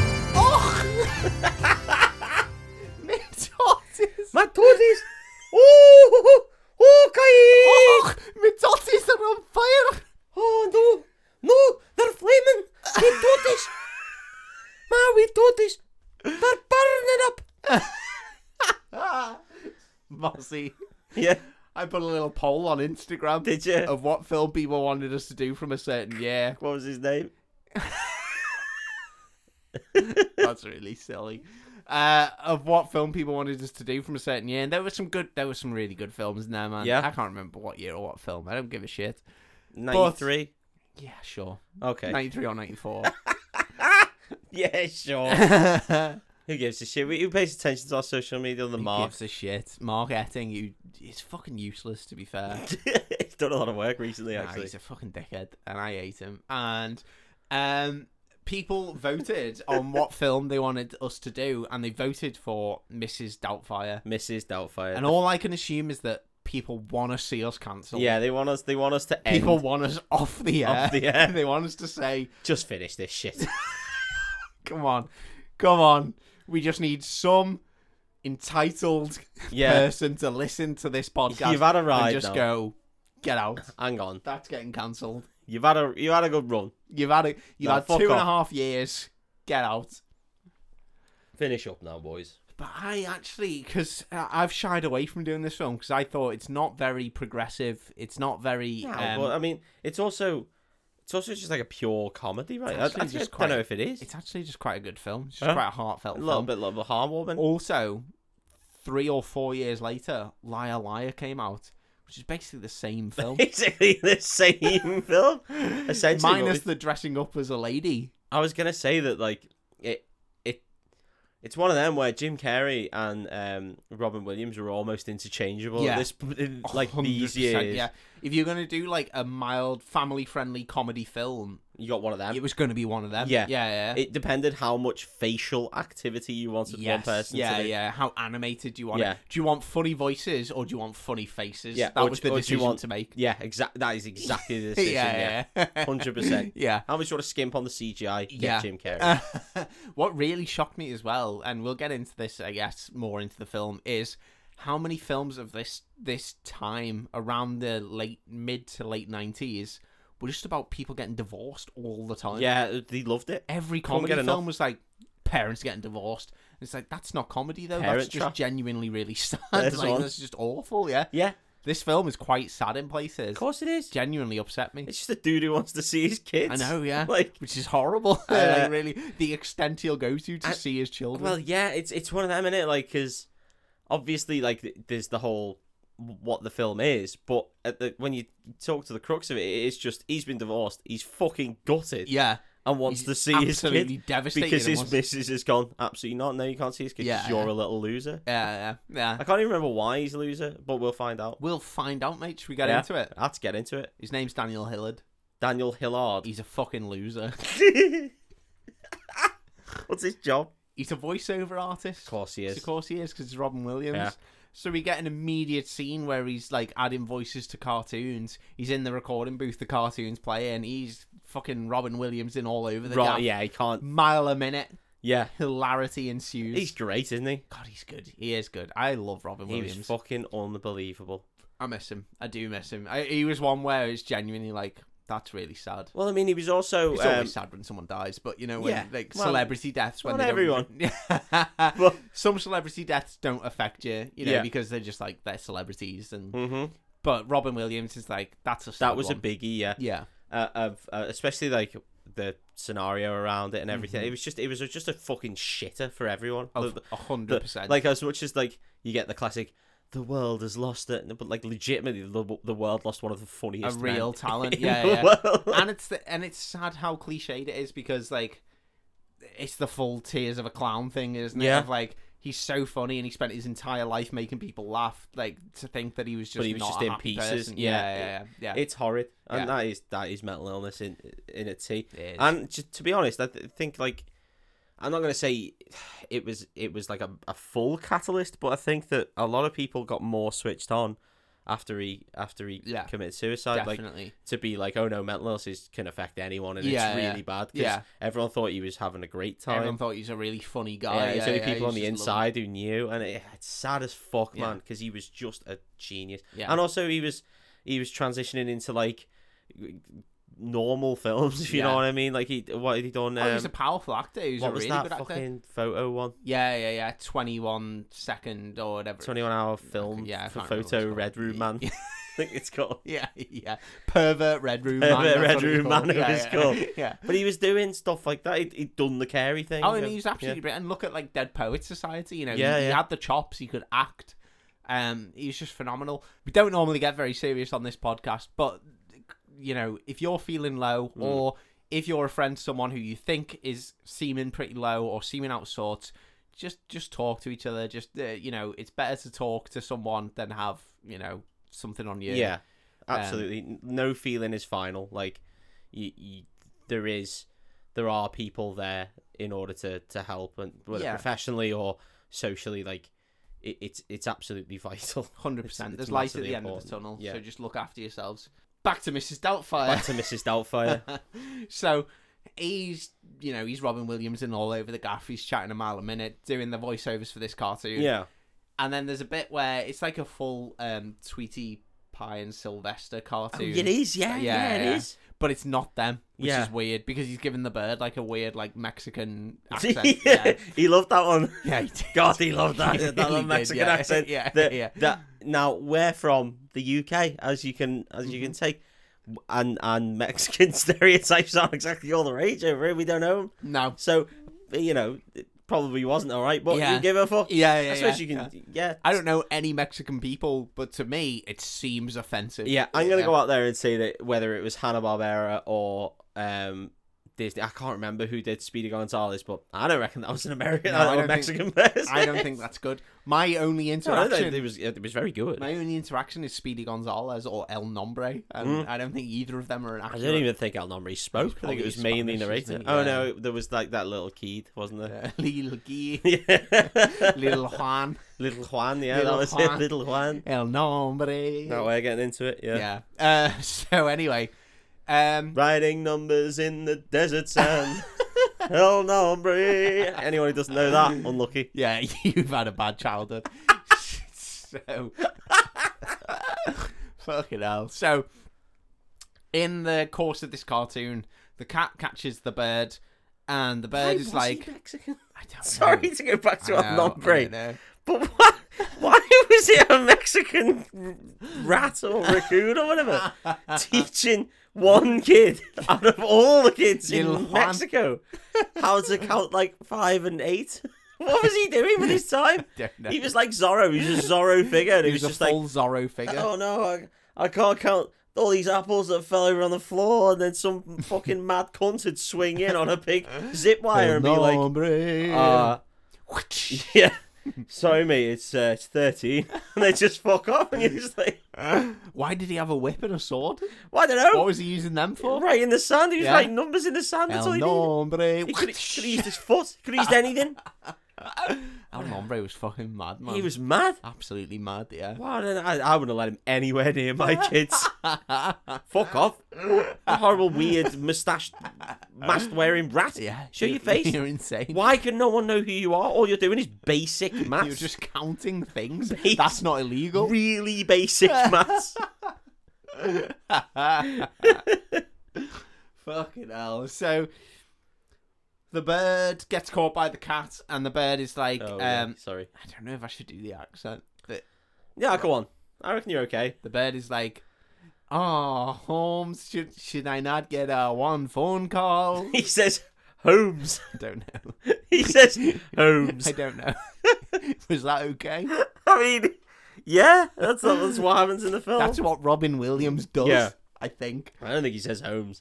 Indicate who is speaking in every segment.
Speaker 1: Oh,
Speaker 2: Oh, we do this? They're burning up.
Speaker 1: Ah, Mossy.
Speaker 2: Yeah.
Speaker 1: I put a little poll on Instagram
Speaker 2: Did you?
Speaker 1: of what film people wanted us to do from a certain year.
Speaker 2: What was his name?
Speaker 1: That's really silly. Uh, of what film people wanted us to do from a certain year, and there were some good, there were some really good films in there, man.
Speaker 2: Yeah.
Speaker 1: I can't remember what year or what film. I don't give a shit.
Speaker 2: Ninety three.
Speaker 1: Yeah, sure.
Speaker 2: Okay.
Speaker 1: Ninety three or ninety four.
Speaker 2: Yeah, sure.
Speaker 1: Who
Speaker 2: Who gives a shit? We- Who pays attention to our social media on the mark?
Speaker 1: gives a shit? Mark Etting, who is fucking useless to be fair.
Speaker 2: He's done a lot of work recently,
Speaker 1: Nah,
Speaker 2: actually.
Speaker 1: he's a fucking dickhead, and I hate him. And um, people voted on what film they wanted us to do, and they voted for Mrs. Doubtfire.
Speaker 2: Mrs. Doubtfire.
Speaker 1: And all I can assume is that people want to see us cancelled.
Speaker 2: yeah, they want us. They want us to end.
Speaker 1: People want us off the air.
Speaker 2: Off the air.
Speaker 1: they want us to say,
Speaker 2: Just finish this shit.
Speaker 1: "Come on, come on, we just need some entitled
Speaker 2: Yeah,
Speaker 1: person to listen to this podcast."
Speaker 2: you've had a
Speaker 1: and
Speaker 2: ride.
Speaker 1: just
Speaker 2: now.
Speaker 1: go, get out.
Speaker 2: Hang on,
Speaker 1: That's getting cancelled.
Speaker 2: you've had a you had a good run.
Speaker 1: You've had it. You've
Speaker 2: No,
Speaker 1: had two
Speaker 2: fuck
Speaker 1: and a half
Speaker 2: off.
Speaker 1: years. Get out.
Speaker 2: Finish up now, boys.
Speaker 1: But I actually, because I've shied away from doing this film because I thought it's not very progressive. It's not very.
Speaker 2: Yeah,
Speaker 1: um,
Speaker 2: but I mean, it's also it's also just like a pure comedy, right?
Speaker 1: It's
Speaker 2: I, I,
Speaker 1: actually
Speaker 2: think-
Speaker 1: just
Speaker 2: I don't know
Speaker 1: quite-
Speaker 2: if it is.
Speaker 1: it's actually just quite a good film. It's just
Speaker 2: Huh?
Speaker 1: quite a heartfelt
Speaker 2: a little
Speaker 1: film. Oh.
Speaker 2: bit of a heartwarming.
Speaker 1: Also, three or four years later, Liar Liar came out, which is basically the same film,
Speaker 2: Basically the same film. Essentially, what
Speaker 1: minus
Speaker 2: we-
Speaker 1: the dressing up as a lady.
Speaker 2: I was gonna say that like it it it's one of them where Jim Carrey and um, Robin Williams were almost interchangeable.
Speaker 1: Yeah.
Speaker 2: at This in, like these
Speaker 1: 100%,
Speaker 2: years,
Speaker 1: yeah. If you're gonna do like a mild, family-friendly comedy film,
Speaker 2: you got one of them.
Speaker 1: it was gonna be one of them.
Speaker 2: Um, Yeah.
Speaker 1: yeah, yeah.
Speaker 2: It depended how much facial activity you wanted one
Speaker 1: Yes,
Speaker 2: person
Speaker 1: yeah,
Speaker 2: to do.
Speaker 1: yeah. How animated do you want
Speaker 2: Yeah.
Speaker 1: it? Do you want funny voices or do you want funny faces?
Speaker 2: Yeah,
Speaker 1: that
Speaker 2: or
Speaker 1: was
Speaker 2: do-
Speaker 1: the
Speaker 2: or do you
Speaker 1: decision
Speaker 2: want-
Speaker 1: to make.
Speaker 2: Yeah, exact. That is exactly the
Speaker 1: Yeah,
Speaker 2: decision. yeah,
Speaker 1: yeah, yeah.
Speaker 2: 100%.
Speaker 1: yeah.
Speaker 2: How much you want to skimp on the CGI? Get
Speaker 1: Yeah. Um,
Speaker 2: Jim Carrey.
Speaker 1: what really shocked me as well, and we'll get into this, I guess, more into the film, is how many films of this this time around the late mid to late nineties were just about people getting divorced all the time.
Speaker 2: yeah, they loved it.
Speaker 1: every
Speaker 2: Couldn't
Speaker 1: comedy
Speaker 2: get
Speaker 1: film
Speaker 2: enough.
Speaker 1: was like parents getting divorced. It's like that's not comedy though.
Speaker 2: Parent
Speaker 1: that's just
Speaker 2: Trap.
Speaker 1: genuinely really sad.
Speaker 2: There's
Speaker 1: like
Speaker 2: one.
Speaker 1: that's just awful. Yeah.
Speaker 2: Yeah,
Speaker 1: This film is quite sad in places.
Speaker 2: of course it is.
Speaker 1: Genuinely upset me.
Speaker 2: It's just a dude who wants to see his kids.
Speaker 1: I know, yeah.
Speaker 2: Like,
Speaker 1: Which is horrible.
Speaker 2: Uh,
Speaker 1: like, really, the extent he'll go to to
Speaker 2: I-
Speaker 1: see his children.
Speaker 2: well, yeah, it's it's one of them, innit? Like, because obviously, like, th- there's the whole what the film is, but at the, when you talk to the crux of it, it is just he's been divorced, he's fucking gutted,
Speaker 1: yeah,
Speaker 2: and wants
Speaker 1: he's
Speaker 2: to see his kids.
Speaker 1: absolutely devastated.
Speaker 2: because
Speaker 1: and
Speaker 2: his
Speaker 1: wants-
Speaker 2: missus has gone absolutely not. No, you can't see his kid. 'cause
Speaker 1: Yeah,
Speaker 2: you're
Speaker 1: yeah.
Speaker 2: a little loser.
Speaker 1: yeah, yeah, yeah.
Speaker 2: I can't even remember why he's a loser, but we'll find out.
Speaker 1: We'll find out, mate. Should we get
Speaker 2: Yeah.
Speaker 1: into it?
Speaker 2: Let's get into it.
Speaker 1: His name's Daniel Hillard.
Speaker 2: Daniel Hillard.
Speaker 1: He's a fucking loser.
Speaker 2: What's his job?
Speaker 1: He's a voiceover artist.
Speaker 2: Of course he
Speaker 1: Of
Speaker 2: is.
Speaker 1: course he is, because it's Robin Williams.
Speaker 2: Yeah.
Speaker 1: So we get an immediate scene where he's like adding voices to cartoons. He's in the recording booth, the cartoons playing. He's fucking Robin Williams in all over the
Speaker 2: Right?
Speaker 1: gaff.
Speaker 2: Yeah, he can't.
Speaker 1: Mile a minute,
Speaker 2: Yeah,
Speaker 1: hilarity ensues.
Speaker 2: he's great, isn't he?
Speaker 1: God, he's good. He is good. I love Robin
Speaker 2: He
Speaker 1: Williams.
Speaker 2: was fucking unbelievable.
Speaker 1: I miss him. I do miss him. I, he was one where it's genuinely like that's really sad.
Speaker 2: Well, I mean, he was also.
Speaker 1: It's
Speaker 2: Um,
Speaker 1: always sad when someone dies, but you know when
Speaker 2: yeah,
Speaker 1: like
Speaker 2: well,
Speaker 1: celebrity deaths when
Speaker 2: not
Speaker 1: they
Speaker 2: everyone.
Speaker 1: Don't...
Speaker 2: But-
Speaker 1: Some celebrity deaths don't affect you, you know,
Speaker 2: Yeah.
Speaker 1: because they're just like they're celebrities and
Speaker 2: mhm.
Speaker 1: But Robin Williams is like, that's a
Speaker 2: That was a
Speaker 1: Mm-hmm. one.
Speaker 2: biggie, yeah.
Speaker 1: yeah,
Speaker 2: Uh, of uh, especially like the scenario around it and
Speaker 1: Mm-hmm.
Speaker 2: everything. It was just, it was just a fucking shitter for everyone.
Speaker 1: of
Speaker 2: The-
Speaker 1: a
Speaker 2: the-
Speaker 1: Oh, hundred percent.
Speaker 2: Like as much as like you get the classic, the world has lost it, but like legitimately, the, the world lost one of the
Speaker 1: a
Speaker 2: funniest men
Speaker 1: real talent.
Speaker 2: in
Speaker 1: Yeah,
Speaker 2: the
Speaker 1: yeah.
Speaker 2: world.
Speaker 1: and it's the, and it's sad how cliched it is because like, it's the full tears of a clown thing, isn't it?
Speaker 2: Yeah.
Speaker 1: Of like. He's so funny, and he spent his entire life making people laugh. Like to think that he was just
Speaker 2: he was
Speaker 1: not
Speaker 2: just
Speaker 1: a
Speaker 2: in
Speaker 1: happy
Speaker 2: pieces.
Speaker 1: person.
Speaker 2: Yeah,
Speaker 1: yeah, yeah, yeah. yeah.
Speaker 2: It's horrid, and
Speaker 1: Yeah.
Speaker 2: that is that is mental illness in in a T.
Speaker 1: It is.
Speaker 2: And just, to be honest, I th- think like I'm not gonna say it was it was like a, a full catalyst, but I think that a lot of people got more switched on after he after he
Speaker 1: Yeah.
Speaker 2: committed suicide. Like
Speaker 1: definitely.
Speaker 2: to be like, oh no, mental illness can affect anyone, and
Speaker 1: Yeah,
Speaker 2: it's
Speaker 1: yeah.
Speaker 2: really bad. 'cause
Speaker 1: Yeah.
Speaker 2: everyone thought he was having a great time.
Speaker 1: Everyone thought he was a really funny guy.
Speaker 2: yeah, there's only
Speaker 1: yeah,
Speaker 2: people on
Speaker 1: he's
Speaker 2: the
Speaker 1: just lovely.
Speaker 2: inside who knew, and it, it's sad as fuck,
Speaker 1: Yeah.
Speaker 2: man, because he was just a genius.
Speaker 1: Yeah.
Speaker 2: And also, he was he was transitioning into like normal films. If you know
Speaker 1: Yeah.
Speaker 2: what I mean? Like he, what had he done? Um,
Speaker 1: oh, he's a powerful actor. He's
Speaker 2: what
Speaker 1: a
Speaker 2: was
Speaker 1: really
Speaker 2: that
Speaker 1: good actor.
Speaker 2: fucking photo one?
Speaker 1: Yeah, yeah, yeah. Twenty-one second or whatever.
Speaker 2: Twenty-one hour film
Speaker 1: yeah, I
Speaker 2: for
Speaker 1: can't remember what it's
Speaker 2: photo
Speaker 1: called.
Speaker 2: Red Room Man. I
Speaker 1: Yeah.
Speaker 2: think it's called.
Speaker 1: Yeah, yeah. Pervert Red Room Man.
Speaker 2: Pervert
Speaker 1: that's
Speaker 2: Red
Speaker 1: what it's
Speaker 2: Room
Speaker 1: called.
Speaker 2: Man, it
Speaker 1: yeah,
Speaker 2: was
Speaker 1: yeah,
Speaker 2: called.
Speaker 1: Yeah.
Speaker 2: But he was doing stuff like that. He'd, he'd done the carey thing.
Speaker 1: Oh, and
Speaker 2: um,
Speaker 1: he was absolutely brilliant. And look at like Dead Poets Society. You know,
Speaker 2: Yeah,
Speaker 1: he, he
Speaker 2: yeah.
Speaker 1: had the chops. He could act. Um, he was just phenomenal. We don't normally get very serious on this podcast, but you know, if you're feeling low
Speaker 2: Hmm.
Speaker 1: or if you're a friend to someone who you think is seeming pretty low or seeming out of sorts, just just talk to each other. Just uh, you know, it's better to talk to someone than have you know something on you.
Speaker 2: yeah, Um, absolutely. N- no feeling is final. Like, you, you, there is, there are people there in order to to help, and whether
Speaker 1: Yeah.
Speaker 2: professionally or socially, like. It, it's it's absolutely vital.
Speaker 1: hundred
Speaker 2: It's-
Speaker 1: percent.
Speaker 2: it's
Speaker 1: There's light at
Speaker 2: massively
Speaker 1: the end of the
Speaker 2: important.
Speaker 1: tunnel.
Speaker 2: Yeah.
Speaker 1: So just look after yourselves. Back to Mrs. Doubtfire.
Speaker 2: Back to Mrs. Doubtfire.
Speaker 1: so he's you know he's Robin Williams and all over the gaff. He's chatting a mile a minute, doing the voiceovers for this cartoon.
Speaker 2: yeah,
Speaker 1: And then there's a bit where it's like a full um, Tweety Pie and Sylvester
Speaker 2: Oh,
Speaker 1: cartoon.
Speaker 2: it is. Yeah,
Speaker 1: Yeah,
Speaker 2: yeah, it
Speaker 1: yeah.
Speaker 2: is.
Speaker 1: But it's not them, which
Speaker 2: Yeah.
Speaker 1: is weird because he's given the bird like a weird like Mexican
Speaker 2: See?
Speaker 1: accent. yeah.
Speaker 2: he loved that one.
Speaker 1: yeah, he did.
Speaker 2: God, he loved that.
Speaker 1: He
Speaker 2: that
Speaker 1: really
Speaker 2: little
Speaker 1: did,
Speaker 2: Mexican
Speaker 1: yeah.
Speaker 2: accent.
Speaker 1: Yeah,
Speaker 2: That-
Speaker 1: yeah.
Speaker 2: that- now we're from the UK, as you can as you
Speaker 1: Mm-hmm.
Speaker 2: can take, and and Mexican stereotypes aren't exactly all the rage over here. We don't know 'em.
Speaker 1: No.
Speaker 2: so you know it probably wasn't all right. But
Speaker 1: Yeah.
Speaker 2: you give a fuck.
Speaker 1: Yeah, yeah,
Speaker 2: I suppose
Speaker 1: yeah,
Speaker 2: you can. Yeah,
Speaker 1: I don't know any Mexican people, but to me, it seems offensive.
Speaker 2: Yeah, I'm gonna
Speaker 1: Yeah.
Speaker 2: go out there and say that whether it was Hanna Barbera or um Disney, I can't remember who did Speedy Gonzales, but I don't reckon that was an American
Speaker 1: No, I
Speaker 2: or
Speaker 1: don't
Speaker 2: Mexican person.
Speaker 1: I don't think that's good. My only
Speaker 2: No, I don't
Speaker 1: interaction
Speaker 2: think it was it was very good.
Speaker 1: My only interaction is Speedy Gonzalez or El Nombre, and I don't think either of them are an
Speaker 2: Mm. I
Speaker 1: accurate.
Speaker 2: don't even think Al Nomri spoke. I think
Speaker 1: probably
Speaker 2: it was mainly
Speaker 1: Spanish,
Speaker 2: narrated.
Speaker 1: isn't he?
Speaker 2: Oh
Speaker 1: Yeah.
Speaker 2: no, it- there was like that little kid, wasn't there?
Speaker 1: Uh, Lil Gui,
Speaker 2: Yeah.
Speaker 1: Lil Juan,
Speaker 2: little Juan, yeah,
Speaker 1: Little
Speaker 2: that was
Speaker 1: Juan.
Speaker 2: it. Little Juan.
Speaker 1: El Nombre.
Speaker 2: That way of getting into it, yeah.
Speaker 1: yeah. Uh, so anyway, um,
Speaker 2: Riding numbers in the desert sand. El Nombre. Anyone who doesn't know that, unlucky.
Speaker 1: yeah, you've had a bad childhood. so fucking hell. So in the course of this cartoon, the cat catches the bird, and the bird is like,
Speaker 2: Mexican?
Speaker 1: I don't know.
Speaker 2: Sorry to go back to
Speaker 1: I
Speaker 2: El
Speaker 1: know, I
Speaker 2: Nombre,
Speaker 1: don't know.
Speaker 2: but why, why was it a Mexican r- rat or raccoon or whatever teaching one kid out of all the kids
Speaker 1: Little
Speaker 2: in
Speaker 1: Juan.
Speaker 2: Mexico how to count like five and eight? What was he doing with his time?
Speaker 1: Don't know.
Speaker 2: He was like Zorro. He was a Zorro figure, and he
Speaker 1: He
Speaker 2: was,
Speaker 1: was a
Speaker 2: just like,
Speaker 1: full Zorro figure.
Speaker 2: "Oh no, I, I can't count." All these apples that fell over on the floor, and then some fucking mad cunt would swing in on a big zip wire and be like, uh, Yeah. Sorry, mate. It's uh, it's thirteen, and they just fuck off, and you're just like,
Speaker 1: Why did he have a whip and a sword?
Speaker 2: well, I don't
Speaker 1: What
Speaker 2: know.
Speaker 1: was he using them for?
Speaker 2: Right in the sand, he was
Speaker 1: Yeah.
Speaker 2: writing numbers in the sand. That's all
Speaker 1: El
Speaker 2: he did.
Speaker 1: nombre.
Speaker 2: He could have used his foot. Could have used anything.
Speaker 1: El nombre was fucking mad, man.
Speaker 2: He was mad.
Speaker 1: absolutely mad, yeah.
Speaker 2: Why did I, I wouldn't have let him anywhere near my kids. fuck off. A horrible, weird, moustache, mask wearing rat.
Speaker 1: Yeah.
Speaker 2: Show
Speaker 1: you-
Speaker 2: your face.
Speaker 1: You're insane.
Speaker 2: Why can no one know who you are? All you're doing is basic maths.
Speaker 1: You're just counting things.
Speaker 2: Base-
Speaker 1: That's not illegal.
Speaker 2: really basic maths.
Speaker 1: Um, Fucking hell. So the bird gets caught by the cat, and the bird is like,
Speaker 2: Oh,
Speaker 1: um,
Speaker 2: yeah, sorry.
Speaker 1: I don't know if I should do the accent. The,
Speaker 2: Yeah, go on. I reckon you're okay.
Speaker 1: The bird is like, "Oh, Holmes, should should I not get a one phone call?"
Speaker 2: He says Holmes.
Speaker 1: I don't know.
Speaker 2: He says
Speaker 1: I
Speaker 2: Holmes.
Speaker 1: don't know. Was that okay?
Speaker 2: I mean, yeah, that's that's what happens in the film.
Speaker 1: That's what Robin Williams does.
Speaker 2: Yeah.
Speaker 1: I think.
Speaker 2: I don't think he says Holmes.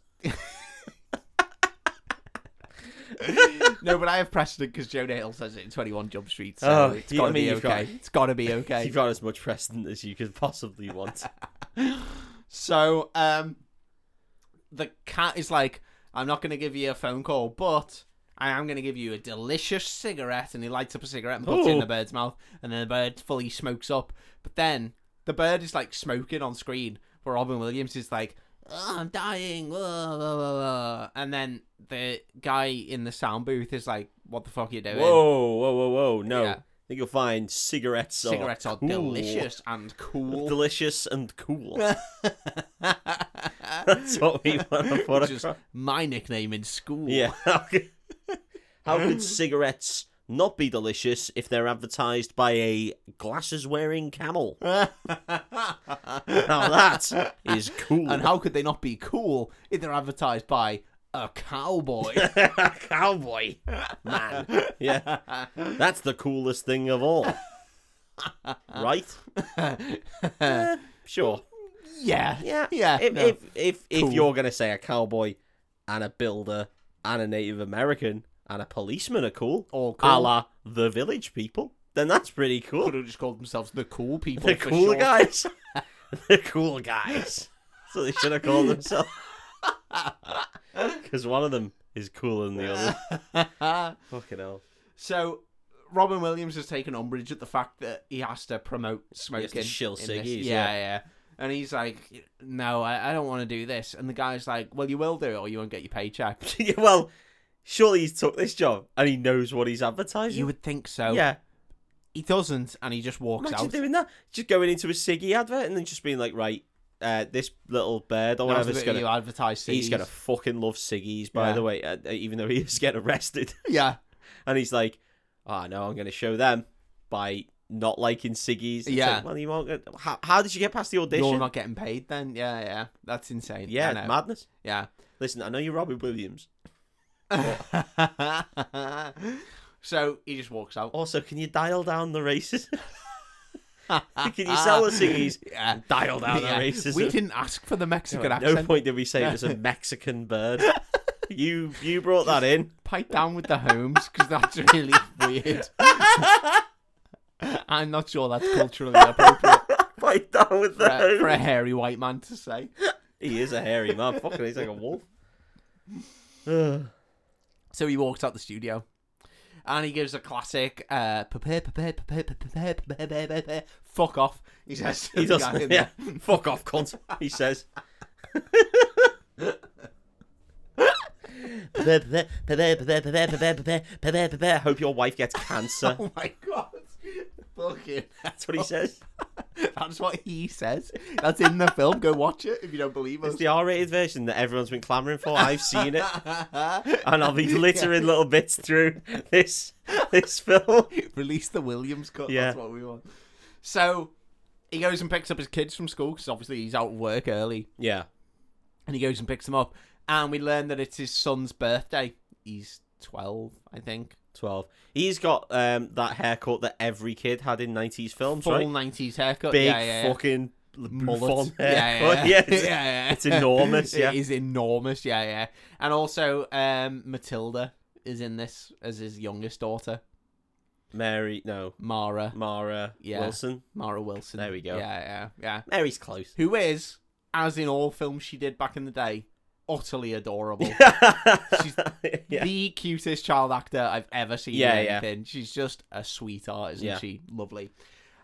Speaker 1: No, but I have precedent because Jonah Hill says it in Twenty One Jump Street. So
Speaker 2: Oh,
Speaker 1: it's
Speaker 2: you-
Speaker 1: gotta
Speaker 2: I mean,
Speaker 1: be
Speaker 2: you've got
Speaker 1: okay. It's gotta be okay.
Speaker 2: You've got as much precedent as you could possibly want.
Speaker 1: so, um, the cat is like, "I'm not gonna give you a phone call, but." I am going to give you a delicious cigarette. And he lights up a cigarette and puts it in
Speaker 2: Ooh.
Speaker 1: the bird's mouth. And then the bird fully smokes up. But then the bird is like smoking on screen, where Robin Williams is like, oh, I'm dying. whoa, whoa, whoa, whoa." And then the guy in the sound booth is like, What the fuck are you doing?
Speaker 2: Whoa, whoa, whoa, whoa! No,
Speaker 1: Yeah.
Speaker 2: I think you'll find cigarettes. are
Speaker 1: Cigarettes are
Speaker 2: cool.
Speaker 1: delicious and cool.
Speaker 2: delicious and cool. That's what we want to put
Speaker 1: Which is
Speaker 2: across.
Speaker 1: my nickname in school.
Speaker 2: Yeah. How could- How could cigarettes not be delicious if they're advertised by a glasses wearing camel? Now that is cool.
Speaker 1: and how could they not be cool if they're advertised by a cowboy?
Speaker 2: cowboy man. Yeah, that's the coolest thing of all. Right? Eh, sure.
Speaker 1: yeah.
Speaker 2: Yeah.
Speaker 1: Yeah.
Speaker 2: If
Speaker 1: no.
Speaker 2: if if,
Speaker 1: Cool.
Speaker 2: if you're gonna say a cowboy and a builder and a Native American and a policeman are cool,
Speaker 1: All cool.
Speaker 2: a la the village people, then that's pretty cool.
Speaker 1: Could have just called themselves the cool people.
Speaker 2: The
Speaker 1: for
Speaker 2: cool
Speaker 1: short.
Speaker 2: guys. the cool guys. So they should have called themselves. Because one of them is cooler than the other. Fucking hell.
Speaker 1: so Robin Williams has taken umbrage at the fact that he has to promote smoking.
Speaker 2: shill
Speaker 1: in this-
Speaker 2: ciggies,
Speaker 1: yeah, yeah. And he's like, "No, I, I don't want to do this." And the guy's like, "Well, you will do it, or you won't get your paycheck."
Speaker 2: Yeah, well, surely he's took this job and he knows what he's advertising.
Speaker 1: You would think so.
Speaker 2: yeah.
Speaker 1: He doesn't, and he just walks
Speaker 2: Imagine
Speaker 1: out.
Speaker 2: doing that. Just going into a Siggy advert and then just being like, right, uh, this little bird or
Speaker 1: That was the
Speaker 2: whatever's
Speaker 1: bit
Speaker 2: going
Speaker 1: you
Speaker 2: to.
Speaker 1: advertise
Speaker 2: He's
Speaker 1: CDs.
Speaker 2: going to fucking love Siggies, by
Speaker 1: Yeah.
Speaker 2: the way, uh, uh, even though he is getting arrested.
Speaker 1: Yeah,
Speaker 2: And he's like, oh, no, I'm going to show them by not liking Siggies. It's like,
Speaker 1: Yeah.
Speaker 2: well, you won't. Get... How, how did you get past the audition?
Speaker 1: you're not getting paid then. Yeah, yeah, that's insane.
Speaker 2: yeah,
Speaker 1: I
Speaker 2: it's
Speaker 1: know.
Speaker 2: madness.
Speaker 1: yeah.
Speaker 2: Listen, I know you're Robin Williams.
Speaker 1: so he just walks out.
Speaker 2: Also, can you dial down the racism? can you sell the Siggies?
Speaker 1: Yeah.
Speaker 2: Dial down
Speaker 1: Yeah.
Speaker 2: the racism.
Speaker 1: We didn't ask for the Mexican
Speaker 2: At
Speaker 1: accent.
Speaker 2: no point did we say it was a Mexican bird. you you brought that in.
Speaker 1: Pipe down with the homes because that's really weird. I'm not sure that's culturally appropriate
Speaker 2: Fight down with
Speaker 1: for a,
Speaker 2: the
Speaker 1: for a hairy white man to say.
Speaker 2: He is a hairy man. Fucking, he's like a wolf. Ugh.
Speaker 1: So he walks out the studio. And he gives a classic uh, prepare, prepare, prepare, prepare, prepare, prepare, prepare, fuck off. He says to
Speaker 2: he
Speaker 1: the guy in
Speaker 2: doesn't.
Speaker 1: the-
Speaker 2: Yeah, fuck off, cunt. He says. Hope your wife gets cancer.
Speaker 1: Oh my god. Fucking.
Speaker 2: That's
Speaker 1: Oh,
Speaker 2: what he says.
Speaker 1: That's what he says. That's in the film. Go watch it if you don't believe us.
Speaker 2: It's the R-rated version that everyone's been clamouring for. I've seen it, and I'll be littering little bits through this this film.
Speaker 1: Release the Williams cut.
Speaker 2: Yeah.
Speaker 1: That's what we want. So he goes and picks up his kids from school because obviously he's out of work early.
Speaker 2: Yeah.
Speaker 1: And he goes and picks them up. And we learn that it's his son's birthday. He's 12, I think.
Speaker 2: 12. He's got um, that haircut that every kid had in 90s films,
Speaker 1: Full
Speaker 2: right?
Speaker 1: 90s haircut.
Speaker 2: Big
Speaker 1: yeah, yeah, yeah.
Speaker 2: fucking buffon
Speaker 1: Mullet. Yeah, yeah.
Speaker 2: haircut. Yeah,
Speaker 1: yeah,
Speaker 2: it's-
Speaker 1: yeah.
Speaker 2: it's enormous, yeah.
Speaker 1: it is enormous. Yeah, yeah. And also, um, Matilda is in this as his youngest daughter,
Speaker 2: Mary, no,
Speaker 1: Mara.
Speaker 2: Mara
Speaker 1: Yeah.
Speaker 2: Wilson.
Speaker 1: Mara Wilson.
Speaker 2: There we go.
Speaker 1: Yeah, yeah, yeah.
Speaker 2: Mary's close.
Speaker 1: Who is, as in all films she did back in the day, utterly adorable. She's
Speaker 2: yeah.
Speaker 1: The cutest child actor I've ever seen.
Speaker 2: Yeah,
Speaker 1: in
Speaker 2: yeah.
Speaker 1: anything. She's just a sweetheart, isn't
Speaker 2: Yeah.
Speaker 1: she? Lovely.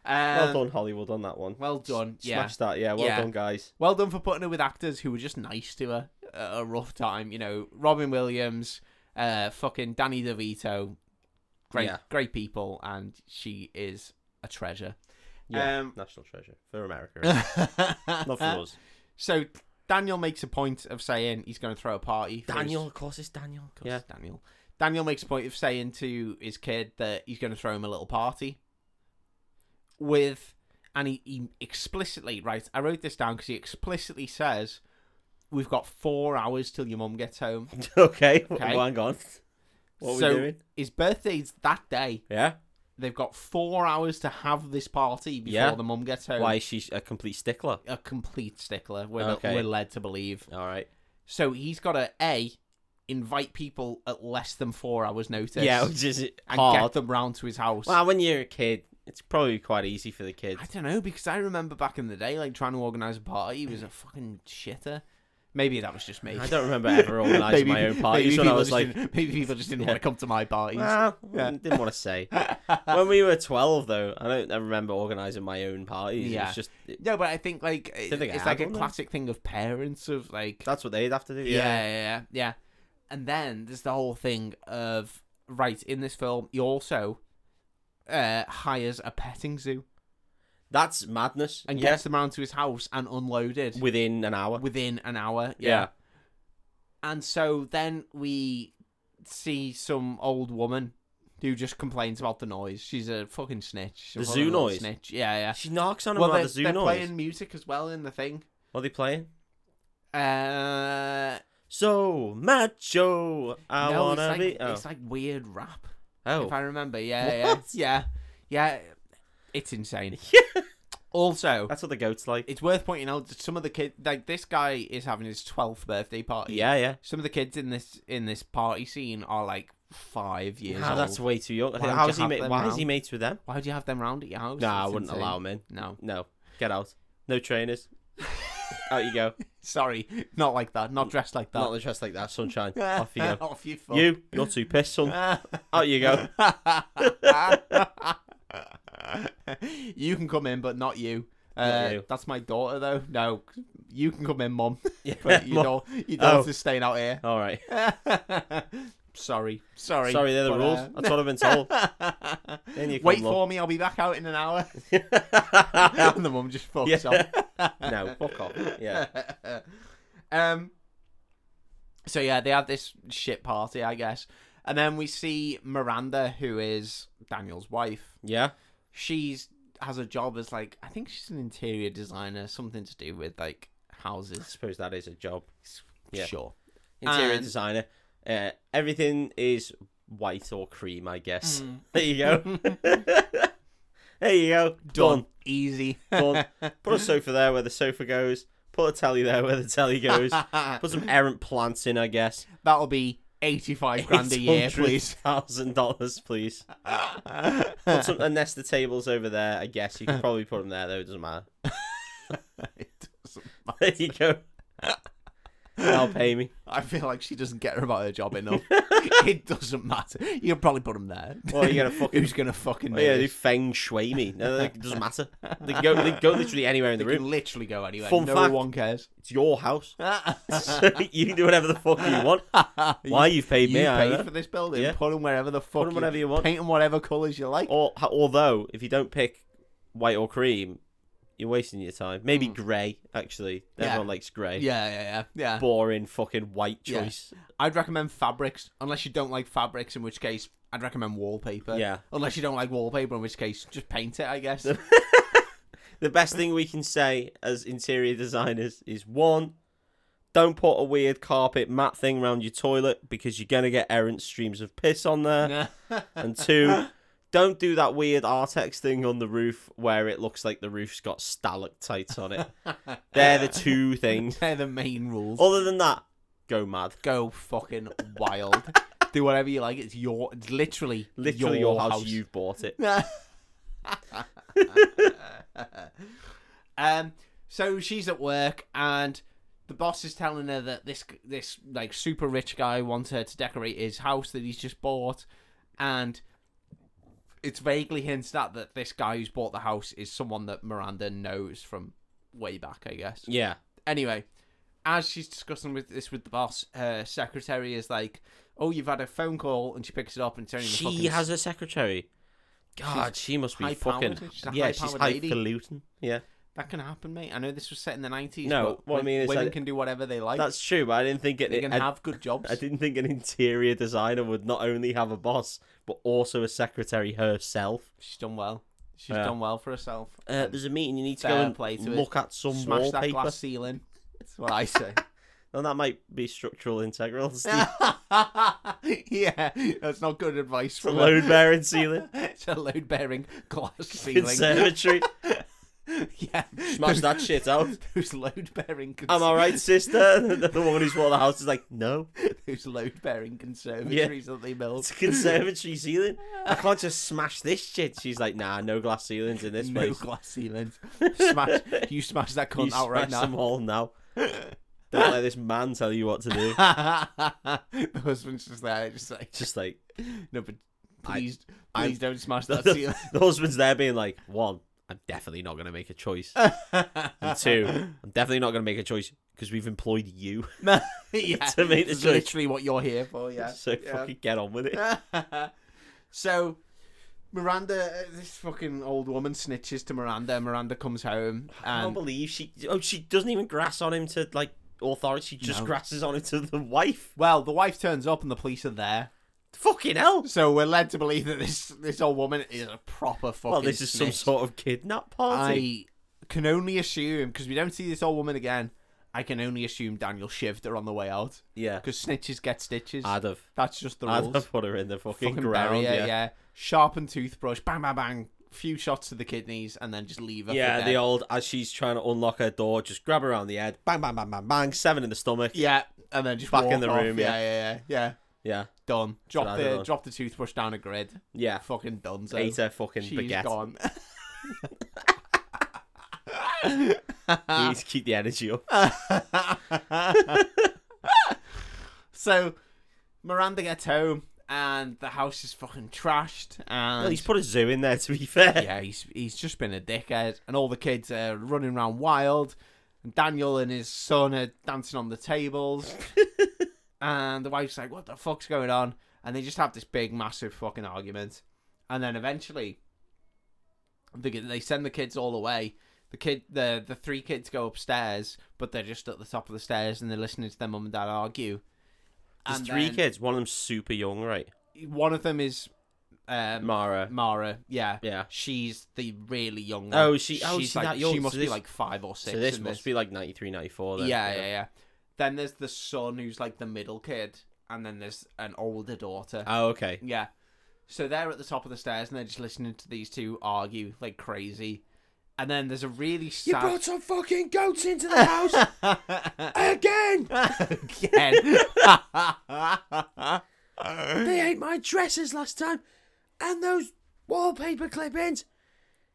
Speaker 1: Um,
Speaker 2: Well done, Hollywood, on that one.
Speaker 1: Well done. Yeah.
Speaker 2: Smash that, yeah. Well
Speaker 1: Yeah.
Speaker 2: done, guys.
Speaker 1: Well done for putting her with actors who were just nice to her at a rough time. You know, Robin Williams, uh, fucking Danny DeVito, great,
Speaker 2: Yeah.
Speaker 1: great people, and she is a treasure.
Speaker 2: Yeah.
Speaker 1: Um,
Speaker 2: National treasure for America. Not
Speaker 1: Not
Speaker 2: for us.
Speaker 1: So Daniel makes a point of saying he's going to throw a party. for his-
Speaker 2: Daniel, of course, it's Daniel.
Speaker 1: Of course
Speaker 2: Yeah.
Speaker 1: it's Daniel. Daniel makes a point of saying to his kid that he's going to throw him a little party with, and he, he explicitly right. I wrote this down because he explicitly says, "We've got four hours till your mum gets home."
Speaker 2: okay.
Speaker 1: Okay.
Speaker 2: Well, hang on. What
Speaker 1: So-
Speaker 2: are we doing?
Speaker 1: His birthday's that day.
Speaker 2: Yeah.
Speaker 1: They've got four hours to have this party before
Speaker 2: Yeah.
Speaker 1: the mum gets home.
Speaker 2: Why is she a complete stickler?
Speaker 1: A complete stickler. We're,
Speaker 2: Okay.
Speaker 1: we're led to believe.
Speaker 2: All right.
Speaker 1: So he's got to a invite people at less than four hours' notice.
Speaker 2: Yeah, which is
Speaker 1: and
Speaker 2: hard.
Speaker 1: get them round to his house.
Speaker 2: Well, when you're a kid, it's probably quite easy for the kids.
Speaker 1: I don't know because I remember back in the day, like trying to organise a party was a fucking shitter. Maybe that was just me.
Speaker 2: I don't remember ever organising
Speaker 1: Maybe-
Speaker 2: my own parties
Speaker 1: maybe
Speaker 2: when I
Speaker 1: people
Speaker 2: was
Speaker 1: just
Speaker 2: like,
Speaker 1: didn't- maybe people just didn't want to come to my parties.
Speaker 2: well, mm,
Speaker 1: Yeah.
Speaker 2: didn't want to say. when we were 12, though, I don't I remember organising my own parties. It
Speaker 1: Yeah.
Speaker 2: was just, it-
Speaker 1: no, but I think like it-
Speaker 2: Didn't think I
Speaker 1: it's
Speaker 2: had
Speaker 1: like a
Speaker 2: one then.
Speaker 1: classic thing of parents of like
Speaker 2: that's what they'd have to do.
Speaker 1: yeah.
Speaker 2: Yeah.
Speaker 1: yeah, yeah, yeah. And then there's the whole thing of right in this film, he also uh, hires a petting zoo.
Speaker 2: That's madness.
Speaker 1: and
Speaker 2: Yeah.
Speaker 1: gets them around to his house and unloaded
Speaker 2: within an hour.
Speaker 1: within an hour. Yeah.
Speaker 2: Yeah.
Speaker 1: And so then we see some old woman who just complains about the noise. She's a fucking snitch. She's a
Speaker 2: The zoo
Speaker 1: fucking little
Speaker 2: noise?
Speaker 1: Snitch. Yeah, yeah.
Speaker 2: She knocks on him
Speaker 1: well,
Speaker 2: about
Speaker 1: they're,
Speaker 2: the zoo
Speaker 1: they're
Speaker 2: noise.
Speaker 1: playing music as well in the thing.
Speaker 2: What are they playing?
Speaker 1: Uh,
Speaker 2: So macho,
Speaker 1: no,
Speaker 2: I
Speaker 1: it's
Speaker 2: wanna
Speaker 1: like,
Speaker 2: be. Oh,
Speaker 1: it's like weird rap.
Speaker 2: oh.
Speaker 1: If I remember, yeah,
Speaker 2: What?
Speaker 1: yeah, yeah, yeah. It's insane. Also,
Speaker 2: that's what the goat's like.
Speaker 1: it's worth pointing out that some of the kids, like this guy, is having his twelfth birthday party.
Speaker 2: Yeah, yeah.
Speaker 1: some of the kids in this in this party scene are like five years
Speaker 2: Ah,
Speaker 1: old.
Speaker 2: that's way too young.
Speaker 1: Why would
Speaker 2: How
Speaker 1: you
Speaker 2: is he?
Speaker 1: have
Speaker 2: Ma-
Speaker 1: them
Speaker 2: why is
Speaker 1: now?
Speaker 2: he mates with them?
Speaker 1: Why do you have them round at your house?
Speaker 2: Nah, I
Speaker 1: It's
Speaker 2: wouldn't
Speaker 1: insane.
Speaker 2: allow him in.
Speaker 1: No,
Speaker 2: No, get out. No trainers. out you go.
Speaker 1: sorry, not like that. Not dressed like that.
Speaker 2: Not dressed like that, sunshine. Off you go.
Speaker 1: Off you. Fuck.
Speaker 2: You, you're too pissed, son. Out you go.
Speaker 1: you can come in, but not you. Uh,
Speaker 2: Not you.
Speaker 1: That's my daughter, though. No, you can come in, mum.
Speaker 2: Yeah,
Speaker 1: But your,
Speaker 2: mum.
Speaker 1: dau- your
Speaker 2: Oh.
Speaker 1: daughter's staying out here.
Speaker 2: All right.
Speaker 1: sorry, sorry,
Speaker 2: Sorry, they're the
Speaker 1: but,
Speaker 2: rules.
Speaker 1: uh,
Speaker 2: That's what I've been told. Then you
Speaker 1: Wait
Speaker 2: come,
Speaker 1: for me, I'll be back out in an hour.
Speaker 2: love.
Speaker 1: and the mum just fucks
Speaker 2: Yeah.
Speaker 1: off.
Speaker 2: no, fuck off. Yeah.
Speaker 1: um. So yeah, they have this shit party, I guess, and then we see Miranda, who is Daniel's wife.
Speaker 2: Yeah.
Speaker 1: She's has a job as like I think she's an interior designer, something to do with like
Speaker 2: I
Speaker 1: houses.
Speaker 2: suppose that is a job. Yeah.
Speaker 1: Sure.
Speaker 2: Interior
Speaker 1: And-
Speaker 2: designer. Uh, everything is white or cream, I guess. There you go. there you go.
Speaker 1: Done. Easy.
Speaker 2: Done. Put a sofa there where the sofa goes. Put a telly there where the telly goes. Put some errant plants in, I guess.
Speaker 1: That'll be eighty-five grand a year, please.
Speaker 2: Thousand dollars, please. Put some and nest the tables over there. I guess you could probably put them there though. It doesn't matter.
Speaker 1: It doesn't
Speaker 2: There you go. They'll pay me.
Speaker 1: I feel like she doesn't care about her job enough. it doesn't matter. You can probably put him there.
Speaker 2: Well, you gotta fucking-
Speaker 1: Who's gonna fucking?
Speaker 2: Oh,
Speaker 1: do
Speaker 2: yeah, they
Speaker 1: this?
Speaker 2: feng shui me. No, they- it doesn't matter. They can go. They can go literally anywhere in
Speaker 1: they
Speaker 2: the room.
Speaker 1: can literally go anywhere.
Speaker 2: Fun
Speaker 1: no
Speaker 2: fact.
Speaker 1: one cares.
Speaker 2: It's your house. So you can do whatever the fuck you want. Why you've paid
Speaker 1: You
Speaker 2: me? I
Speaker 1: paid
Speaker 2: know.
Speaker 1: for this building.
Speaker 2: Yeah.
Speaker 1: Put him wherever the fuck.
Speaker 2: 'em wherever you want.
Speaker 1: Paint him whatever colours you like.
Speaker 2: Or, although, if you don't pick white or cream, you're wasting your time. Maybe grey, actually.
Speaker 1: Hmm. Yeah.
Speaker 2: Everyone likes grey.
Speaker 1: Yeah, yeah, yeah, yeah.
Speaker 2: Boring fucking white
Speaker 1: Yeah.
Speaker 2: choice.
Speaker 1: I'd recommend fabrics, unless you don't like fabrics, in which case I'd recommend wallpaper.
Speaker 2: Yeah.
Speaker 1: Unless you don't like wallpaper, in which case just paint it. I guess.
Speaker 2: The best thing we can say as interior designers is one, don't put a weird carpet mat thing around your toilet because you're gonna get errant streams of piss on there. And two, don't do that weird Artex thing on the roof where it looks like the roof's got stalactites on it. They're the two things.
Speaker 1: They're the main rules.
Speaker 2: Other than that, go mad.
Speaker 1: go fucking wild. Do whatever you like. It's your, it's literally,
Speaker 2: Literally your, house, you've bought it.
Speaker 1: um, so she's at work, and the boss is telling her that this this like super rich guy wants her to decorate his house that he's just bought, and it's vaguely hinted at that this guy who's bought the house is someone that Miranda knows from way back, I guess
Speaker 2: Yeah.
Speaker 1: anyway, as she's discussing with this with the boss, her secretary is like, "Oh, you've had a phone call," and she picks it up and turns.
Speaker 2: She has a secretary. God, she must be
Speaker 1: high-powered.
Speaker 2: fucking.
Speaker 1: She's a
Speaker 2: yeah, she's
Speaker 1: high-powered lady.
Speaker 2: highfalutin. Yeah.
Speaker 1: that can happen, mate. I know this was set in the nineties.
Speaker 2: No,
Speaker 1: but
Speaker 2: what I
Speaker 1: wo-
Speaker 2: mean is
Speaker 1: women
Speaker 2: that-
Speaker 1: can do whatever they like.
Speaker 2: That's true, but I didn't think it.
Speaker 1: they can
Speaker 2: I-
Speaker 1: have good jobs.
Speaker 2: I didn't think an interior designer would not only have a boss, but also a secretary herself.
Speaker 1: She's done well. She's
Speaker 2: Yeah.
Speaker 1: done well for herself.
Speaker 2: Uh, there's a meeting you need to go
Speaker 1: Fair
Speaker 2: and
Speaker 1: play to it.
Speaker 2: look at some
Speaker 1: Smash that
Speaker 2: wallpaper,
Speaker 1: glass ceiling. That's what I say.
Speaker 2: and that might be structural integral. Steve.
Speaker 1: yeah, that's not good advice
Speaker 2: It's a
Speaker 1: from a,
Speaker 2: load bearing ceiling,
Speaker 1: it's a load bearing glass ceiling.
Speaker 2: conservatory.
Speaker 1: yeah,
Speaker 2: Smash that shit out.
Speaker 1: Those load bearing.
Speaker 2: Am I right, sister? the woman who's bought the house is like, no,
Speaker 1: those load bearing conservatories that they build.
Speaker 2: it's a conservatory ceiling. I can't just smash this shit. She's like, nah, no glass ceilings in this
Speaker 1: no
Speaker 2: place.
Speaker 1: glass ceilings. Smash, you smash that cunt
Speaker 2: You
Speaker 1: out right
Speaker 2: smash them all now. Don't let this man tell you what to do.
Speaker 1: now. the husband's just there, just like,
Speaker 2: Just like
Speaker 1: no, but
Speaker 2: I-
Speaker 1: please,
Speaker 2: I-
Speaker 1: please don't smash that
Speaker 2: the,
Speaker 1: ceiling.
Speaker 2: the husband's there being like, one, I'm definitely not going to make a choice. And two, I'm definitely not going to make a choice because we've employed you.
Speaker 1: yeah,
Speaker 2: To make the
Speaker 1: it's
Speaker 2: choice.
Speaker 1: literally what you're here for. Yeah.
Speaker 2: so
Speaker 1: yeah.
Speaker 2: fucking get on with it.
Speaker 1: so Miranda, uh, this fucking old woman snitches to Miranda. Miranda comes home
Speaker 2: I can't
Speaker 1: and
Speaker 2: believe she. Oh, she doesn't even grass on him to like authority. She just
Speaker 1: No.
Speaker 2: grasses on him to the wife.
Speaker 1: well, the wife turns up and the police are there.
Speaker 2: Fucking hell!
Speaker 1: So we're led to believe that this this old woman is a proper fucking.
Speaker 2: Well, this is some
Speaker 1: snitch.
Speaker 2: sort of kidnap party.
Speaker 1: I can only assume because we don't see this old woman again. I can only assume Daniel shivved her on the way out
Speaker 2: Yeah,
Speaker 1: because snitches get stitches.
Speaker 2: I'd have.
Speaker 1: That's just the
Speaker 2: I'd
Speaker 1: rules.
Speaker 2: have put her in the fucking,
Speaker 1: Fucking
Speaker 2: ground.
Speaker 1: bury her,
Speaker 2: yeah,
Speaker 1: Sharpened toothbrush, bang, bang, bang. Few shots to the kidneys, and then just leave her. for
Speaker 2: Yeah, the
Speaker 1: dead.
Speaker 2: old as she's trying to unlock her door, just grab her around the head, bang, bang, bang, bang, bang, seven in the stomach.
Speaker 1: yeah, and then just
Speaker 2: Back in
Speaker 1: walk
Speaker 2: the
Speaker 1: off.
Speaker 2: room,
Speaker 1: yeah, yeah, yeah. yeah.
Speaker 2: Yeah,
Speaker 1: Done. Drop
Speaker 2: That's
Speaker 1: the
Speaker 2: done.
Speaker 1: drop the toothbrush down a grid.
Speaker 2: yeah.
Speaker 1: Fucking done. So
Speaker 2: Ate her fucking
Speaker 1: she's
Speaker 2: baguette.
Speaker 1: gone.
Speaker 2: You need to keep the energy up.
Speaker 1: so Miranda gets home and the house is fucking trashed and
Speaker 2: Well, he's put a zoo in there. To be fair,
Speaker 1: yeah, he's he's just been a dickhead, and all the kids are running around wild, and Daniel and his son are dancing on the tables, and the wife's like, "What the fuck's going on?" And they just have this big, massive fucking argument, and then eventually, they get- they send the kids all away. The kid, the the three kids go upstairs, but they're just at the top of the stairs, and they're listening to their mum and dad argue.
Speaker 2: there's
Speaker 1: And
Speaker 2: three
Speaker 1: then
Speaker 2: kids. One of them's super young, right?
Speaker 1: One of them is um,
Speaker 2: Mara.
Speaker 1: Mara, yeah.
Speaker 2: Yeah.
Speaker 1: She's the really young one.
Speaker 2: Oh, she- oh, she's
Speaker 1: like,
Speaker 2: that young.
Speaker 1: She must
Speaker 2: So
Speaker 1: be
Speaker 2: this-
Speaker 1: like five or six.
Speaker 2: So this
Speaker 1: in
Speaker 2: must be like 93, 94 then.
Speaker 1: yeah, yeah, yeah, Then there's the son who's like the middle kid, and then there's an older daughter.
Speaker 2: Oh, okay.
Speaker 1: yeah. So they're at the top of the stairs and they're just listening to these two argue like crazy. And then there's a really sad.
Speaker 2: some fucking goats into the house again.
Speaker 1: Again.
Speaker 2: They ate my dresses last time, and those wallpaper clippings.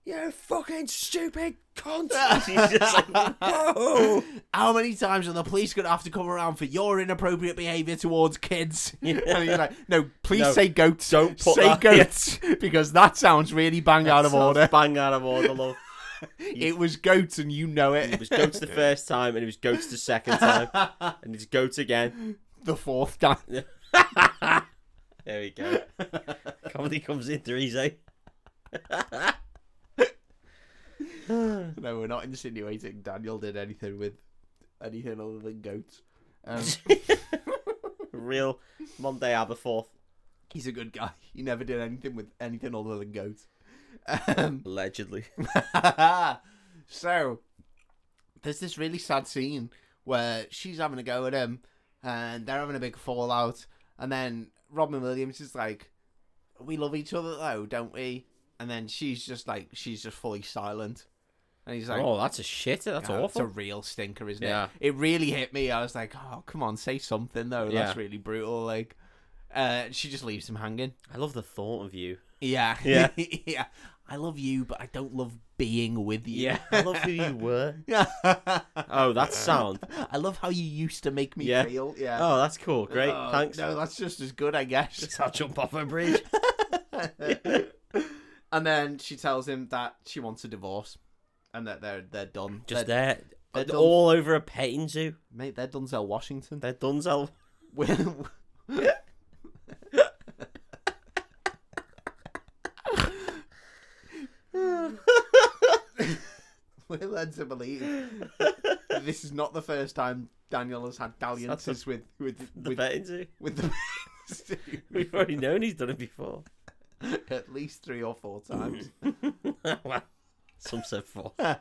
Speaker 2: You fucking stupid cunt! She's just like, whoa.
Speaker 1: How many times are the police going to have to come around for your inappropriate behaviour towards kids? And you're like, no, please
Speaker 2: No,
Speaker 1: say goats.
Speaker 2: don't put
Speaker 1: say
Speaker 2: that-
Speaker 1: goats because that sounds really bang out of
Speaker 2: Sounds
Speaker 1: order.
Speaker 2: Bang out of order, love.
Speaker 1: It was goats, and you know it.
Speaker 2: It was goats the first time, and it was goats the second time, and it's goats again.
Speaker 1: the fourth time.
Speaker 2: There we go. Comedy comes in threes, eh?
Speaker 1: No, we're not insinuating Daniel did anything with anything other than goats. Um,
Speaker 2: Real Monday Aberforth
Speaker 1: he's a good guy. He never did anything with anything other than goats. Um,
Speaker 2: allegedly.
Speaker 1: so there's this really sad scene where she's having a go at him and they're having a big fallout and then Robin Williams is like we love each other though don't we and then she's just like she's just fully silent and he's like
Speaker 2: oh, that's a shitter. That's
Speaker 1: "Oh, It's a
Speaker 2: awful.
Speaker 1: real stinker, isn't
Speaker 2: Yeah.
Speaker 1: it? It really hit me. I was like, "Oh, come on, say something though. That's
Speaker 2: Yeah.
Speaker 1: really brutal." Like, uh, she just leaves him hanging.
Speaker 2: I love the thought of you.
Speaker 1: Yeah,
Speaker 2: Yeah.
Speaker 1: yeah. I love you, but I don't love being with you.
Speaker 2: I love who you were.
Speaker 1: Yeah.
Speaker 2: Oh, that sound.
Speaker 1: I love how you used to make me
Speaker 2: Yeah.
Speaker 1: feel. Yeah.
Speaker 2: Oh, that's cool. Great.
Speaker 1: Oh,
Speaker 2: Thanks.
Speaker 1: No, that's just as good, I guess.
Speaker 2: I'll jump off a bridge.
Speaker 1: and then she tells him that she wants a divorce and that they're they're done.
Speaker 2: Just
Speaker 1: they're,
Speaker 2: there.
Speaker 1: they're done.
Speaker 2: all over a petting zoo.
Speaker 1: Mate, they're Dunzel Washington.
Speaker 2: They're Dunzel.
Speaker 1: Will- We're led to believe that this is not the first time Daniel has had dalliances with with
Speaker 2: The
Speaker 1: with,
Speaker 2: petting zoo.
Speaker 1: with the
Speaker 2: We've already known he's done it before.
Speaker 1: at least three or four times.
Speaker 2: Well, Some said four.
Speaker 1: so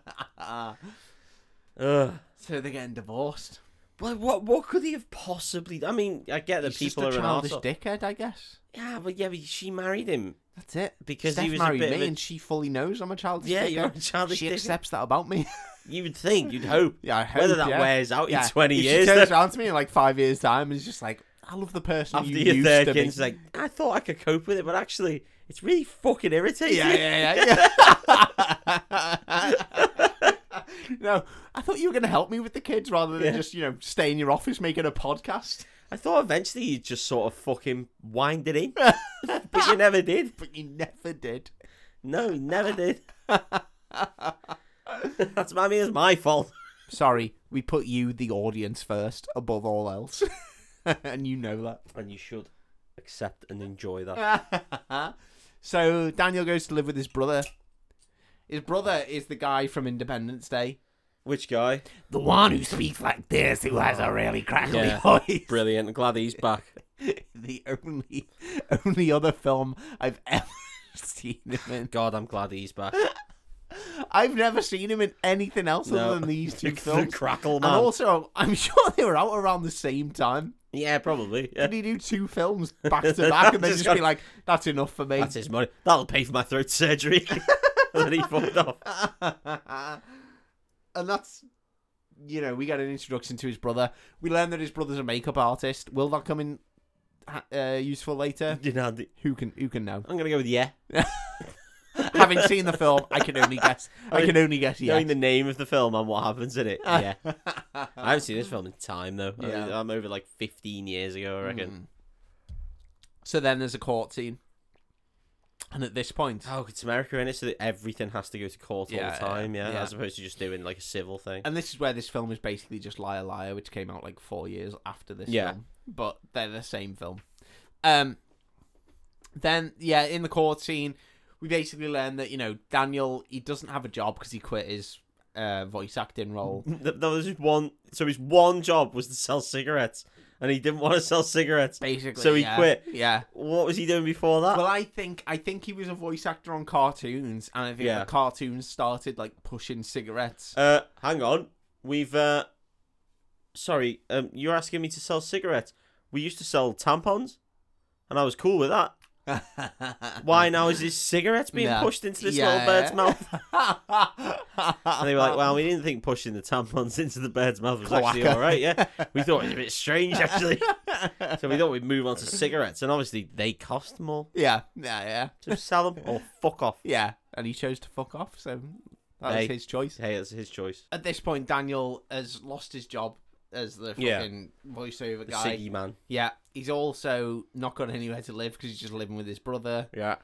Speaker 2: Ugh.
Speaker 1: they're getting divorced.
Speaker 2: But what what could he have possibly? I mean, I get that
Speaker 1: He's
Speaker 2: people
Speaker 1: just a
Speaker 2: are
Speaker 1: childish
Speaker 2: an arsehole.
Speaker 1: dickhead, I guess.
Speaker 2: Yeah, but yeah, but she married him.
Speaker 1: That's it.
Speaker 2: Because
Speaker 1: Steph
Speaker 2: he was a
Speaker 1: married
Speaker 2: bit
Speaker 1: me,
Speaker 2: of a-
Speaker 1: and she fully knows I'm a childish
Speaker 2: Yeah,
Speaker 1: dickhead.
Speaker 2: you're a childish
Speaker 1: She
Speaker 2: dickhead.
Speaker 1: accepts that about me.
Speaker 2: You would think, you'd hope.
Speaker 1: yeah, I hope,
Speaker 2: Whether that
Speaker 1: yeah.
Speaker 2: wears out
Speaker 1: yeah.
Speaker 2: in twenty
Speaker 1: if She
Speaker 2: years,
Speaker 1: turns
Speaker 2: then
Speaker 1: around to me in like five years' time and is just like, I love the person
Speaker 2: after
Speaker 1: you
Speaker 2: your
Speaker 1: used to be.
Speaker 2: third kid's like, I thought I could cope with it, but actually, it's really fucking irritating.
Speaker 1: yeah, yeah, yeah. yeah. no, I thought you were going to help me with the kids rather than
Speaker 2: Yeah.
Speaker 1: just, you know, stay in your office making a podcast.
Speaker 2: I thought eventually you'd just sort of fucking wind it in, but you never did.
Speaker 1: But you never did.
Speaker 2: No, you never did. That's I mean, it's my fault.
Speaker 1: Sorry, we put you, the audience, first above all else. and you know that.
Speaker 2: And you should accept and enjoy that.
Speaker 1: so So Daniel goes to live with his brother. His brother is the guy from Independence Day.
Speaker 2: Which guy?
Speaker 1: The one who speaks like this, who has a really crackly
Speaker 2: Yeah.
Speaker 1: voice.
Speaker 2: Brilliant. Glad he's back.
Speaker 1: the only only other film I've ever seen him in.
Speaker 2: God, I'm glad he's back.
Speaker 1: I've never seen him in anything else
Speaker 2: No.
Speaker 1: other than these two
Speaker 2: The
Speaker 1: films.
Speaker 2: crackle
Speaker 1: And
Speaker 2: man.
Speaker 1: also, I'm sure they were out around the same time.
Speaker 2: yeah, probably. Yeah.
Speaker 1: Did he do two films back to back and then
Speaker 2: Just
Speaker 1: just
Speaker 2: got-
Speaker 1: be like, "That's enough for me"?
Speaker 2: That's his money. That'll pay for my throat surgery. and then he fucked off.
Speaker 1: and that's you know we got an introduction to his brother we learn that his brother's a makeup artist will that come in ha- uh, useful later
Speaker 2: You know, the-
Speaker 1: who can who can know
Speaker 2: I'm gonna go with yeah.
Speaker 1: having seen the film i can only guess i can only guess yeah
Speaker 2: Knowing the name of the film and what happens in it. Yeah. I haven't seen this film in time though. I-
Speaker 1: Yeah.
Speaker 2: I'm over like 15 years ago, I reckon.
Speaker 1: Mm. so then there's a court scene and at this point
Speaker 2: Oh, it's America in it, so that everything has to go to court all
Speaker 1: Yeah,
Speaker 2: the time. Yeah,
Speaker 1: yeah.
Speaker 2: as opposed to just doing like a civil thing.
Speaker 1: and this is where this film is basically just Liar Liar, which came out like four years after this
Speaker 2: Yeah.
Speaker 1: film. But they're the same film. Um then yeah, in the court scene, we basically learn that, you know, Daniel he doesn't have a job because he quit his uh, voice acting role.
Speaker 2: Th- There was just one. So his one job was to sell cigarettes, and he didn't want to sell cigarettes.
Speaker 1: Basically.
Speaker 2: So he
Speaker 1: yeah,
Speaker 2: quit.
Speaker 1: Yeah.
Speaker 2: What was he doing before that?
Speaker 1: Well I think I think he was a voice actor on cartoons and I think
Speaker 2: Yeah.
Speaker 1: the cartoons started like pushing cigarettes.
Speaker 2: Uh, hang on. We've uh, sorry. Um, you're asking me to sell cigarettes. We used to sell tampons, and I was cool with that. Why now is this cigarettes being
Speaker 1: No.
Speaker 2: pushed into this
Speaker 1: Yeah.
Speaker 2: little bird's mouth? And they were like, "Well, we didn't think pushing the tampons into the bird's mouth was actually
Speaker 1: Cloaca.
Speaker 2: all right. Yeah, we thought it was a bit strange actually. so we thought we'd move on to cigarettes, and obviously they cost more.
Speaker 1: Yeah, yeah, yeah.
Speaker 2: So sell them or fuck off.
Speaker 1: Yeah, and he chose to fuck off, so that
Speaker 2: Hey.
Speaker 1: was his choice.
Speaker 2: Hey, that's his choice.
Speaker 1: At this point, Daniel has lost his job as the
Speaker 2: Yeah.
Speaker 1: fucking voiceover
Speaker 2: The E
Speaker 1: guy.
Speaker 2: ciggy man.
Speaker 1: Yeah, he's also not got anywhere to live because he's just living with his brother,
Speaker 2: Yeah.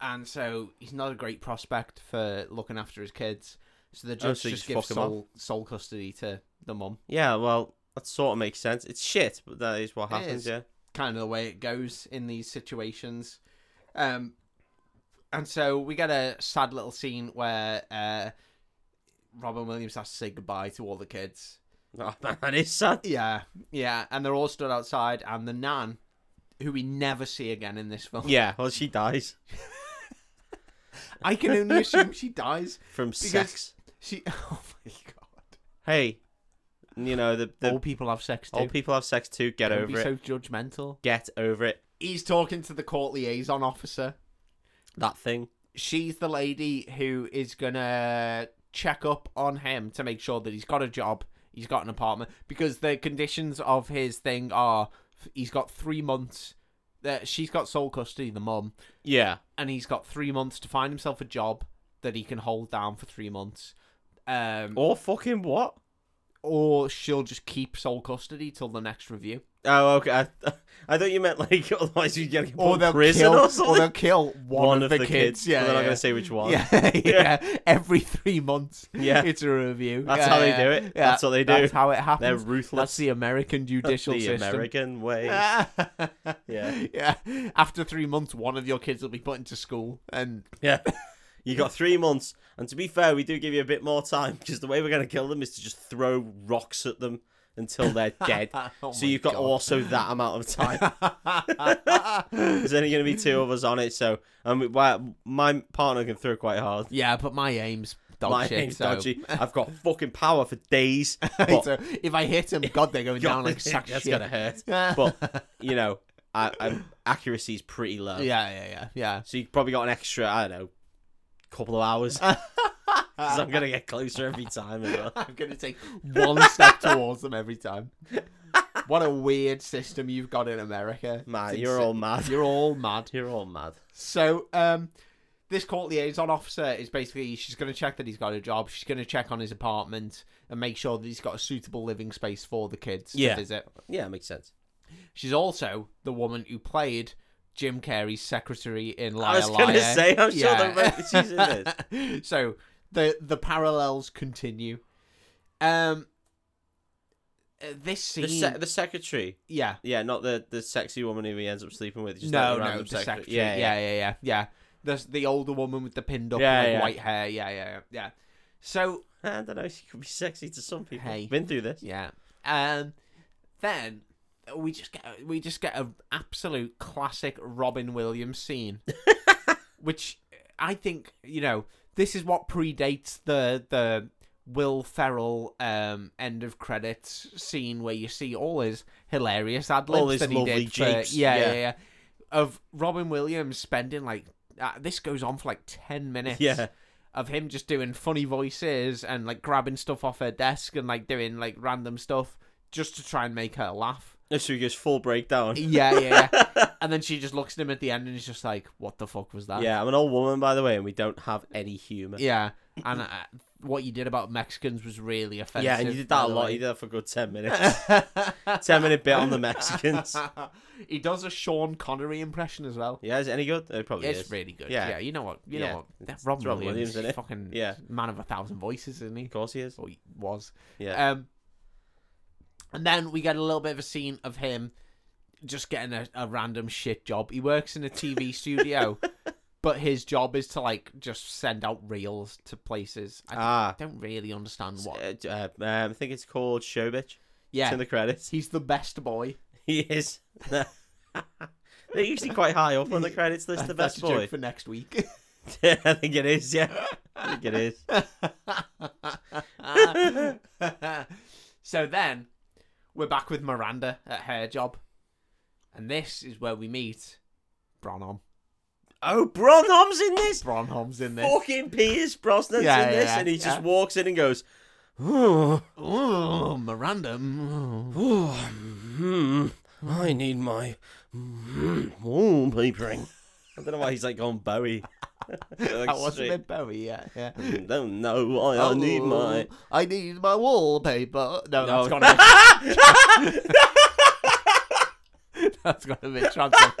Speaker 1: and so he's not a great prospect for looking after his kids. So the judge
Speaker 2: Oh, so you
Speaker 1: just
Speaker 2: just
Speaker 1: gives
Speaker 2: fuck him
Speaker 1: sole, sole custody to the mum.
Speaker 2: Yeah. Well, that sort of makes sense. It's shit, but that is what
Speaker 1: It
Speaker 2: happens.
Speaker 1: is.
Speaker 2: Yeah.
Speaker 1: kind of the way it goes in these situations. Um, and so we get a sad little scene where uh, Robin Williams has to say goodbye to all the kids.
Speaker 2: Oh, man, that is sad.
Speaker 1: Yeah, yeah, and they're all stood outside, and the nan, who we never see again in this film,
Speaker 2: Yeah, well, she dies
Speaker 1: I can only assume she dies.
Speaker 2: from
Speaker 1: Because-
Speaker 2: sex.
Speaker 1: She, oh my god,
Speaker 2: Hey, you know the the
Speaker 1: all people have sex too.
Speaker 2: old people have sex too. Get
Speaker 1: Don't
Speaker 2: over
Speaker 1: be
Speaker 2: it.
Speaker 1: so judgmental.
Speaker 2: Get over it.
Speaker 1: He's talking to the court liaison officer.
Speaker 2: That thing.
Speaker 1: she's the lady who is gonna check up on him to make sure that he's got a job, he's got an apartment, because the conditions of his thing are f- he's got three months. That she's got sole custody, the mum,
Speaker 2: Yeah.
Speaker 1: and he's got three months to find himself a job that he can hold down for three months. Um,
Speaker 2: Or fucking what?
Speaker 1: or she'll just keep sole custody till the next review,
Speaker 2: Oh, okay. I, I thought you meant like otherwise you'd get
Speaker 1: or
Speaker 2: put
Speaker 1: they'll
Speaker 2: in prison
Speaker 1: kill,
Speaker 2: or something.
Speaker 1: they'll kill one, of, the, kids. Yeah,
Speaker 2: but they're
Speaker 1: yeah.
Speaker 2: not gonna say which one.
Speaker 1: Yeah, yeah. Every three months,
Speaker 2: Yeah.
Speaker 1: it's a review.
Speaker 2: That's
Speaker 1: Yeah,
Speaker 2: how they
Speaker 1: yeah,
Speaker 2: do it.
Speaker 1: yeah.
Speaker 2: That's what they do.
Speaker 1: That's how it
Speaker 2: They're
Speaker 1: happens. That's
Speaker 2: ruthless.
Speaker 1: the American judicial
Speaker 2: the
Speaker 1: system. Ah.
Speaker 2: American way.
Speaker 1: yeah, yeah. After three months, one of your kids will be put into school, and
Speaker 2: yeah. You got three months, and to be fair, we do give you a bit more time because the way we're gonna kill them is to just throw rocks at them until they're dead.
Speaker 1: Oh
Speaker 2: so
Speaker 1: my
Speaker 2: you've got
Speaker 1: God.
Speaker 2: also that amount of time. There's only going to be two of us on it, so um, well, my partner can throw quite hard.
Speaker 1: yeah, but my aim's dog
Speaker 2: my
Speaker 1: shit.
Speaker 2: aim's
Speaker 1: so.
Speaker 2: dodgy. I've got fucking power for days. But
Speaker 1: so if I hit him, God, they're going down like sack
Speaker 2: that's
Speaker 1: shit.
Speaker 2: gonna hurt.
Speaker 1: yeah,
Speaker 2: But you know, I, i accuracy's pretty low.
Speaker 1: yeah, yeah, yeah.
Speaker 2: So you've probably got an extra, I don't know, couple of hours. 'Cause I'm gonna get closer every time. As well.
Speaker 1: I'm gonna take one step towards them every time. What a weird system you've got in America.
Speaker 2: Man,
Speaker 1: It's
Speaker 2: you're all mad.
Speaker 1: insane. you're all mad.
Speaker 2: You're all mad.
Speaker 1: So, um, this court liaison officer is basically she's gonna check that he's got a job. She's gonna check on his apartment and make sure that he's got a suitable living space for the kids
Speaker 2: Yeah.
Speaker 1: to visit.
Speaker 2: Yeah, makes sense.
Speaker 1: She's also the woman who played Jim Carrey's secretary in Liar
Speaker 2: I was gonna
Speaker 1: Liar.
Speaker 2: say, I'm sure
Speaker 1: Yeah.
Speaker 2: the re- she's in this.
Speaker 1: so the the parallels continue. Um, uh, this scene,
Speaker 2: The, se- the secretary.
Speaker 1: yeah,
Speaker 2: Yeah, not the, the sexy woman who he ends up sleeping with. Just
Speaker 1: no,
Speaker 2: like the
Speaker 1: no,
Speaker 2: random
Speaker 1: the secretary,
Speaker 2: Yeah, yeah.
Speaker 1: yeah, yeah, yeah, yeah. There's the older woman with the pinned up
Speaker 2: Yeah,
Speaker 1: like,
Speaker 2: yeah.
Speaker 1: white hair. Yeah, yeah, yeah, yeah. So
Speaker 2: I don't know. She could be sexy to some people.
Speaker 1: Hey.
Speaker 2: Been through this.
Speaker 1: Yeah. Um, then we just get we just get an absolute classic Robin Williams scene, which I think you know this is what predates the the Will Ferrell um, end of credits scene where you see all his hilarious ad
Speaker 2: All
Speaker 1: libs
Speaker 2: his
Speaker 1: that he
Speaker 2: lovely
Speaker 1: did. For, yeah,
Speaker 2: japes,
Speaker 1: yeah,
Speaker 2: yeah.
Speaker 1: yeah, Of Robin Williams spending like uh, this goes on for like ten minutes
Speaker 2: Yeah.
Speaker 1: of him just doing funny voices and like grabbing stuff off her desk and like doing like random stuff just to try and make her laugh.
Speaker 2: And she goes full breakdown.
Speaker 1: Yeah, yeah, yeah. and then she just looks at him at the end and he's just like, "What the fuck was that?"
Speaker 2: Yeah, I'm an old woman, by the way, and we don't have any humour.
Speaker 1: yeah. And uh, what you did about Mexicans was really offensive.
Speaker 2: Yeah, and you did
Speaker 1: by
Speaker 2: that a
Speaker 1: the
Speaker 2: lot.
Speaker 1: way.
Speaker 2: You did that for a good 10 minutes. 10 minute bit on the Mexicans.
Speaker 1: he does a Sean Connery impression as well.
Speaker 2: Yeah, is it any good? It probably
Speaker 1: It's
Speaker 2: is.
Speaker 1: really good. Yeah.
Speaker 2: Yeah.
Speaker 1: you know what? You
Speaker 2: Yeah.
Speaker 1: know what? That Robin
Speaker 2: Robin
Speaker 1: Williams,
Speaker 2: Williams, isn't it?
Speaker 1: fucking
Speaker 2: Yeah.
Speaker 1: man of a thousand voices, isn't he?
Speaker 2: Of course he is.
Speaker 1: Or he was.
Speaker 2: Yeah.
Speaker 1: Um, and then we get a little bit of a scene of him just getting a, a random shit job. He works in a TV studio, but his job is to like just send out reels to places. I
Speaker 2: ah.
Speaker 1: don't really understand what.
Speaker 2: Uh, uh, um, I think it's called Show Bitch. It's
Speaker 1: Yeah,
Speaker 2: in the credits.
Speaker 1: he's the best boy.
Speaker 2: He is. They're usually quite high up on the credits list, the
Speaker 1: That's
Speaker 2: best
Speaker 1: a joke
Speaker 2: boy.
Speaker 1: for next week.
Speaker 2: Yeah, I think it is, yeah. I think it is.
Speaker 1: so then we're back with Miranda at her job, and this is where we meet Bronholm.
Speaker 2: Oh, Bronholm's in this?
Speaker 1: Bronholm's in this.
Speaker 2: Fucking Pierce Brosnan's
Speaker 1: Yeah,
Speaker 2: in
Speaker 1: yeah,
Speaker 2: this,
Speaker 1: yeah,
Speaker 2: and he
Speaker 1: yeah.
Speaker 2: just walks in and goes, "Oh,
Speaker 1: Oh, Miranda. mm.
Speaker 2: oh, hmm, I need my mm, wallpapering. I don't know why he's like going Bowie. like
Speaker 1: That was a
Speaker 2: straight,
Speaker 1: bit Bowie, yeah. yeah.
Speaker 2: Don't know why I need my.
Speaker 1: Oh, I need my wallpaper. No, that's
Speaker 2: No.
Speaker 1: got to be. that's got to be Transform-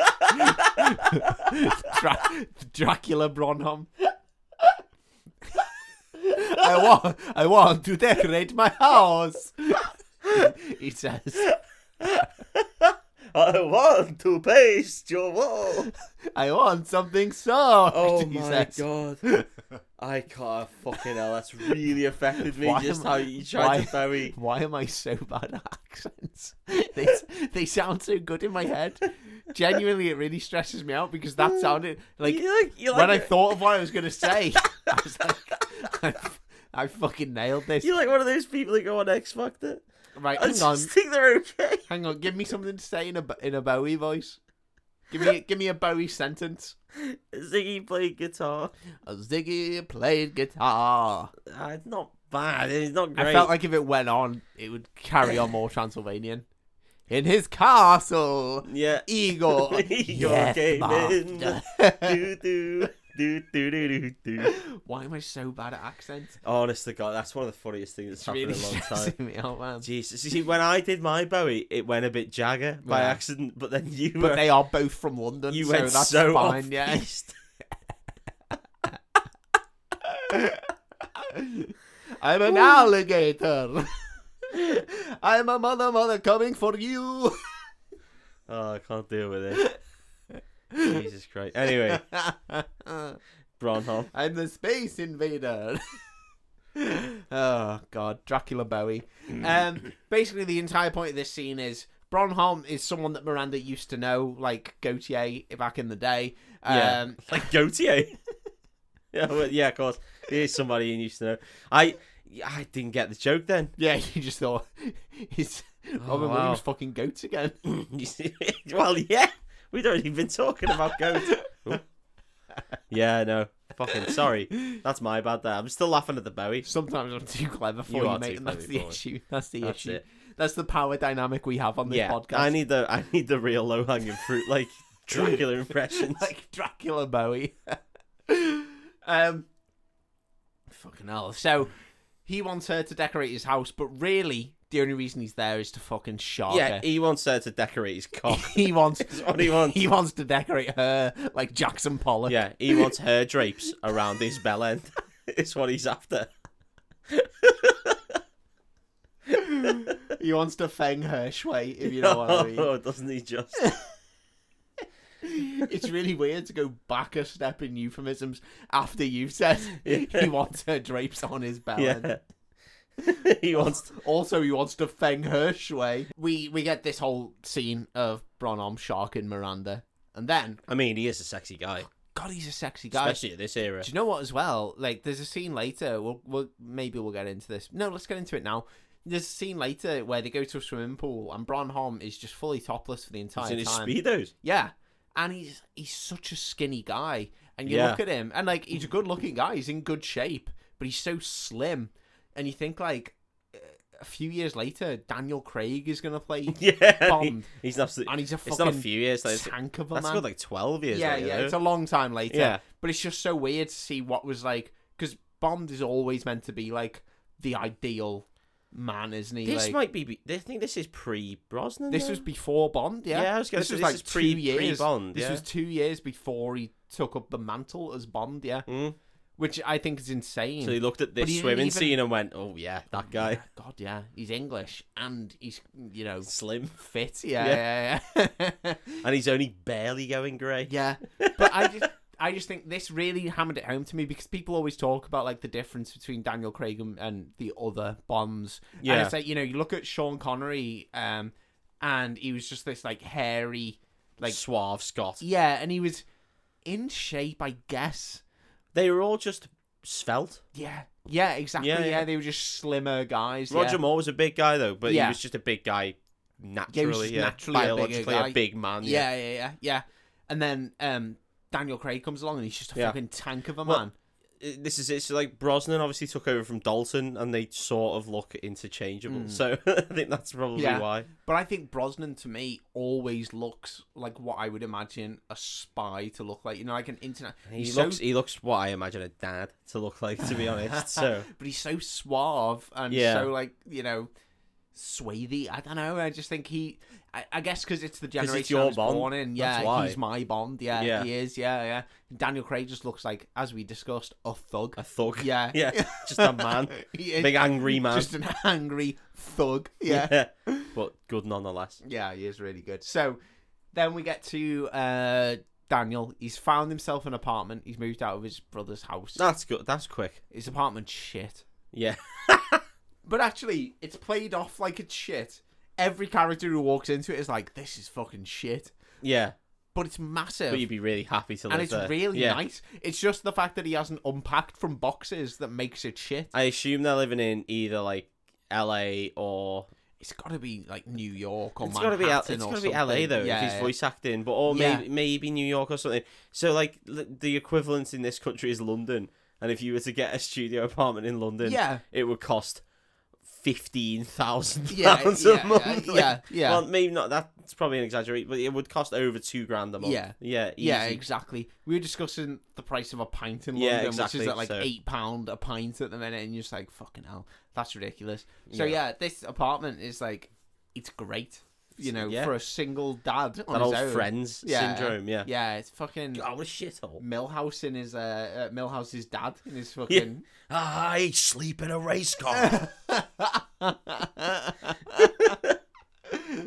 Speaker 1: Dra- Dracula Bronholm. I want, I want to decorate my house. he says,
Speaker 2: I want to paste your wall.
Speaker 1: "I want something soft."
Speaker 2: Oh
Speaker 1: he
Speaker 2: my
Speaker 1: says.
Speaker 2: god. I can't fucking hell. That's really affected me.
Speaker 1: Why
Speaker 2: just
Speaker 1: am-
Speaker 2: how you tried
Speaker 1: why-
Speaker 2: to Bowie.
Speaker 1: Why am I so bad at accents? They, they sound so good in my head. Genuinely, it really stresses me out because that sounded like
Speaker 2: You like, you like
Speaker 1: when I
Speaker 2: a-
Speaker 1: thought of what I was going to say, I was like, I, I fucking nailed this.
Speaker 2: You're like one of those people that go on X Factor.
Speaker 1: Right,
Speaker 2: I
Speaker 1: hang on,
Speaker 2: just think they're okay.
Speaker 1: hang on. Give me something to say in a Bo- in a Bowie voice. Give me give me a Bowie sentence.
Speaker 2: Ziggy played guitar.
Speaker 1: Ziggy played guitar.
Speaker 2: Uh, it's not bad. It's not great.
Speaker 1: I felt like if it went on, it would carry on more Transylvanian. In his castle.
Speaker 2: yeah.
Speaker 1: Igor.
Speaker 2: Igor
Speaker 1: Yes,
Speaker 2: came
Speaker 1: master.
Speaker 2: do do do do do do do.
Speaker 1: Why am I so bad at accents?
Speaker 2: Honest to God, that's one of the funniest things that's
Speaker 1: It's
Speaker 2: happened
Speaker 1: really
Speaker 2: in a long time.
Speaker 1: stressing me out, man.
Speaker 2: Jesus, you see, when I did my Bowie, it went a bit Jagger by
Speaker 1: Yeah.
Speaker 2: accident, but then you
Speaker 1: But
Speaker 2: were,
Speaker 1: they are both from London,
Speaker 2: you
Speaker 1: so
Speaker 2: went
Speaker 1: that's
Speaker 2: so
Speaker 1: fine.
Speaker 2: off
Speaker 1: Yeah.
Speaker 2: piste.
Speaker 1: I'm an alligator. I'm a mother, mother coming for you.
Speaker 2: Oh, I can't deal with it. Jesus Christ. Anyway, Bronholm.
Speaker 1: I'm the space invader. oh God, Dracula Bowie.
Speaker 2: Hmm.
Speaker 1: Um, basically, the entire point of this scene is Bronholm is someone that Miranda used to know, like Gautier eh, back in the day. Um,
Speaker 2: Yeah. Like Gautier. yeah, well, yeah, of course. He is somebody you used to know. I I didn't get the joke then.
Speaker 1: Yeah, you just thought he's Robin
Speaker 2: Oh, wow.
Speaker 1: Williams fucking goats again.
Speaker 2: You see- well, yeah. We'd already been talking about goat. Ooh. yeah, no. Fucking sorry. That's my bad there. I'm still laughing at the Bowie.
Speaker 1: Sometimes I'm too clever for
Speaker 2: You
Speaker 1: you,
Speaker 2: are
Speaker 1: mate,
Speaker 2: too
Speaker 1: and that's
Speaker 2: clever
Speaker 1: the
Speaker 2: for it.
Speaker 1: issue. That's the
Speaker 2: That's
Speaker 1: issue.
Speaker 2: it.
Speaker 1: That's the power dynamic we have on this
Speaker 2: yeah,
Speaker 1: podcast.
Speaker 2: I need the I need the real low hanging fruit, like Dracula impressions.
Speaker 1: like Dracula Bowie. um, fucking hell. So he wants her to decorate his house, but really, the only reason he's there is to fucking shark
Speaker 2: yeah,
Speaker 1: her.
Speaker 2: he wants her to decorate his cock.
Speaker 1: He wants.
Speaker 2: That's what he wants.
Speaker 1: He wants to decorate her like Jackson Pollock.
Speaker 2: Yeah, he wants her drapes around his bell end. it's what he's after.
Speaker 1: He wants to fang her shui, if you know what I mean.
Speaker 2: Oh, doesn't he just?
Speaker 1: it's really weird to go back a step in euphemisms after you've said
Speaker 2: Yeah.
Speaker 1: he wants her drapes on his belly.
Speaker 2: Yeah. he wants
Speaker 1: Also, he wants to feng her shui. We we get this whole scene of Bronholm, Shark, and Miranda, and then
Speaker 2: I mean, he is a sexy guy,
Speaker 1: God, he's a sexy guy.
Speaker 2: especially at this era.
Speaker 1: Do you know what? As well, like there's a scene later. We'll, we'll maybe we'll get into this. No, let's get into it now. There's a scene later where they go to a swimming pool and Bronholm is just fully topless for the entire
Speaker 2: He's in his
Speaker 1: time.
Speaker 2: speedos.
Speaker 1: Yeah, and he's he's such a skinny guy, and you
Speaker 2: Yeah.
Speaker 1: look at him, and like he's a good looking guy, he's in good shape, but he's so slim, and you think like uh, a few years later, Daniel Craig is gonna play,
Speaker 2: Yeah, he-
Speaker 1: Bomb.
Speaker 2: he's an absolute.
Speaker 1: and he's a
Speaker 2: It's not a
Speaker 1: fucking
Speaker 2: few years. Like, it's,
Speaker 1: tank of a
Speaker 2: that's
Speaker 1: man.
Speaker 2: got like twelve years.
Speaker 1: yeah,
Speaker 2: later,
Speaker 1: yeah,
Speaker 2: though.
Speaker 1: it's a long time later.
Speaker 2: Yeah.
Speaker 1: but it's just so weird to see what was like because Bond is always meant to be like the ideal man, isn't he?
Speaker 2: This
Speaker 1: like,
Speaker 2: might be. I think this is pre Brosnan.
Speaker 1: This
Speaker 2: though?
Speaker 1: was before Bond, yeah.
Speaker 2: Yeah, I was gonna
Speaker 1: this
Speaker 2: say,
Speaker 1: was
Speaker 2: this
Speaker 1: like
Speaker 2: is
Speaker 1: two
Speaker 2: pre-
Speaker 1: years.
Speaker 2: pre-Bond,
Speaker 1: This
Speaker 2: yeah.
Speaker 1: was two years before he took up the mantle as Bond, yeah.
Speaker 2: Mm.
Speaker 1: Which I think is insane.
Speaker 2: So he looked at
Speaker 1: But he
Speaker 2: this
Speaker 1: didn't
Speaker 2: swimming
Speaker 1: even-
Speaker 2: scene and went, "Oh yeah, that guy,
Speaker 1: Yeah, God, yeah, he's English and he's you know
Speaker 2: slim,
Speaker 1: fit, yeah, yeah, yeah.
Speaker 2: and he's only barely going grey."
Speaker 1: yeah. But I just. I just think this really hammered it home to me because people always talk about like the difference between Daniel Craig and, and the other Bonds. And
Speaker 2: Yeah.
Speaker 1: it's like, you know, you look at Sean Connery, um, and he was just this like hairy,
Speaker 2: like
Speaker 1: like
Speaker 2: suave Scott.
Speaker 1: Yeah, and he was in shape, I guess.
Speaker 2: They were all just svelte.
Speaker 1: Yeah. Yeah, exactly.
Speaker 2: Yeah,
Speaker 1: Yeah,
Speaker 2: yeah.
Speaker 1: they were just slimmer guys.
Speaker 2: Roger
Speaker 1: yeah.
Speaker 2: Moore was a big guy though, but
Speaker 1: Yeah.
Speaker 2: he was just a big guy naturally, yeah,
Speaker 1: naturally a bigger
Speaker 2: biologically
Speaker 1: guy.
Speaker 2: big man.
Speaker 1: yeah, yeah, yeah, yeah. And then um, Daniel Craig comes along and he's just a
Speaker 2: Yeah.
Speaker 1: fucking tank of a
Speaker 2: Well,
Speaker 1: man.
Speaker 2: it- this is it. So like Brosnan obviously took over from Dalton, and they sort of look interchangeable. So I think that's probably
Speaker 1: Hmm. Yeah.
Speaker 2: why.
Speaker 1: But I think Brosnan to me always looks like what I would imagine a spy to look like. You know, like an internet.
Speaker 2: He
Speaker 1: he's
Speaker 2: looks
Speaker 1: so,
Speaker 2: he looks what I imagine a dad to look like, to be honest. So
Speaker 1: but he's so suave and
Speaker 2: Yeah.
Speaker 1: so like you know, swathy. I don't know. I just think he. I, I guess because it's the
Speaker 2: it's
Speaker 1: generation
Speaker 2: your
Speaker 1: I was
Speaker 2: Bond.
Speaker 1: born in. Yeah,
Speaker 2: That's why.
Speaker 1: he's my Bond. Yeah,
Speaker 2: Yeah.
Speaker 1: he is. Yeah, yeah. Daniel Craig just looks like, as we discussed, a thug.
Speaker 2: a thug.
Speaker 1: Yeah,
Speaker 2: Yeah. Just a man.
Speaker 1: he is
Speaker 2: big angry man.
Speaker 1: just an angry thug. Yeah.
Speaker 2: But good nonetheless.
Speaker 1: Yeah, he is really good. So then we get to uh, Daniel. He's found himself an apartment. He's moved out of his brother's house.
Speaker 2: That's good that's quick.
Speaker 1: His apartment shit.
Speaker 2: Yeah.
Speaker 1: But actually, it's played off like it's shit. Every character who walks into it is like, this is fucking shit.
Speaker 2: Yeah.
Speaker 1: But it's massive.
Speaker 2: But you'd be really happy to live
Speaker 1: and it's
Speaker 2: there.
Speaker 1: really
Speaker 2: yeah.
Speaker 1: nice. It's just the fact that he hasn't unpacked from boxes that makes it shit.
Speaker 2: I assume they're living in either like LA or
Speaker 1: It's got to be like New York or
Speaker 2: it's gotta
Speaker 1: Manhattan
Speaker 2: be L- it's
Speaker 1: or
Speaker 2: gotta be LA
Speaker 1: something.
Speaker 2: though
Speaker 1: Yeah,
Speaker 2: if
Speaker 1: yeah.
Speaker 2: he's voice acting, but or
Speaker 1: Yeah.
Speaker 2: maybe maybe New York or something. So like l- the equivalent in this country is London, and if you were to get a studio apartment in London,
Speaker 1: Yeah.
Speaker 2: it would cost fifteen thousand
Speaker 1: Yeah,
Speaker 2: pounds
Speaker 1: yeah,
Speaker 2: a month.
Speaker 1: yeah,
Speaker 2: like-
Speaker 1: yeah, yeah.
Speaker 2: Well, maybe not. That's probably an exaggeration, but it would cost over two grand a month.
Speaker 1: Yeah.
Speaker 2: yeah,
Speaker 1: Yeah,
Speaker 2: easy.
Speaker 1: exactly. We were discussing the price of a pint in
Speaker 2: Yeah,
Speaker 1: London, which
Speaker 2: exactly,
Speaker 1: is at like
Speaker 2: so-
Speaker 1: eight pound a pint at the minute, and you're just like, "Fucking hell, that's ridiculous." So yeah, this apartment is like, it's great, you know,
Speaker 2: Yeah.
Speaker 1: for a single dad on
Speaker 2: That
Speaker 1: his
Speaker 2: old
Speaker 1: own.
Speaker 2: friends
Speaker 1: Yeah.
Speaker 2: syndrome. Yeah.
Speaker 1: Yeah, it's fucking
Speaker 2: Oh, what a shithole.
Speaker 1: Millhouse in his uh, uh Millhouse's dad in his fucking. Ah,
Speaker 2: I sleep in a race car.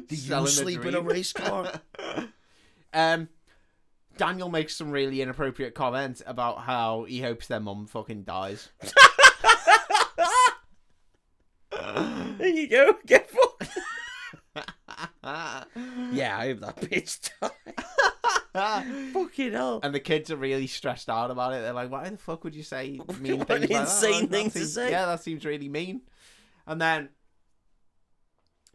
Speaker 2: Do
Speaker 1: Selling the dream.
Speaker 2: race car?
Speaker 1: Um, Daniel makes some really inappropriate comment about how he hopes their mum fucking dies.
Speaker 2: there you go. Get fucked.
Speaker 1: Ah.
Speaker 2: Yeah, I hope that bitch died.
Speaker 1: ah.
Speaker 2: Fucking hell.
Speaker 1: and the kids are really stressed out about it. They're like, "Why the fuck would you say mean
Speaker 2: What
Speaker 1: things?"
Speaker 2: an
Speaker 1: like that?
Speaker 2: insane
Speaker 1: That
Speaker 2: thing to
Speaker 1: seems-
Speaker 2: say.
Speaker 1: Yeah, that seems really mean. And then,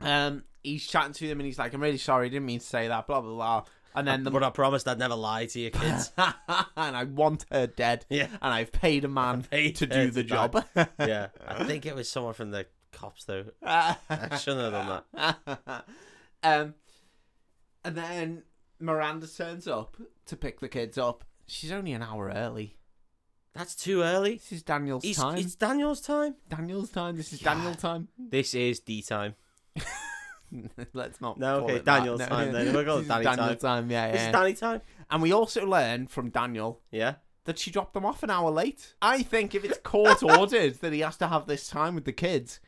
Speaker 1: um, he's chatting to them and he's like, "I'm really sorry, didn't mean to say that." Blah blah blah. And then the
Speaker 2: But I promised I'd never lie to you, kids.
Speaker 1: and I want her dead.
Speaker 2: Yeah.
Speaker 1: And I've paid a man
Speaker 2: paid
Speaker 1: to
Speaker 2: her
Speaker 1: do the
Speaker 2: to
Speaker 1: job.
Speaker 2: yeah. I think it was someone from the cops, though. I shouldn't have done that.
Speaker 1: um, and then Miranda turns up to pick the kids up. She's only an hour early.
Speaker 2: That's too early.
Speaker 1: This is Daniel's
Speaker 2: It's,
Speaker 1: time.
Speaker 2: it's Daniel's time.
Speaker 1: Daniel's time. This is
Speaker 2: Yeah.
Speaker 1: Daniel time.
Speaker 2: This is D time.
Speaker 1: Let's not.
Speaker 2: No,
Speaker 1: call
Speaker 2: okay,
Speaker 1: it that.
Speaker 2: Daniel's
Speaker 1: No,
Speaker 2: time
Speaker 1: no.
Speaker 2: then. We'll call it
Speaker 1: This is
Speaker 2: Danny
Speaker 1: Daniel time. Yeah,
Speaker 2: This
Speaker 1: yeah.
Speaker 2: is Danny time.
Speaker 1: and we also learn from Daniel
Speaker 2: Yeah.
Speaker 1: that she dropped them off an hour late. I think if it's court ordered that he has to have this time with the kids,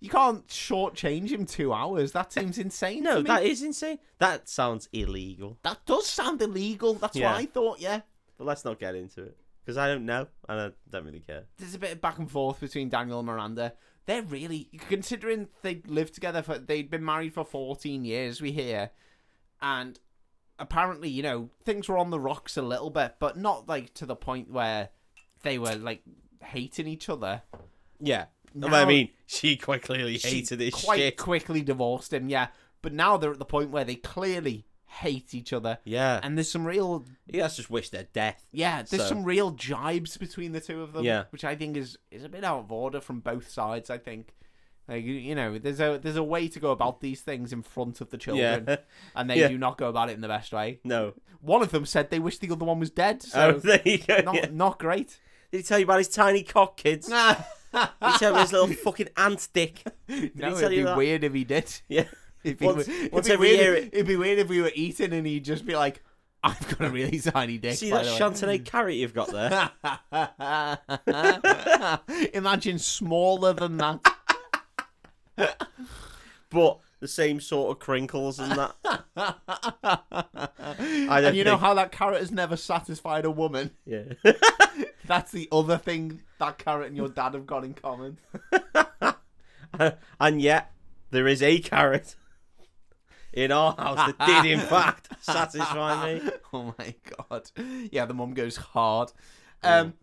Speaker 1: You can't shortchange him two hours. That seems insane.
Speaker 2: No,
Speaker 1: to me.
Speaker 2: that is insane. That sounds illegal.
Speaker 1: That does sound illegal. That's
Speaker 2: Yeah.
Speaker 1: what I thought. Yeah.
Speaker 2: But let's not get into it because I don't know and I don't really care.
Speaker 1: there's a bit of back and forth between Daniel and Miranda. They're really considering they'd lived together for they'd been married for 14 years, we hear, and apparently, you know, things were on the rocks a little bit, but not like to the point where they were like hating each other.
Speaker 2: Yeah. I
Speaker 1: Now-
Speaker 2: mean, she quite clearly
Speaker 1: She
Speaker 2: hated this
Speaker 1: quite
Speaker 2: shit.
Speaker 1: quickly divorced him, yeah. But now they're at the point where they clearly hate each other.
Speaker 2: Yeah.
Speaker 1: And there's some real
Speaker 2: Yeah, let's just wish their death.
Speaker 1: Yeah, there's
Speaker 2: So-
Speaker 1: some real jibes between the two of them.
Speaker 2: Yeah.
Speaker 1: which I think is is a bit out of order from both sides. I think, like you- you know, there's a there's a way to go about these things in front of the children,
Speaker 2: Yeah.
Speaker 1: and they
Speaker 2: Yeah.
Speaker 1: do not go about it in the best way.
Speaker 2: No.
Speaker 1: One of them said they wish the other one was dead, so
Speaker 2: oh, there you go.
Speaker 1: not
Speaker 2: yeah.
Speaker 1: not great.
Speaker 2: Did he tell you about his tiny cock, kids? Did
Speaker 1: no,
Speaker 2: he tell you about his little fucking ant dick? tell
Speaker 1: it'd
Speaker 2: you
Speaker 1: be
Speaker 2: that?
Speaker 1: weird if he did.
Speaker 2: Yeah.
Speaker 1: It'd be,
Speaker 2: Once-
Speaker 1: we- it'd
Speaker 2: once
Speaker 1: be
Speaker 2: every
Speaker 1: weird
Speaker 2: year
Speaker 1: if-
Speaker 2: it-
Speaker 1: it'd be weird if we were eating and he'd just be like, "I've got a really tiny dick."
Speaker 2: See
Speaker 1: by
Speaker 2: that
Speaker 1: the way."
Speaker 2: Chantonay carrot you've got there?
Speaker 1: Imagine smaller than that.
Speaker 2: but the same sort of crinkles and that.
Speaker 1: and you know
Speaker 2: think-
Speaker 1: how that carrot has never satisfied a woman?
Speaker 2: Yeah.
Speaker 1: That's the other thing that carrot and your dad have got in common.
Speaker 2: and yet, there is a carrot in our house that did, in fact, satisfy me.
Speaker 1: oh my god. Yeah, the mum goes hard. Um,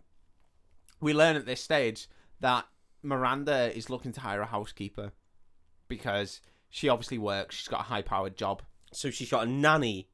Speaker 1: We learn at this stage that Miranda is looking to hire a housekeeper because she obviously works, she's got a high powered job.
Speaker 2: So she got a nanny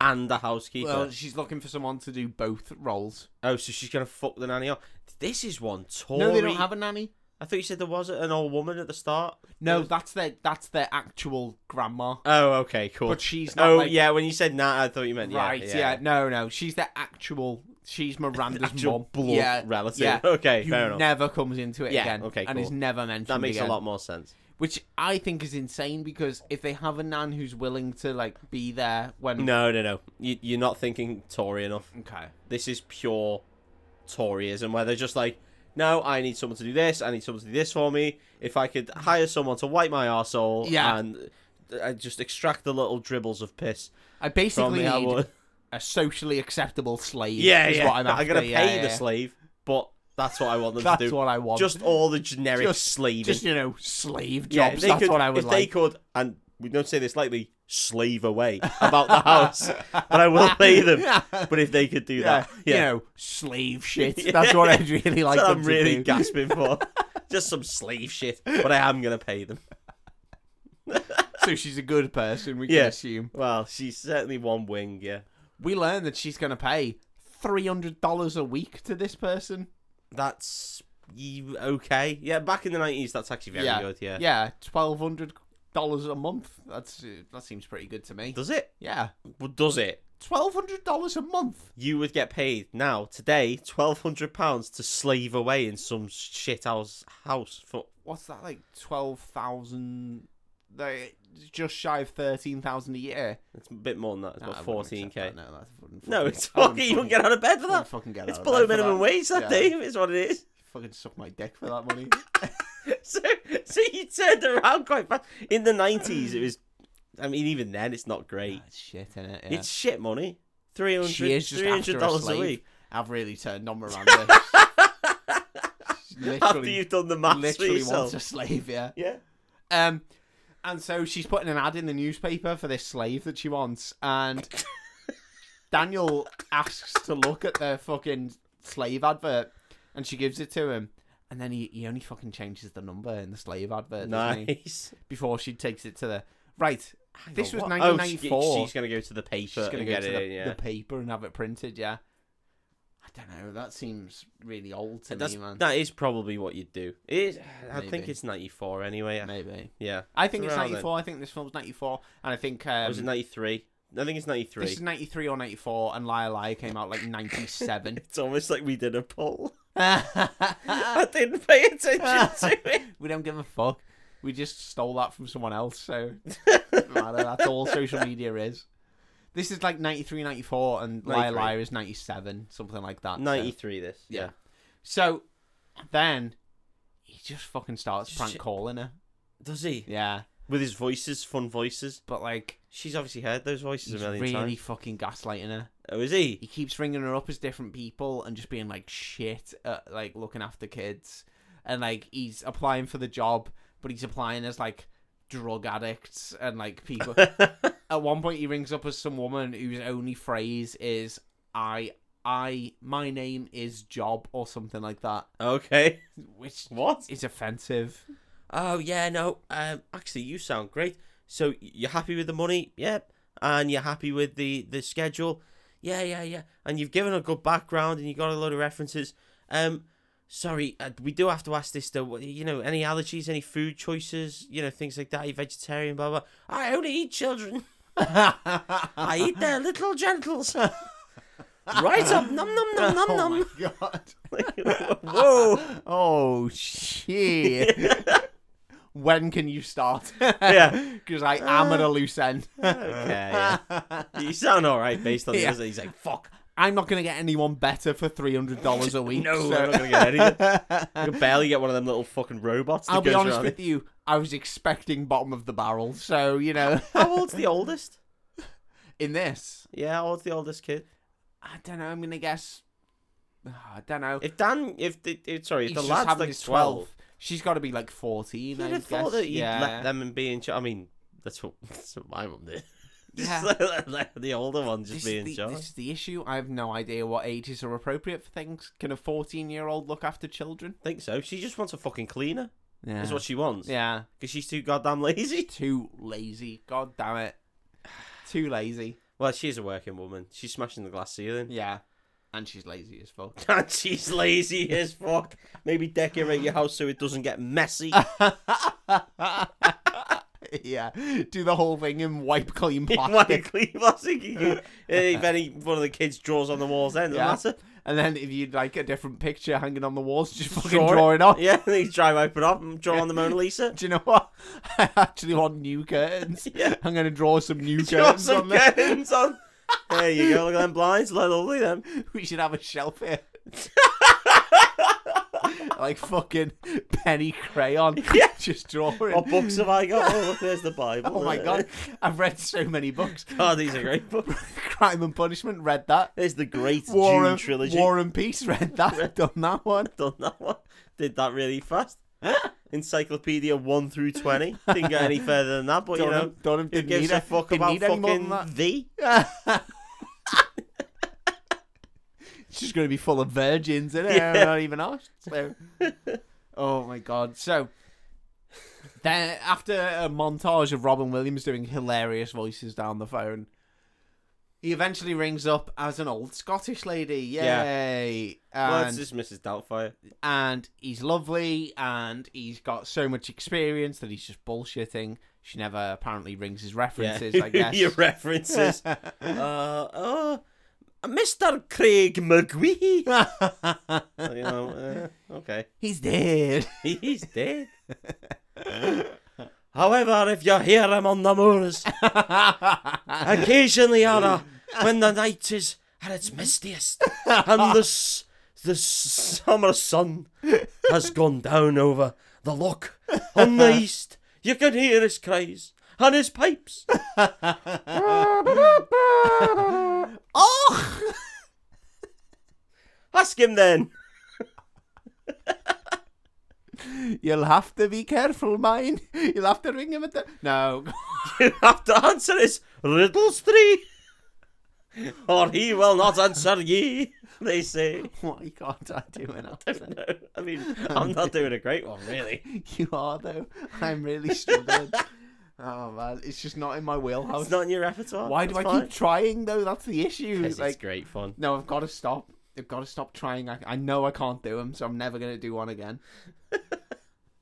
Speaker 2: and a housekeeper.
Speaker 1: Well, she's looking for someone to do both roles.
Speaker 2: oh, so she's gonna fuck the nanny up. This is one Tory.
Speaker 1: No, they don't have a nanny.
Speaker 2: I thought you said there was an old woman at the start.
Speaker 1: No, that's their that's their actual grandma.
Speaker 2: Oh, okay, cool.
Speaker 1: But she's not
Speaker 2: oh
Speaker 1: like-
Speaker 2: yeah, when you said nah, I thought you meant
Speaker 1: right,
Speaker 2: Yeah,
Speaker 1: yeah, No, no, she's their actual. She's Miranda's
Speaker 2: Actual
Speaker 1: mum.
Speaker 2: blood
Speaker 1: yeah,
Speaker 2: relative.
Speaker 1: Yeah.
Speaker 2: Okay,
Speaker 1: Who
Speaker 2: fair enough.
Speaker 1: Never comes into it
Speaker 2: Yeah,
Speaker 1: again.
Speaker 2: okay,
Speaker 1: and is
Speaker 2: cool.
Speaker 1: never mentioned.
Speaker 2: that makes
Speaker 1: again.
Speaker 2: a lot more sense.
Speaker 1: Which I think is insane because if they have a nan who's willing to like be there when
Speaker 2: No, no, no. You, you're not thinking Tory enough.
Speaker 1: okay,
Speaker 2: This is pure Toryism, where they're just like, no, I need someone to do this. I need someone to do this for me. If I could hire someone to wipe my arsehole
Speaker 1: Yeah.
Speaker 2: and uh, just extract the little dribbles of piss
Speaker 1: I
Speaker 2: from
Speaker 1: basically
Speaker 2: me, I
Speaker 1: need
Speaker 2: would.
Speaker 1: a socially acceptable slave.
Speaker 2: Yeah,
Speaker 1: is
Speaker 2: yeah.
Speaker 1: What I'm, after.
Speaker 2: gonna pay
Speaker 1: yeah,
Speaker 2: the
Speaker 1: yeah.
Speaker 2: slave, but that's what I want them
Speaker 1: That's
Speaker 2: to do.
Speaker 1: what I want.
Speaker 2: Just all the generic
Speaker 1: Just-
Speaker 2: slaving.
Speaker 1: just you know, slave
Speaker 2: Yeah, if
Speaker 1: jobs.
Speaker 2: they
Speaker 1: that's
Speaker 2: could-
Speaker 1: what I would
Speaker 2: if
Speaker 1: like.
Speaker 2: they could, and we don't say this lightly, slave away about the house, but I will pay them. But if they could do that, yeah,
Speaker 1: you know, slave shit. That's what I'd really like
Speaker 2: That's what
Speaker 1: them
Speaker 2: I'm
Speaker 1: to
Speaker 2: really
Speaker 1: do.
Speaker 2: gasping for. Just some slave shit, but I am gonna pay them.
Speaker 1: so she's a good person, we
Speaker 2: Yeah.
Speaker 1: can assume.
Speaker 2: Well, she's certainly one wing, yeah.
Speaker 1: We learn that she's going to pay $300 a week to this person.
Speaker 2: That's you okay? Yeah, back in the nineties, that's actually very
Speaker 1: yeah.
Speaker 2: good. Yeah.
Speaker 1: Yeah, $1,200 a month. That's uh, That seems pretty good to me.
Speaker 2: does it?
Speaker 1: Yeah.
Speaker 2: Well, does it?
Speaker 1: $1,200 a month.
Speaker 2: you would get paid now today twelve hundred pounds to slave away in some shit house house for
Speaker 1: What's that, like 12,000? like, Just shy of 13,000 a year.
Speaker 2: it's a bit more than that. It's
Speaker 1: Nah,
Speaker 2: about
Speaker 1: I wouldn't
Speaker 2: fourteen
Speaker 1: accept
Speaker 2: k.
Speaker 1: that. No, that's fucking,
Speaker 2: No, it's
Speaker 1: I wouldn't
Speaker 2: fucking. You wouldn't get out of bed for
Speaker 1: wouldn't
Speaker 2: that.
Speaker 1: fucking get
Speaker 2: It's
Speaker 1: out of
Speaker 2: below
Speaker 1: bed for
Speaker 2: minimum
Speaker 1: that.
Speaker 2: wage, that
Speaker 1: Yeah.
Speaker 2: Dave. Is what it is.
Speaker 1: Fucking suck my dick for that money.
Speaker 2: So, so you turned around quite fast. In the nineties, it was. I mean, even then, it's not great.
Speaker 1: That's shit, innit? Yeah.
Speaker 2: It's shit money. Three
Speaker 1: She
Speaker 2: hundred.
Speaker 1: is just
Speaker 2: Three
Speaker 1: after
Speaker 2: hundred
Speaker 1: a
Speaker 2: dollars a
Speaker 1: slave.
Speaker 2: week.
Speaker 1: I've really turned on Miranda. She
Speaker 2: After
Speaker 1: literally,
Speaker 2: you've done the maths for
Speaker 1: literally wants
Speaker 2: yourself.
Speaker 1: a slave, yeah.
Speaker 2: Yeah.
Speaker 1: Um, and so she's putting an ad in the newspaper for this slave that she wants, and Daniel asks to look at the fucking slave advert, and she gives it to him. And then he, he only fucking changes the number in the slave advert doesn't he?
Speaker 2: Nice.
Speaker 1: before she takes it to the right. This was
Speaker 2: What? Oh, she-
Speaker 1: 1994.
Speaker 2: she's gonna go to the paper
Speaker 1: She's going to
Speaker 2: and
Speaker 1: go
Speaker 2: get
Speaker 1: to
Speaker 2: it.
Speaker 1: the,
Speaker 2: in, yeah.
Speaker 1: the paper and have it printed, yeah. I don't know. That seems really old to
Speaker 2: That's,
Speaker 1: me, man.
Speaker 2: that is probably what you'd do. It is, I think
Speaker 1: Maybe.
Speaker 2: it's 94 anyway. I-
Speaker 1: Maybe.
Speaker 2: Yeah.
Speaker 1: I think it's
Speaker 2: Around then.
Speaker 1: 94. I think this film's 94. And I think
Speaker 2: Or
Speaker 1: um,
Speaker 2: was it 93? I think it's 93.
Speaker 1: this is 93 or 94. And Liar Liar came out like 97.
Speaker 2: It's almost like we did a poll.
Speaker 1: we
Speaker 2: I didn't pay attention to it.
Speaker 1: don't give a fuck. We just stole that from someone else. So doesn't matter. that's all social media is. This is like 93, 94. And Liar
Speaker 2: 93.
Speaker 1: Liar is 97. Something like that. so-
Speaker 2: 93, this. Yeah.
Speaker 1: Yeah. So then he just fucking starts
Speaker 2: Just
Speaker 1: prank
Speaker 2: shit.
Speaker 1: calling her.
Speaker 2: Does he?
Speaker 1: Yeah,
Speaker 2: With his voices, fun voices.
Speaker 1: but like
Speaker 2: She's obviously heard those voices
Speaker 1: he's
Speaker 2: a million
Speaker 1: really
Speaker 2: times.
Speaker 1: fucking gaslighting her.
Speaker 2: Oh, is he?
Speaker 1: He keeps ringing her up as different people and just being like shit at like looking after kids, and like he's applying for the job, but he's applying as like drug addicts and like people. at one point he rings up as some woman whose only phrase is I I my name is Job or something like that,
Speaker 2: okay.
Speaker 1: which
Speaker 2: What?
Speaker 1: is offensive.
Speaker 2: Oh yeah, no. Um, actually, you sound great. So y- you're happy with the money? Yep. And you're happy with the the schedule? Yeah, yeah, yeah. And you've given a good background, and you got a lot of references. Um, sorry, uh, we do have to ask this though. What- You know, any allergies, any food choices, you know, things like that. Are you vegetarian? Blah blah. I only eat children. I eat their little gentles. right up, num num num num
Speaker 1: Oh
Speaker 2: num.
Speaker 1: my god.
Speaker 2: Whoa.
Speaker 1: Oh shit. when can you start?
Speaker 2: Yeah.
Speaker 1: Because I am at a loose end.
Speaker 2: Okay. Yeah. You sound all right based on
Speaker 1: Yeah.
Speaker 2: this. He's like, fuck.
Speaker 1: I'm not gonna get anyone better for three hundred dollars a week.
Speaker 2: No,
Speaker 1: so-
Speaker 2: I'm not gonna get anything. You can barely get one of them little fucking robots. That
Speaker 1: I'll be
Speaker 2: goes
Speaker 1: honest
Speaker 2: around
Speaker 1: with you. I was expecting bottom of the barrel, so you know.
Speaker 2: How old's the oldest?
Speaker 1: in this,
Speaker 2: Yeah, how old's the oldest kid?
Speaker 1: I don't know. I'm gonna guess. ah, I don't know.
Speaker 2: If Dan, if the if, sorry, if
Speaker 1: He's
Speaker 2: the
Speaker 1: just
Speaker 2: lad's
Speaker 1: having
Speaker 2: like
Speaker 1: his
Speaker 2: twelve,
Speaker 1: She's got to be like fourteen.
Speaker 2: you'd
Speaker 1: I
Speaker 2: have thought
Speaker 1: guess.
Speaker 2: that you'd
Speaker 1: yeah.
Speaker 2: let them and be in charge. I mean, that's what, that's what my mum did. Just
Speaker 1: Yeah.
Speaker 2: let- let the older one just
Speaker 1: This
Speaker 2: be
Speaker 1: is,
Speaker 2: in
Speaker 1: the,
Speaker 2: charge.
Speaker 1: this is the issue. I have no idea what ages are appropriate for things. Can a fourteen-year-old look after children?
Speaker 2: I think so. She just wants a fucking cleaner.
Speaker 1: Yeah.
Speaker 2: Is what she wants.
Speaker 1: yeah.
Speaker 2: Because she's too goddamn lazy.
Speaker 1: Too lazy. God damn it. Too lazy.
Speaker 2: Well, she's a working woman. She's smashing the glass ceiling.
Speaker 1: Yeah. And she's lazy as fuck.
Speaker 2: And she's lazy as fuck. Maybe decorate your house so it doesn't get messy.
Speaker 1: yeah. Do the whole thing and wipe clean
Speaker 2: Why
Speaker 1: plastic.
Speaker 2: clean plastic? You can- if any one of the kids draws on the walls, then doesn't
Speaker 1: Yeah.
Speaker 2: matter.
Speaker 1: And then if you'd like a different picture hanging on the walls, just fucking
Speaker 2: Draw it.
Speaker 1: draw it up.
Speaker 2: Yeah, they try and open up and draw on the Mona Lisa.
Speaker 1: Do you know what? I actually want new curtains.
Speaker 2: Yeah.
Speaker 1: I'm gonna draw some new
Speaker 2: Draw
Speaker 1: curtains
Speaker 2: some
Speaker 1: on there.
Speaker 2: curtains on. There you go. Look at them blinds. Look lovely them.
Speaker 1: We should have a shelf here. like fucking penny crayon.
Speaker 2: Yeah.
Speaker 1: Just drawing.
Speaker 2: What books have I got? Oh, look, there's the Bible.
Speaker 1: Oh my god. I've read so many books.
Speaker 2: Oh, these are great books.
Speaker 1: Crime and Punishment, read that.
Speaker 2: There's the Great
Speaker 1: War
Speaker 2: June
Speaker 1: and,
Speaker 2: trilogy.
Speaker 1: War and Peace, read that. Done that one.
Speaker 2: Done that one. Did that really fast. Encyclopedia one through twenty. Didn't go any further than that, but you
Speaker 1: Done
Speaker 2: know,
Speaker 1: him. Done him.
Speaker 2: who
Speaker 1: Didn't
Speaker 2: gives
Speaker 1: need
Speaker 2: a
Speaker 1: it.
Speaker 2: fuck
Speaker 1: Didn't
Speaker 2: about
Speaker 1: need any more than that.
Speaker 2: fucking thee?
Speaker 1: it's just going to be full of virgins in it.
Speaker 2: Yeah.
Speaker 1: I'm not even asked. So. oh my god! So then, after a montage of Robin Williams doing hilarious voices down the phone, he eventually rings up as an old Scottish lady.
Speaker 2: Yeah.
Speaker 1: Yay!
Speaker 2: Well,
Speaker 1: And-
Speaker 2: it's just Mrs. Doubtfire.
Speaker 1: and he's lovely and he's got so much experience that he's just bullshitting. She never apparently rings his references, I guess.
Speaker 2: Your references. uh, oh, Mr. Craig McGwee. you know, uh, okay.
Speaker 1: he's dead.
Speaker 2: He's dead. However, if you hear him on the moors, occasionally, Anna, when the night is at its mistiest and the, s- the s- summer sun has gone down over the loch on the east, you can hear his cries and his pipes.
Speaker 1: oh!
Speaker 2: Ask him then.
Speaker 1: You'll have to be careful, mine. You'll have to ring him at the. No.
Speaker 2: You have to answer his riddles three, or he will not answer ye. They say.
Speaker 1: Why can't I do an accent?
Speaker 2: No, I mean, I'm not doing a great one, really.
Speaker 1: You are, though. I'm really struggling. oh, man. It's just not in my wheelhouse.
Speaker 2: It's not in your repertoire.
Speaker 1: Why do
Speaker 2: That's
Speaker 1: I
Speaker 2: fine.
Speaker 1: keep trying, though? That's the issue.
Speaker 2: Yes,
Speaker 1: like,
Speaker 2: it's great fun.
Speaker 1: No, I've got to stop. I've got to stop trying. I, I know I can't do them, so I'm never gonna do one again.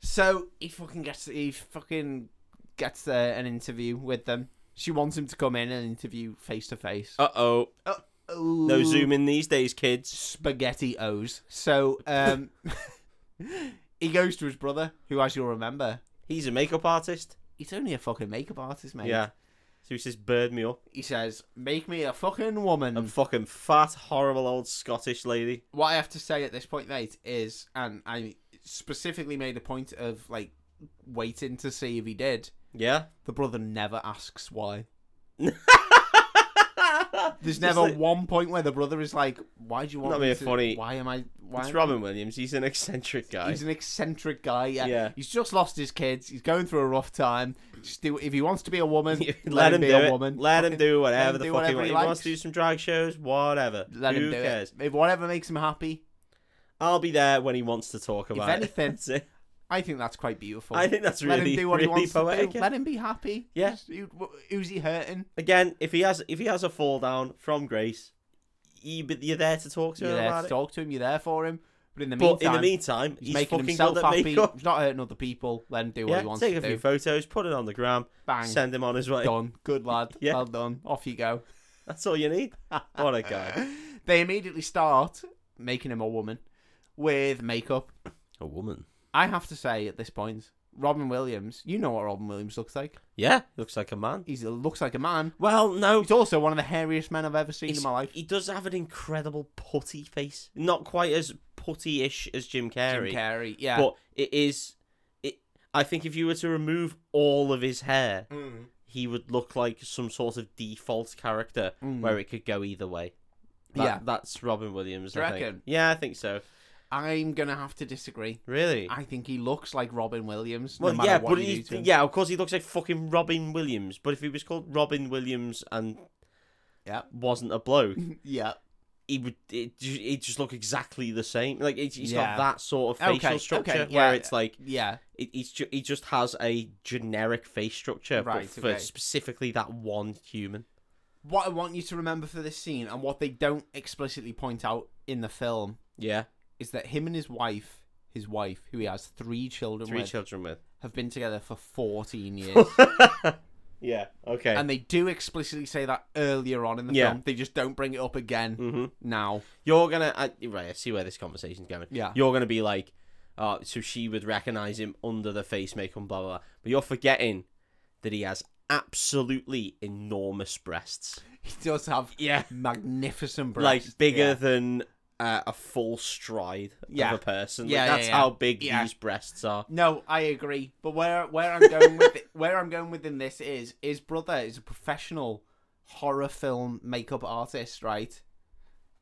Speaker 1: so he fucking gets he fucking gets uh, an interview with them. She wants him to come in and interview face to face.
Speaker 2: Uh oh, no
Speaker 1: Ooh,
Speaker 2: zoom in these days, kids.
Speaker 1: spaghetti O's. So um, he goes to his brother, who, as you'll remember,
Speaker 2: He's a makeup artist.
Speaker 1: he's only a fucking makeup artist, mate.
Speaker 2: Yeah. So he says, "Bird me up."
Speaker 1: He says, "Make me a fucking woman."
Speaker 2: I'm fucking fat, horrible old Scottish lady.
Speaker 1: what I have to say at this point, mate, is, and I specifically made a point of like waiting to see if he did.
Speaker 2: Yeah.
Speaker 1: The brother never asks why. There's
Speaker 2: It's
Speaker 1: never
Speaker 2: like-
Speaker 1: one point where the brother is like, "Why do you want
Speaker 2: Not
Speaker 1: me
Speaker 2: being
Speaker 1: to?
Speaker 2: funny.
Speaker 1: Why am I? Why?"
Speaker 2: it's
Speaker 1: am-
Speaker 2: Robin Williams. He's an eccentric guy.
Speaker 1: He's an eccentric guy. Yeah.
Speaker 2: Yeah.
Speaker 1: He's just lost his kids. He's going through a rough time. Just do if he wants to be a woman,
Speaker 2: let,
Speaker 1: let,
Speaker 2: him
Speaker 1: be
Speaker 2: do
Speaker 1: a
Speaker 2: it.
Speaker 1: woman.
Speaker 2: Let him
Speaker 1: Fucking
Speaker 2: do whatever the
Speaker 1: do
Speaker 2: fuck he
Speaker 1: whatever
Speaker 2: wants.
Speaker 1: he
Speaker 2: He wants
Speaker 1: likes.
Speaker 2: to do some drag shows, whatever.
Speaker 1: Let
Speaker 2: Who
Speaker 1: him do
Speaker 2: cares?
Speaker 1: it. If whatever makes him happy,
Speaker 2: I'll be there when he wants to talk about
Speaker 1: anything,
Speaker 2: it. That's it.
Speaker 1: I think that's quite beautiful.
Speaker 2: I think that's
Speaker 1: let
Speaker 2: really,
Speaker 1: him do what
Speaker 2: really
Speaker 1: he wants
Speaker 2: poetic.
Speaker 1: to do. Let him be happy.
Speaker 2: Yeah.
Speaker 1: Just- who- Who's he hurting?
Speaker 2: Again, if he has if he has a fall down from grace, you, but you're there to talk to
Speaker 1: You're
Speaker 2: him
Speaker 1: there
Speaker 2: about
Speaker 1: to
Speaker 2: it.
Speaker 1: talk to him. You're there for him. But in the
Speaker 2: But
Speaker 1: meantime,
Speaker 2: in the meantime,
Speaker 1: he's,
Speaker 2: he's,
Speaker 1: making
Speaker 2: fucking
Speaker 1: himself
Speaker 2: good at
Speaker 1: happy.
Speaker 2: makeup.
Speaker 1: He's not hurting other people. Let him do what
Speaker 2: Yeah,
Speaker 1: he wants
Speaker 2: take
Speaker 1: to
Speaker 2: a few
Speaker 1: do.
Speaker 2: photos, put it on the gram,
Speaker 1: Bang.
Speaker 2: send him on his way.
Speaker 1: Done. Good lad.
Speaker 2: Yeah.
Speaker 1: Well done. Off you go.
Speaker 2: That's all you need. What a guy.
Speaker 1: They immediately start making him a woman with makeup.
Speaker 2: A woman.
Speaker 1: I have to say at this point, Robin Williams, you know what Robin Williams looks like.
Speaker 2: Yeah, looks like a man.
Speaker 1: He looks like a man.
Speaker 2: Well, no,
Speaker 1: He's also one of the hairiest men I've ever seen in
Speaker 2: He's-
Speaker 1: my life.
Speaker 2: He does have an incredible putty face. Not quite as putty-ish as Jim Carrey,
Speaker 1: Jim Carrey, yeah.
Speaker 2: but it is. It. I think if you were to remove all of his hair,
Speaker 1: Mm.
Speaker 2: he would look like some sort of default character
Speaker 1: Mm.
Speaker 2: where it could go either way. That,
Speaker 1: Yeah.
Speaker 2: that's Robin Williams.
Speaker 1: Do you
Speaker 2: I think.
Speaker 1: reckon?
Speaker 2: Yeah, I think so.
Speaker 1: I'm gonna have to disagree.
Speaker 2: Really.
Speaker 1: I think he looks like Robin Williams.
Speaker 2: well,
Speaker 1: no matter
Speaker 2: yeah,
Speaker 1: what
Speaker 2: but
Speaker 1: you do
Speaker 2: he,
Speaker 1: to him.
Speaker 2: yeah, of course he looks like fucking Robin Williams. But if he was called Robin Williams and
Speaker 1: Yeah.
Speaker 2: wasn't a bloke,
Speaker 1: yeah.
Speaker 2: he would it, ju- it just look exactly the same. Like it, he's
Speaker 1: Yeah.
Speaker 2: got that sort of
Speaker 1: Okay,
Speaker 2: facial
Speaker 1: okay,
Speaker 2: structure
Speaker 1: yeah.
Speaker 2: where it's like
Speaker 1: Yeah,
Speaker 2: it, he's ju- he just has a generic face structure,
Speaker 1: Right,
Speaker 2: but for
Speaker 1: okay.
Speaker 2: specifically that one human.
Speaker 1: what I want you to remember for this scene and what they don't explicitly point out in the film
Speaker 2: Yeah,
Speaker 1: is that him and his wife, his wife, who he has three children
Speaker 2: three
Speaker 1: with,
Speaker 2: children with.
Speaker 1: have been together for 14 years.
Speaker 2: yeah. Okay.
Speaker 1: and they do explicitly say that earlier on in the
Speaker 2: Yeah.
Speaker 1: film. They just don't bring it up again
Speaker 2: Mhm.
Speaker 1: now.
Speaker 2: You're gonna I, right. I see where this conversation's going.
Speaker 1: Yeah.
Speaker 2: You're gonna be like, oh, so she would recognize him under the face makeup, and blah blah. blah. But you're forgetting that he has absolutely enormous breasts.
Speaker 1: He does have
Speaker 2: Yeah.
Speaker 1: magnificent breasts.
Speaker 2: like bigger
Speaker 1: Yeah.
Speaker 2: than uh, a full stride
Speaker 1: Yeah.
Speaker 2: of a person. Like,
Speaker 1: Yeah, yeah,
Speaker 2: that's
Speaker 1: yeah.
Speaker 2: how big
Speaker 1: Yeah.
Speaker 2: these breasts are.
Speaker 1: No, I agree. But where where I'm going with it, where I'm going within this is his brother is a professional horror film makeup artist, right?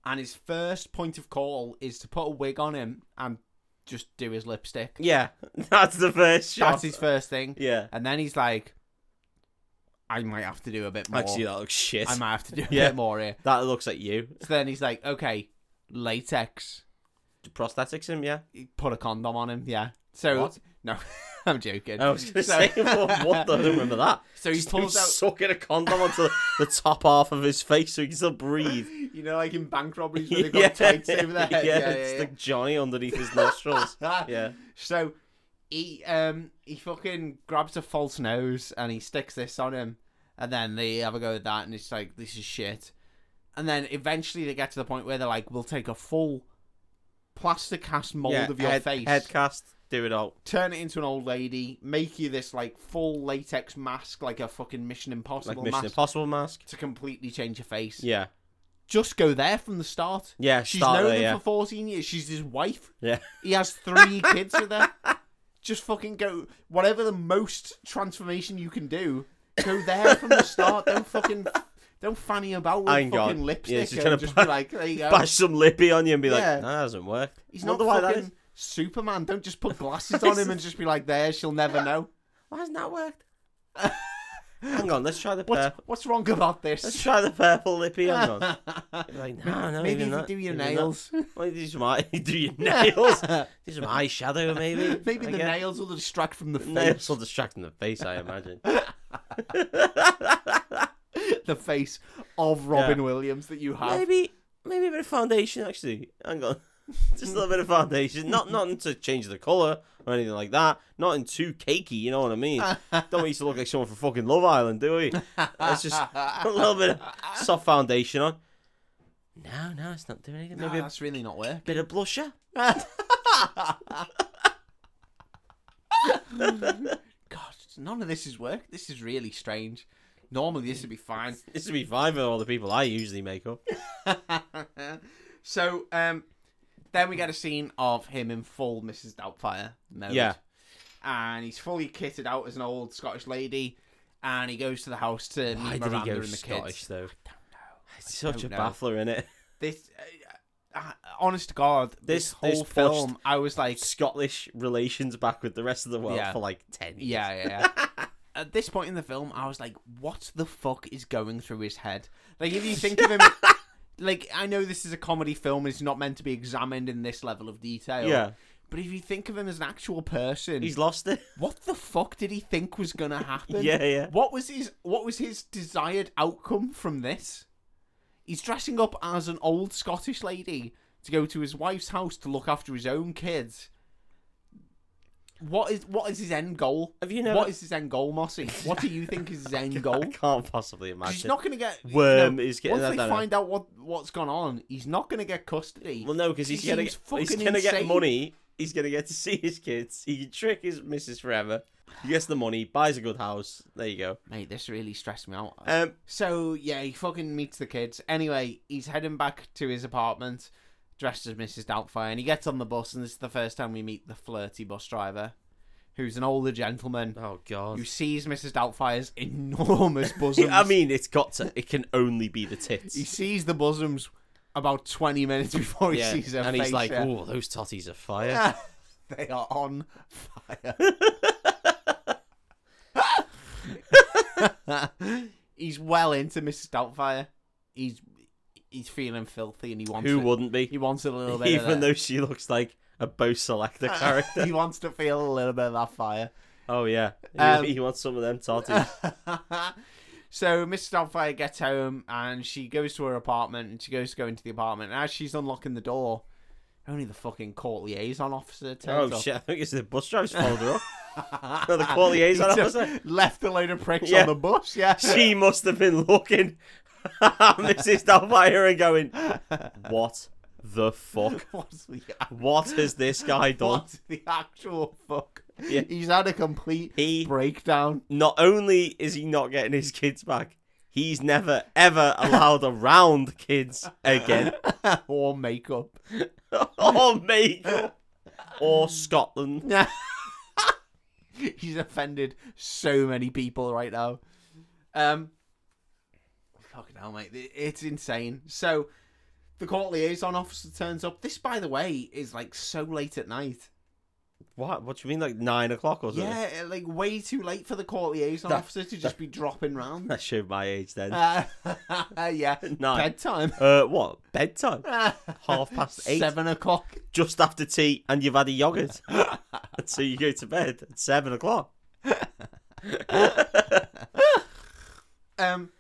Speaker 1: And his first point of call is to put a wig on him and just do his lipstick.
Speaker 2: Yeah, that's the first shot.
Speaker 1: That's his first thing.
Speaker 2: yeah,
Speaker 1: And then he's like, I might have to do a bit more.
Speaker 2: actually, that looks shit.
Speaker 1: I might have to do a
Speaker 2: Yeah.
Speaker 1: bit more here.
Speaker 2: That looks like you.
Speaker 1: So then he's like, okay, latex.
Speaker 2: Prosthetics him, yeah.
Speaker 1: Put a condom on him, yeah. So
Speaker 2: What?
Speaker 1: no, I'm joking.
Speaker 2: I was gonna
Speaker 1: So-
Speaker 2: say what, what the- I don't remember that.
Speaker 1: So he
Speaker 2: Just him
Speaker 1: pulls out-
Speaker 2: sucking a condom onto the top half of his face so he can still breathe.
Speaker 1: You know, like in bank robberies where they've got tights over their head. Yeah,
Speaker 2: yeah,
Speaker 1: yeah,
Speaker 2: it's
Speaker 1: yeah.
Speaker 2: like Johnny underneath his nostrils.
Speaker 1: Ah.
Speaker 2: yeah,
Speaker 1: So he um he fucking grabs a false nose and he sticks this on him, and then they have a go at that, and it's like this is shit. And then eventually they get to the point where they're like, we'll take a full plaster cast mold
Speaker 2: yeah.
Speaker 1: of your
Speaker 2: head,
Speaker 1: face,
Speaker 2: head cast, do it all.
Speaker 1: turn it into an old lady, make you this like full latex mask, like a fucking Mission Impossible
Speaker 2: Like Mission
Speaker 1: mask.
Speaker 2: Impossible mask.
Speaker 1: to completely change your face.
Speaker 2: Yeah,
Speaker 1: Just go there from the start.
Speaker 2: yeah.
Speaker 1: She's
Speaker 2: start
Speaker 1: known
Speaker 2: there,
Speaker 1: him
Speaker 2: yeah.
Speaker 1: for 14 years. She's his wife.
Speaker 2: yeah.
Speaker 1: He has three kids with her. Just fucking go. Whatever the most transformation you can do, go there from the start. Don't fucking. Don't fanny about with
Speaker 2: Hang
Speaker 1: fucking
Speaker 2: on.
Speaker 1: lipstick
Speaker 2: Yeah, she's
Speaker 1: and
Speaker 2: gonna
Speaker 1: just
Speaker 2: bash-
Speaker 1: be like, there you go.
Speaker 2: bash some lippy on you and be like,
Speaker 1: Yeah.
Speaker 2: "No, that hasn't worked.
Speaker 1: He's not
Speaker 2: Wonder why that
Speaker 1: fucking
Speaker 2: is.
Speaker 1: Superman. Don't just put glasses on him and just be like, there, she'll never know.
Speaker 2: Why hasn't that worked? Hang on, let's try the
Speaker 1: What's,
Speaker 2: purple.
Speaker 1: what's wrong about
Speaker 2: Let's
Speaker 1: this?
Speaker 2: try the purple lippy. Hang on. Like, no, no,
Speaker 1: Maybe
Speaker 2: even
Speaker 1: if you do
Speaker 2: that-
Speaker 1: your
Speaker 2: even that.
Speaker 1: nails.
Speaker 2: Well, do some eye, do your nails. do some eyeshadow, maybe.
Speaker 1: Maybe
Speaker 2: I
Speaker 1: the
Speaker 2: guess.
Speaker 1: nails will distract from the face.
Speaker 2: Nails will distract in the face, I imagine.
Speaker 1: the face of Robin Williams that you have.
Speaker 2: maybe, maybe a bit of foundation. Actually, hang on, just a little bit of foundation. Not, not to change the color or anything like that. Not in too cakey. You know what I mean? Don't want you to look like someone from fucking Love Island, do we? Let's just a little bit of soft foundation on. No, no, it's not doing anything.
Speaker 1: Maybe
Speaker 2: Maybe a
Speaker 1: that's really not work.
Speaker 2: bit of blusher.
Speaker 1: God, none of this is work. This is really strange. Normally, this would be fine.
Speaker 2: This would be fine for all the people I usually make up.
Speaker 1: so, um, then we get a scene of him in full Mrs. Doubtfire mode.
Speaker 2: Yeah.
Speaker 1: and he's fully kitted out as an old Scottish lady, and he goes to the house to
Speaker 2: Why
Speaker 1: meet
Speaker 2: did he
Speaker 1: Miranda
Speaker 2: go
Speaker 1: and the
Speaker 2: Scottish
Speaker 1: kids.
Speaker 2: though?
Speaker 1: I don't know.
Speaker 2: It's such a
Speaker 1: don't know.
Speaker 2: baffler, in it?
Speaker 1: This, uh, uh, honest to God, this,
Speaker 2: This- this
Speaker 1: whole
Speaker 2: pushed-
Speaker 1: film, I was like,
Speaker 2: Scottish relations back with the rest of the world
Speaker 1: Yeah.
Speaker 2: for like ten years.
Speaker 1: yeah, yeah. yeah. At this point in the film, I was like, what the fuck is going through his head? Like, if you think of him. Like I know this is a comedy film; it's not meant to be examined in this level of detail.
Speaker 2: yeah.
Speaker 1: But if you think of him as an actual person,
Speaker 2: He's lost it.
Speaker 1: what the fuck did he think was gonna happen?
Speaker 2: Yeah, yeah.
Speaker 1: What was his what was his desired outcome from this? He's dressing up as an old Scottish lady to go to his wife's house to look after his own kids. What is what is his end goal?
Speaker 2: Have you never-
Speaker 1: What is his end goal, Mossy? What do you think is his end
Speaker 2: I
Speaker 1: goal?
Speaker 2: can't possibly imagine.
Speaker 1: He's not gonna get
Speaker 2: Worm
Speaker 1: no,
Speaker 2: is getting- I
Speaker 1: Once they
Speaker 2: don't know.
Speaker 1: find out what what's gone on, he's not gonna get custody.
Speaker 2: Well, no, because
Speaker 1: He
Speaker 2: he's gonna
Speaker 1: seems
Speaker 2: get, he's
Speaker 1: fucking
Speaker 2: gonna get
Speaker 1: insane.
Speaker 2: money. He's gonna get to see his kids. He can trick his missus forever. He gets the money, buys a good house. There you go.
Speaker 1: Mate, this really stressed me out.
Speaker 2: Um,
Speaker 1: So yeah, he fucking meets the kids. Anyway, he's heading back to his apartment, dressed as Mrs. Doubtfire, and he gets on the bus. And this is the first time we meet the flirty bus driver, who's an older gentleman
Speaker 2: oh god.
Speaker 1: who sees Mrs. Doubtfire's enormous bosoms.
Speaker 2: I mean, it's got to. It can only be the
Speaker 1: he
Speaker 2: tits.
Speaker 1: sees the bosoms about twenty minutes before he
Speaker 2: Yeah,
Speaker 1: sees her
Speaker 2: and he's
Speaker 1: face,
Speaker 2: like,
Speaker 1: yeah.
Speaker 2: "Oh, those totties are fire."
Speaker 1: they are on fire. he's well into Mrs. Doubtfire. He's he's feeling filthy and he wants
Speaker 2: Who
Speaker 1: it.
Speaker 2: wouldn't be?
Speaker 1: He wants it a little bit. of
Speaker 2: Even
Speaker 1: that.
Speaker 2: though she looks like a Bo Selector character.
Speaker 1: he wants to feel a little bit of that fire.
Speaker 2: oh yeah, he,
Speaker 1: Um,
Speaker 2: he wants some of them totties.
Speaker 1: so Mrs. Doubtfire gets home and she goes to her apartment and she goes to go into the apartment. And as she's unlocking the door, only the fucking court liaison officer
Speaker 2: oh
Speaker 1: turns up.
Speaker 2: shit! I think it's the bus driver's followed her up. No, the court liaison
Speaker 1: He just
Speaker 2: officer.
Speaker 1: Left a load of pricks
Speaker 2: Yeah.
Speaker 1: on the bus, yeah.
Speaker 2: She must have been looking at Mrs. Doubtfire and going, "What the fuck?
Speaker 1: What's the,
Speaker 2: What has this guy done?"
Speaker 1: what's the actual fuck?
Speaker 2: Yeah.
Speaker 1: He's had a complete
Speaker 2: He
Speaker 1: breakdown.
Speaker 2: not only is he not getting his kids back, he's never ever allowed around kids again,
Speaker 1: or makeup.
Speaker 2: or makeup, or Scotland.
Speaker 1: He's offended so many people right now. Um, fucking hell, mate, it- it's insane. So, the court liaison officer turns up. This, by the way, is like so late at night.
Speaker 2: What? What do you mean, like nine o'clock or something?
Speaker 1: Yeah, like way too late for the court liaison
Speaker 2: That-
Speaker 1: officer to just be dropping round.
Speaker 2: That showed my age then.
Speaker 1: Uh, yeah,
Speaker 2: Nine.
Speaker 1: bedtime.
Speaker 2: uh, what? Bedtime? Half past eight.
Speaker 1: Seven o'clock.
Speaker 2: Just after tea, and you've had a yogurt. so you go to bed at seven o'clock.
Speaker 1: Um,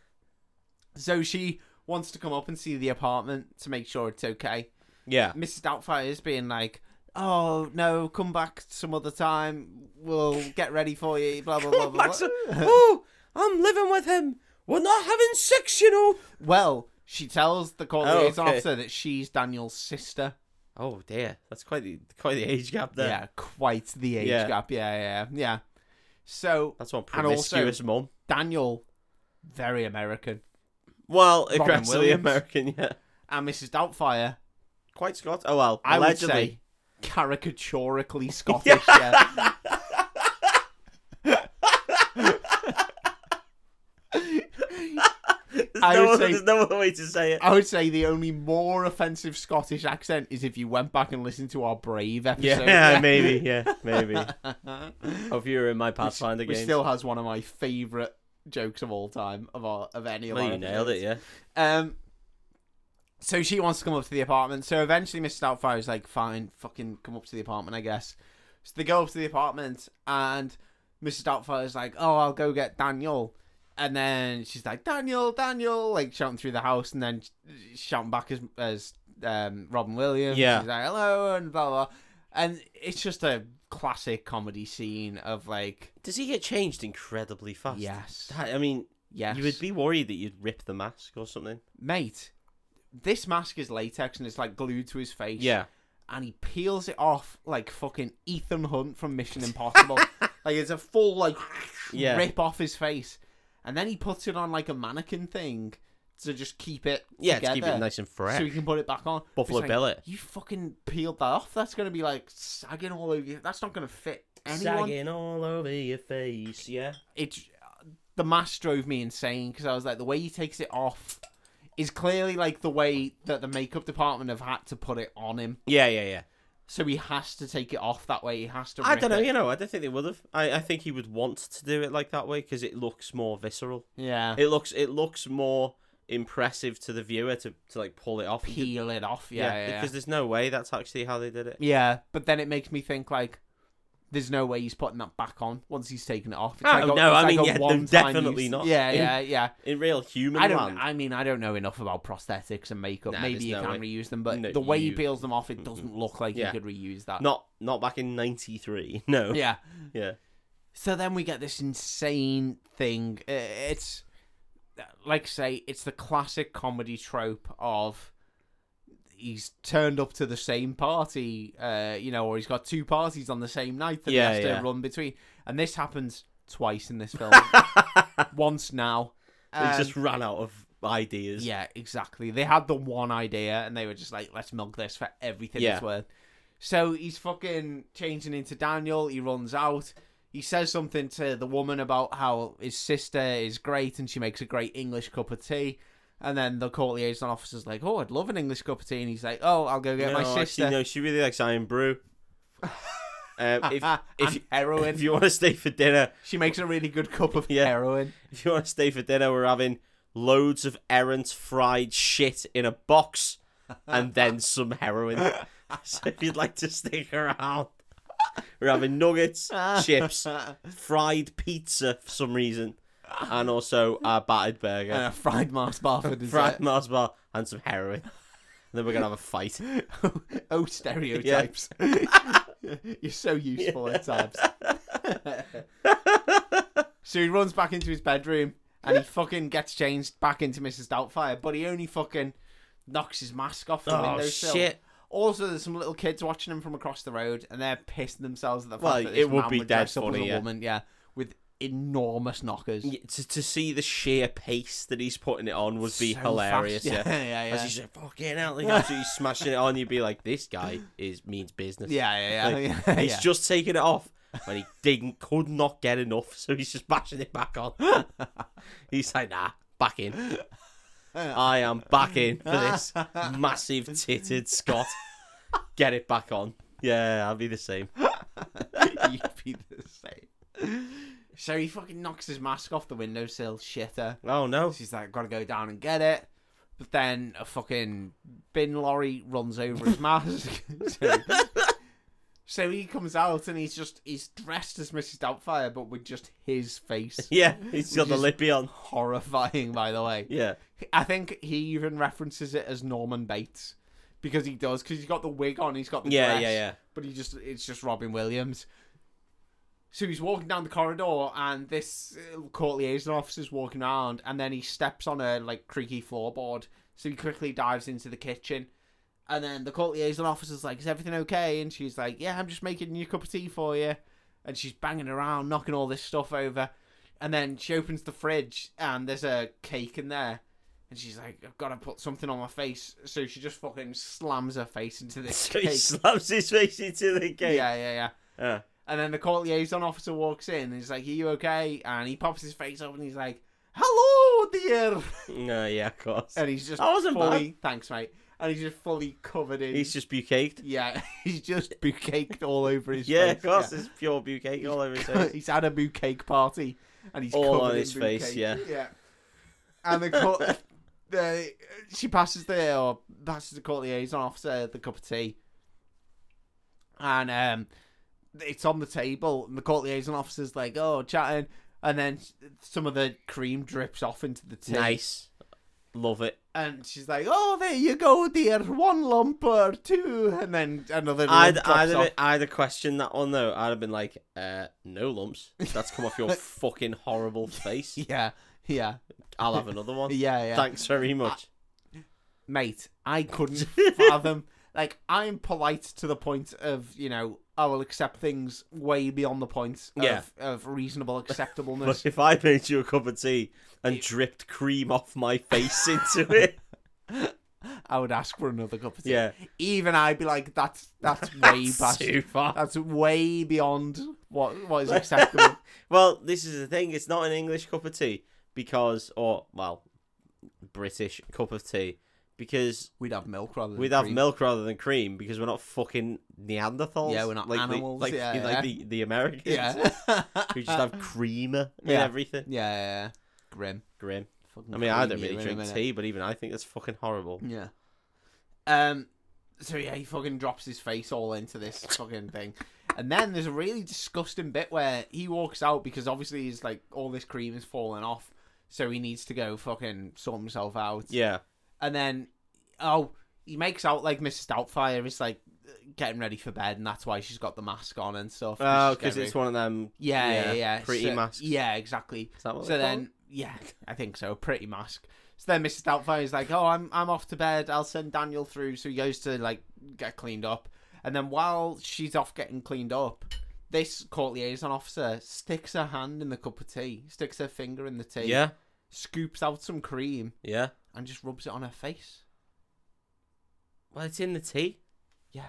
Speaker 1: so she wants to come up and see the apartment to make sure it's okay.
Speaker 2: Yeah.
Speaker 1: Mrs. Doubtfire is being like, "Oh no, come back some other time. We'll get ready for you." Blah blah blah blah.
Speaker 2: Max-
Speaker 1: blah.
Speaker 2: oh, I'm living with him. We're not having sex, you know.
Speaker 1: Well, she tells the court
Speaker 2: Oh,
Speaker 1: liaison
Speaker 2: okay.
Speaker 1: officer that she's Daniel's sister.
Speaker 2: Oh dear, that's quite the quite the age gap there.
Speaker 1: Yeah, quite the age
Speaker 2: Yeah.
Speaker 1: gap. Yeah, yeah, yeah. So
Speaker 2: That's one
Speaker 1: And also-
Speaker 2: promiscuous mum.
Speaker 1: Daniel, very American,
Speaker 2: Well,
Speaker 1: Robin
Speaker 2: aggressively
Speaker 1: Williams.
Speaker 2: American, yeah.
Speaker 1: and Mrs. Doubtfire,
Speaker 2: Quite Scott. Oh well,
Speaker 1: I
Speaker 2: allegedly.
Speaker 1: would say, caricaturically Scottish. yeah.
Speaker 2: there's,
Speaker 1: I
Speaker 2: no
Speaker 1: would
Speaker 2: other,
Speaker 1: say-
Speaker 2: there's no other way to say it.
Speaker 1: I would say the only more offensive Scottish accent is if you went back and listened to our Brave
Speaker 2: yeah,
Speaker 1: episode.
Speaker 2: maybe, yeah, maybe. Oh, if you were in my Pathfinder
Speaker 1: Which
Speaker 2: game,
Speaker 1: still has one of my favourite jokes of all time of our of any of
Speaker 2: well,
Speaker 1: our
Speaker 2: you nailed it, yeah.
Speaker 1: yeah. Um so she wants to come up to the apartment. So eventually Mrs. Doubtfire is like, fine, fucking come up to the apartment, I guess. So they go up to the apartment and Mrs. Doubtfire is like, Oh, I'll go get Daniel and then she's like, Daniel, Daniel, like shouting through the house and then sh- shouting back as as um, Robin Williams.
Speaker 2: Yeah.
Speaker 1: She's like, Hello and blah blah. And it's just a classic comedy scene of like
Speaker 2: Does he get changed incredibly fast?
Speaker 1: Yes.
Speaker 2: That- I mean,
Speaker 1: Yes.
Speaker 2: you would be worried that you'd rip the mask or something.
Speaker 1: Mate, this mask is latex and it's like glued to his face.
Speaker 2: Yeah.
Speaker 1: And he peels it off like fucking Ethan Hunt from Mission Impossible. like it's a full like
Speaker 2: Yeah.
Speaker 1: rip off his face. And then he puts it on like a mannequin thing to just keep it
Speaker 2: Yeah,
Speaker 1: together.
Speaker 2: to keep it nice and fresh.
Speaker 1: So he can put it back on.
Speaker 2: Buffalo
Speaker 1: It's like,
Speaker 2: billet.
Speaker 1: You fucking peeled that off. That's gonna be like sagging all over you. That's not gonna fit anyone
Speaker 2: Sagging all over your face, yeah.
Speaker 1: it's the mask drove me insane because I was like, the way he takes it off is clearly like the way that the makeup department have had to put it on him.
Speaker 2: Yeah, yeah, yeah.
Speaker 1: So he has to take it off that way. He has to.
Speaker 2: I
Speaker 1: rip
Speaker 2: don't know,
Speaker 1: It.
Speaker 2: you know, I don't think they would have. I, I think he would want to do it like that way because it looks more visceral.
Speaker 1: Yeah.
Speaker 2: It looks it looks more impressive to the viewer to, to like pull it off.
Speaker 1: Peel it off. Yeah. Yeah. Yeah.
Speaker 2: Because there's no way that's actually how they did it.
Speaker 1: Yeah, But then it makes me think like. There's no way he's putting that back on once he's taken it off. It's
Speaker 2: Oh,
Speaker 1: like a-
Speaker 2: no,
Speaker 1: it's
Speaker 2: I
Speaker 1: like
Speaker 2: mean,
Speaker 1: a
Speaker 2: yeah, no,
Speaker 1: one-time
Speaker 2: definitely
Speaker 1: use.
Speaker 2: not.
Speaker 1: Yeah,
Speaker 2: In-
Speaker 1: yeah, yeah.
Speaker 2: In real human
Speaker 1: I don't.
Speaker 2: land.
Speaker 1: I mean, I don't know enough about prosthetics and makeup.
Speaker 2: Nah,
Speaker 1: Maybe
Speaker 2: there's
Speaker 1: you
Speaker 2: no
Speaker 1: can
Speaker 2: way.
Speaker 1: reuse them, but
Speaker 2: No,
Speaker 1: the way he
Speaker 2: you-
Speaker 1: peels them off, it doesn't look like he
Speaker 2: Yeah.
Speaker 1: could reuse that.
Speaker 2: Not not back in '93. No.
Speaker 1: Yeah.
Speaker 2: Yeah.
Speaker 1: So then we get this insane thing. Uh, It's like I say, it's the classic comedy trope of he's turned up to the same party, uh, you know, or he's got two parties on the same night that
Speaker 2: Yeah,
Speaker 1: he has
Speaker 2: yeah.
Speaker 1: to run between. And this happens twice in this film. Once now.
Speaker 2: They
Speaker 1: And-
Speaker 2: just ran out of ideas.
Speaker 1: yeah, exactly. They had the one idea and they were just like, let's milk this for everything
Speaker 2: Yeah.
Speaker 1: it's worth. So he's fucking changing into Daniel. He runs out. He says something to the woman about how his sister is great and she makes a great English cup of tea. And then the court liaison officer's like, oh, I'd love an English cup of tea. And he's like, oh, I'll go get
Speaker 2: no,
Speaker 1: my
Speaker 2: actually,
Speaker 1: sister.
Speaker 2: no, she really likes iron brew. um, if if
Speaker 1: Ah, and
Speaker 2: you,
Speaker 1: heroin.
Speaker 2: if you want to stay for dinner,
Speaker 1: she makes a really good cup of
Speaker 2: Yeah.
Speaker 1: heroin.
Speaker 2: if you want to stay for dinner, we're having loads of errant fried shit in a box, and then some heroin. so if you'd like to stick around, we're having nuggets, chips, fried pizza for some reason, and also a battered burger.
Speaker 1: And a fried Mars bar for
Speaker 2: fried
Speaker 1: dessert.
Speaker 2: Mars bar and some heroin. And then we're gonna have a fight.
Speaker 1: oh, stereotypes. You're so useful at times. so he runs back into his bedroom and he fucking gets changed back into Mrs. Doubtfire, but he only fucking knocks his mask off the
Speaker 2: Oh
Speaker 1: windowsill.
Speaker 2: shit!
Speaker 1: Also, there's some little kids watching him from across the road, and they're pissing themselves at the fact
Speaker 2: Well,
Speaker 1: that
Speaker 2: it
Speaker 1: this
Speaker 2: would
Speaker 1: man
Speaker 2: be
Speaker 1: would
Speaker 2: dead
Speaker 1: dress up as
Speaker 2: funny,
Speaker 1: a
Speaker 2: yeah.
Speaker 1: woman, yeah, with enormous knockers.
Speaker 2: Yeah, to, to see the sheer pace that he's putting it on would be
Speaker 1: So
Speaker 2: hilarious.
Speaker 1: fast.
Speaker 2: Yeah.
Speaker 1: yeah, yeah, yeah.
Speaker 2: As he's like, fucking out, like absolutely smashing it on, you'd be like, this guy is means business.
Speaker 1: yeah, yeah, yeah,
Speaker 2: Like,
Speaker 1: yeah,
Speaker 2: he's
Speaker 1: yeah.
Speaker 2: just taking it off, and he didn't could not get enough, so he's just bashing it back on. he's like, nah, back in. I am back in for this massive titted Scott. Get it back on. Yeah, I'll be the same.
Speaker 1: You'd be the same. So he fucking knocks his mask off the windowsill, shitter.
Speaker 2: Oh no.
Speaker 1: She's like, gotta go down and get it. But then a fucking bin lorry runs over his mask. so, so he comes out and he's just, he's dressed as Mrs. Doubtfire, but with just his face.
Speaker 2: Yeah, he's got
Speaker 1: Which
Speaker 2: the
Speaker 1: is-
Speaker 2: lippy on.
Speaker 1: Horrifying, by the way.
Speaker 2: Yeah.
Speaker 1: I think he even references it as Norman Bates. Because he does, because he's got the wig on, he's got the
Speaker 2: Yeah,
Speaker 1: dress
Speaker 2: yeah, yeah.
Speaker 1: but he just it's just Robin Williams. So he's walking down the corridor, and this uh, court liaison officer's walking around, and then he steps on a like creaky floorboard. So he quickly dives into the kitchen, and then the court liaison officer's like, "Is everything okay?" And she's like, "Yeah, I'm just making a new cup of tea for you." And she's banging around, knocking all this stuff over, and then she opens the fridge, and there's a cake in there. And she's like, I've got to put something on my face. So she just fucking slams her face into this
Speaker 2: So he
Speaker 1: cake.
Speaker 2: slaps his face into the cake.
Speaker 1: Yeah, yeah, yeah.
Speaker 2: Uh,
Speaker 1: And then the court liaison officer walks in and he's like, Are you okay? And he pops his face up and he's like, Hello, dear.
Speaker 2: no, yeah, of course.
Speaker 1: And he's just
Speaker 2: That wasn't
Speaker 1: fully, thanks, mate. And he's just fully covered in.
Speaker 2: He's just bucaked.
Speaker 1: yeah, he's just bouquet all over his face.
Speaker 2: Yeah, of course.
Speaker 1: yeah.
Speaker 2: It's pure bucake all over his face.
Speaker 1: he's had a bouquet party and he's
Speaker 2: All
Speaker 1: covered
Speaker 2: on
Speaker 1: in
Speaker 2: his face,
Speaker 1: bouquet.
Speaker 2: yeah.
Speaker 1: Yeah. And the court. the, she passes the or passes the court liaison officer the cup of tea, and um, it's on the table. And the court liaison officer's like, "Oh, chatting," and then some of the cream drips off into the tea.
Speaker 2: Nice. Love it.
Speaker 1: And she's like, "Oh, there you go, dear. One lump or two, and then another lump
Speaker 2: I'd,
Speaker 1: drops
Speaker 2: I'd, have
Speaker 1: off."
Speaker 2: been- I'd have questioned that one though. I'd have been like, uh, no lumps. That's come off your fucking horrible face.
Speaker 1: Yeah, yeah,
Speaker 2: I'll have another one.
Speaker 1: yeah, yeah.
Speaker 2: Thanks very much.
Speaker 1: mate, I couldn't fathom. Like, I'm polite to the point of, you know, I will accept things way beyond the point of,
Speaker 2: Yeah.
Speaker 1: of reasonable
Speaker 2: But
Speaker 1: acceptableness.
Speaker 2: if I made you a cup of tea and dripped cream off my face into it,
Speaker 1: I would ask for another cup of tea.
Speaker 2: Yeah.
Speaker 1: Even I'd be like, that's that's way past.
Speaker 2: too far.
Speaker 1: That's way beyond what what is acceptable.
Speaker 2: Well, this is the thing. It's not an English cup of tea because, or well, British cup of tea because
Speaker 1: We'd have milk rather. Than
Speaker 2: we'd have
Speaker 1: cream.
Speaker 2: milk rather than cream because we're not fucking Neanderthals.
Speaker 1: Yeah, we're not
Speaker 2: like
Speaker 1: animals,
Speaker 2: The, like,
Speaker 1: yeah,
Speaker 2: like
Speaker 1: yeah.
Speaker 2: the the Americans.
Speaker 1: Yeah. yeah.
Speaker 2: who just have creamer in
Speaker 1: Yeah.
Speaker 2: everything.
Speaker 1: Yeah. Grim.
Speaker 2: Grim.
Speaker 1: Fucking
Speaker 2: I mean, I don't
Speaker 1: creamy
Speaker 2: really
Speaker 1: in a
Speaker 2: drink
Speaker 1: minute.
Speaker 2: tea, but even I think that's fucking horrible.
Speaker 1: Yeah. Um. So yeah, he fucking drops his face all into this fucking thing, and then there's a really disgusting bit where he walks out because obviously he's like all this cream is falling off, so he needs to go fucking sort himself out.
Speaker 2: Yeah.
Speaker 1: And then oh, he makes out like Mrs. Doubtfire is like getting ready for bed, and that's why she's got the mask on and stuff. and
Speaker 2: Oh,
Speaker 1: she's
Speaker 2: because
Speaker 1: getting
Speaker 2: it's
Speaker 1: ready-
Speaker 2: one of them.
Speaker 1: yeah, yeah,
Speaker 2: yeah,
Speaker 1: yeah,
Speaker 2: pretty
Speaker 1: so,
Speaker 2: masks.
Speaker 1: Yeah, exactly.
Speaker 2: Is that what
Speaker 1: So
Speaker 2: they're
Speaker 1: then, yeah, I think so. Pretty mask. So then, Mrs. Doubtfire is like, "Oh, I'm I'm off to bed. I'll send Daniel through." So he goes to like get cleaned up, and then while she's off getting cleaned up, this court liaison officer sticks her hand in the cup of tea, sticks her finger in the tea,
Speaker 2: called? Yeah.
Speaker 1: scoops out some cream,
Speaker 2: Yeah.
Speaker 1: and just rubs it on her face.
Speaker 2: Well, it's in the tea.
Speaker 1: Yeah.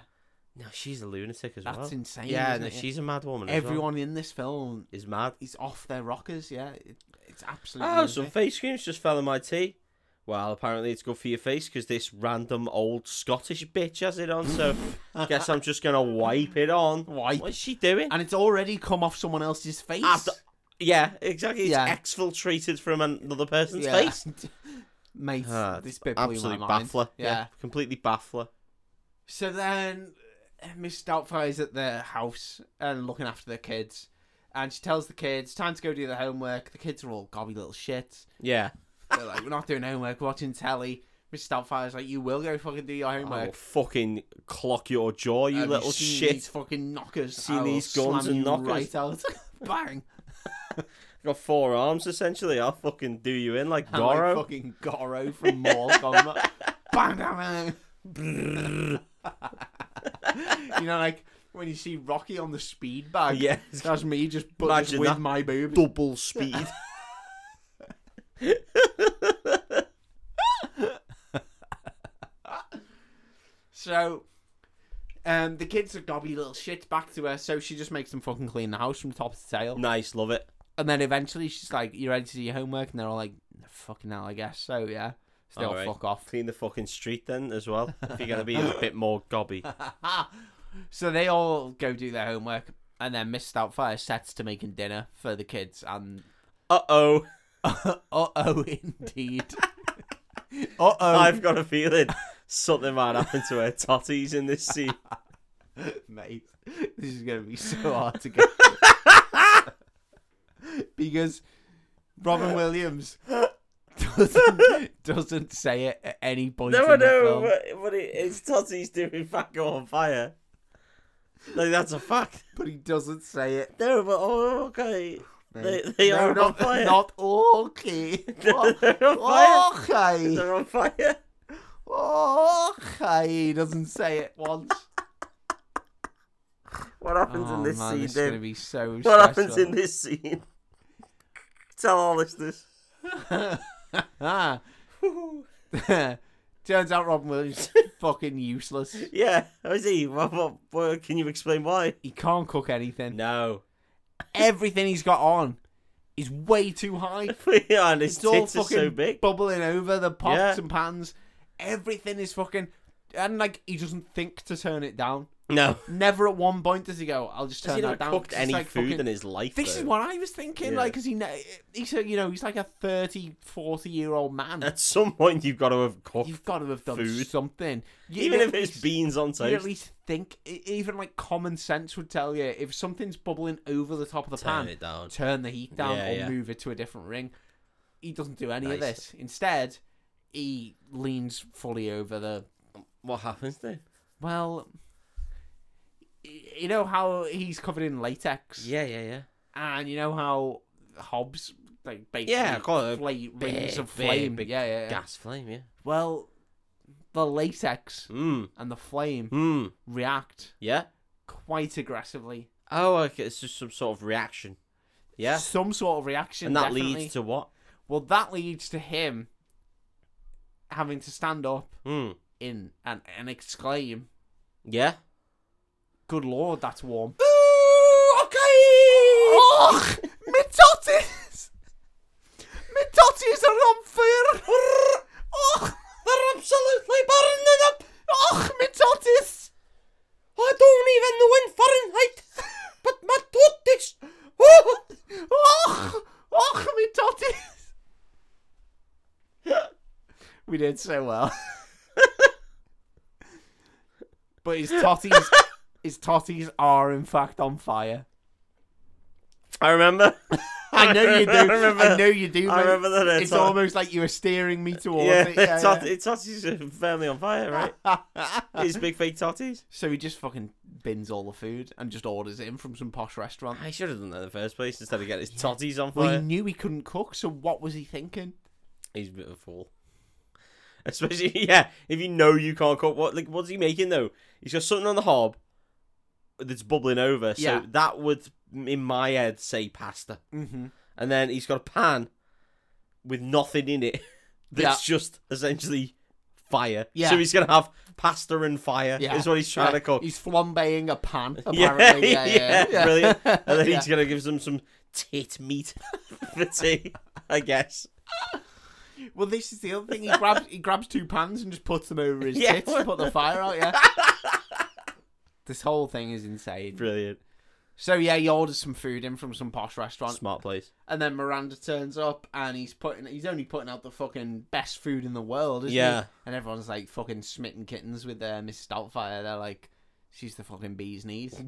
Speaker 2: No, she's a lunatic as
Speaker 1: That's
Speaker 2: well.
Speaker 1: insane.
Speaker 2: yeah,
Speaker 1: isn't
Speaker 2: no,
Speaker 1: it?
Speaker 2: she's a mad woman. as well.
Speaker 1: Everyone in this film
Speaker 2: is mad.
Speaker 1: is off their rockers. Yeah, it, it's absolutely.
Speaker 2: Oh, some
Speaker 1: insane.
Speaker 2: face creams just fell in my tea. Well, apparently it's good for your face because this random old Scottish bitch has it on. So, guess I'm just gonna wipe it on.
Speaker 1: Wipe.
Speaker 2: What's she doing?
Speaker 1: and it's already come off someone else's face.
Speaker 2: After- yeah, exactly. It's
Speaker 1: Yeah.
Speaker 2: exfiltrated from another person's
Speaker 1: Yeah.
Speaker 2: face.
Speaker 1: Mate,
Speaker 2: Ah,
Speaker 1: this bit blew my
Speaker 2: Absolute
Speaker 1: mind.
Speaker 2: baffler. Yeah.
Speaker 1: Yeah.
Speaker 2: completely baffler.
Speaker 1: So then uh, Miss Doubtfire is at the house and looking after the kids. And she tells the kids, time to go do their homework. The kids are all gobby little shit.
Speaker 2: Yeah.
Speaker 1: They're like, we're not doing homework, we're watching telly. Miss Doubtfire's like, you will go fucking do your
Speaker 2: I will
Speaker 1: homework.
Speaker 2: fucking clock your jaw, Oh, you
Speaker 1: Oh Have
Speaker 2: little
Speaker 1: seen
Speaker 2: shit.
Speaker 1: These fucking knockers.
Speaker 2: Seen
Speaker 1: I will
Speaker 2: these guns
Speaker 1: slam
Speaker 2: and
Speaker 1: you
Speaker 2: knockers?"
Speaker 1: Right out. Bang.
Speaker 2: got four arms essentially. I'll fucking do you in like
Speaker 1: I'm
Speaker 2: Goro.
Speaker 1: Like fucking Goro from Mall Combat. Bang, bang, bang. you know, like when you see Rocky on the speed bag.
Speaker 2: Yeah.
Speaker 1: That's me just, but just
Speaker 2: Imagine
Speaker 1: with
Speaker 2: that.
Speaker 1: my boobs.
Speaker 2: Double speed.
Speaker 1: So, um, the kids are gobby little shit back to her, so she just makes them fucking clean the house from top to tail.
Speaker 2: nice, love it.
Speaker 1: And then eventually she's like, You ready to do your homework? And they're all like, Fucking hell, I guess. So, yeah. So they all
Speaker 2: Alright.
Speaker 1: fuck off.
Speaker 2: Clean the fucking street then as well. If you're gonna be a bit more gobby.
Speaker 1: so they all go do their homework, and then Miss Stoutfire sets to making dinner for the kids. And
Speaker 2: Uh oh.
Speaker 1: uh oh, indeed. uh oh,
Speaker 2: I've got a feeling something might happen to her totties in this scene.
Speaker 1: mate, this is gonna be so hard to get because Robin Williams doesn't doesn't say it at any point.
Speaker 2: No,
Speaker 1: in the
Speaker 2: no,
Speaker 1: film.
Speaker 2: but, but it, it's totties doing fat go on fire. Like that's a fact.
Speaker 1: but he doesn't say it.
Speaker 2: No, but oh, okay. They,
Speaker 1: mate.
Speaker 2: they
Speaker 1: No,
Speaker 2: are on
Speaker 1: not,
Speaker 2: fire.
Speaker 1: not okay.
Speaker 2: They're on fire.
Speaker 1: okay.
Speaker 2: They're on fire.
Speaker 1: Okay, he doesn't say it once.
Speaker 2: What happens in this scene,
Speaker 1: Oh, this is gonna
Speaker 2: Dave?
Speaker 1: be so
Speaker 2: What happens in this scene? Tell our listeners.
Speaker 1: this? Turns out Robin Williams is fucking useless.
Speaker 2: Yeah, I see. What, what, what, can you explain why?
Speaker 1: He can't cook anything.
Speaker 2: No.
Speaker 1: Everything he's got on is way too high.
Speaker 2: and his
Speaker 1: It's all
Speaker 2: tits are
Speaker 1: fucking
Speaker 2: so big.
Speaker 1: bubbling over the pots
Speaker 2: Yeah.
Speaker 1: and pans. Everything is fucking, and like he doesn't think to turn it down.
Speaker 2: No.
Speaker 1: Never at one point does he go, "I'll just turn
Speaker 2: Has he
Speaker 1: that
Speaker 2: not
Speaker 1: down."
Speaker 2: cooked
Speaker 1: 'cause it's
Speaker 2: any
Speaker 1: like
Speaker 2: food
Speaker 1: fucking-
Speaker 2: in his life?
Speaker 1: This is
Speaker 2: though?
Speaker 1: what I was thinking,
Speaker 2: Yeah.
Speaker 1: like 'cause like, because he, he's a, you know, he's like a 30, 40 year old man.
Speaker 2: At some point, you've got to have cooked.
Speaker 1: You've got to have done
Speaker 2: Food.
Speaker 1: something. You-
Speaker 2: Even
Speaker 1: you
Speaker 2: if
Speaker 1: at
Speaker 2: it's
Speaker 1: least-
Speaker 2: beans on
Speaker 1: you at
Speaker 2: toast.
Speaker 1: least think, e- even like common sense would tell you if something's bubbling over the top of the pan,
Speaker 2: down.
Speaker 1: turn the heat down
Speaker 2: Yeah,
Speaker 1: or
Speaker 2: yeah.
Speaker 1: move it to a different ring. He doesn't do any of
Speaker 2: Nice.
Speaker 1: this. Instead, he leans fully over the.
Speaker 2: What happens then?
Speaker 1: Well, y- you know how he's covered in latex,
Speaker 2: Yeah, yeah, yeah.
Speaker 1: and you know how Hobbs like basically
Speaker 2: Yeah, got a
Speaker 1: fla- rings
Speaker 2: big,
Speaker 1: of
Speaker 2: big,
Speaker 1: flame.
Speaker 2: big
Speaker 1: yeah, yeah, yeah.
Speaker 2: gas flame, yeah.
Speaker 1: Well, the latex
Speaker 2: Hmm.
Speaker 1: and the flame
Speaker 2: Hmm.
Speaker 1: react
Speaker 2: Yeah.
Speaker 1: quite aggressively.
Speaker 2: Oh, okay. It's just some sort of reaction. Yeah.
Speaker 1: Some sort of reaction.
Speaker 2: And that
Speaker 1: definitely.
Speaker 2: leads to what?
Speaker 1: Well, that leads to him having to stand up
Speaker 2: Hmm.
Speaker 1: in and, and exclaim,
Speaker 2: Yeah.
Speaker 1: Good lord, that's warm. Oh.
Speaker 2: Ooh, okay.
Speaker 1: Och, my totties! My totties are on fire! Och,
Speaker 2: Oh, They're absolutely burning up. Oh,
Speaker 1: och, my totties!
Speaker 2: I don't even know in Fahrenheit, but my tooties. Oh.
Speaker 1: Och, och, my totties! We did so well. but his totties, his totties are in fact on fire.
Speaker 2: I remember.
Speaker 1: I know you do.
Speaker 2: I
Speaker 1: I,
Speaker 2: remember-
Speaker 1: know you do.
Speaker 2: I
Speaker 1: mate.
Speaker 2: remember that it's
Speaker 1: It's
Speaker 2: on-
Speaker 1: almost like you were steering me towards
Speaker 2: yeah,
Speaker 1: it. Yeah,
Speaker 2: tot-
Speaker 1: yeah.
Speaker 2: it's Totties are firmly on fire, right? His big fake Totties.
Speaker 1: so he just fucking bins all the food and just orders it in from some posh restaurant.
Speaker 2: I should have done that in the first place instead of getting his Totties on
Speaker 1: Well, he
Speaker 2: fire.
Speaker 1: knew he couldn't cook, so what was he thinking?
Speaker 2: He's a bit of a fool. Especially, yeah, if you know you can't cook, what like what's he making though? He's got something on the hob that's bubbling over. So
Speaker 1: Yeah.
Speaker 2: that would, in my head, say pasta.
Speaker 1: Mm-hmm.
Speaker 2: And then he's got a pan with nothing in it that's just essentially fire.
Speaker 1: Yeah.
Speaker 2: So he's gonna have pasta and fire.
Speaker 1: Yeah,
Speaker 2: Is what he's trying
Speaker 1: yeah.
Speaker 2: to cook.
Speaker 1: He's flambeing a pan. Apparently, yeah, yeah, yeah,
Speaker 2: brilliant. And then
Speaker 1: Yeah.
Speaker 2: he's gonna give them some tit meat for tea, I guess.
Speaker 1: Well, this is the other thing. He grabs he grabs two pans and just puts them over his
Speaker 2: Yeah.
Speaker 1: tits to put the fire out. Yeah. this whole thing is insane.
Speaker 2: Brilliant,
Speaker 1: So yeah, he orders some food in from some posh restaurant,
Speaker 2: smart place.
Speaker 1: and then Miranda turns up, and he's putting he's only putting out the fucking best food in the world, isn't
Speaker 2: Yeah.
Speaker 1: he? And everyone's like fucking smitten kittens with uh, Miss Doubtfire. They're like, she's the fucking bee's knees.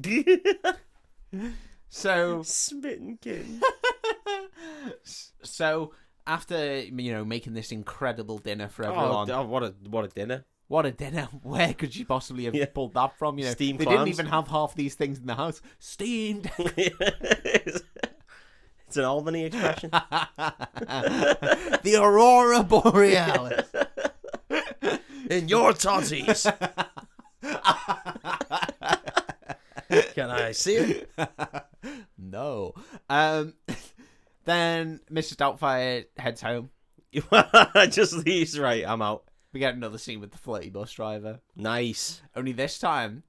Speaker 1: So
Speaker 2: Smitten kid.
Speaker 1: so after you know making this incredible dinner for
Speaker 2: Oh,
Speaker 1: everyone,
Speaker 2: d- oh, what a what a dinner.
Speaker 1: What a dinner! Where could you possibly have
Speaker 2: Yeah.
Speaker 1: pulled that from? You know,
Speaker 2: Steamed
Speaker 1: they
Speaker 2: clams.
Speaker 1: didn't even have half these things in the house. Steamed.
Speaker 2: it's an Albany expression.
Speaker 1: the aurora borealis.
Speaker 2: In your totties. Can I see it?
Speaker 1: no. Um. Then Mrs. Doubtfire heads home.
Speaker 2: Just leaves right. I'm out.
Speaker 1: We get another scene with the flirty bus driver.
Speaker 2: Nice.
Speaker 1: Only this time,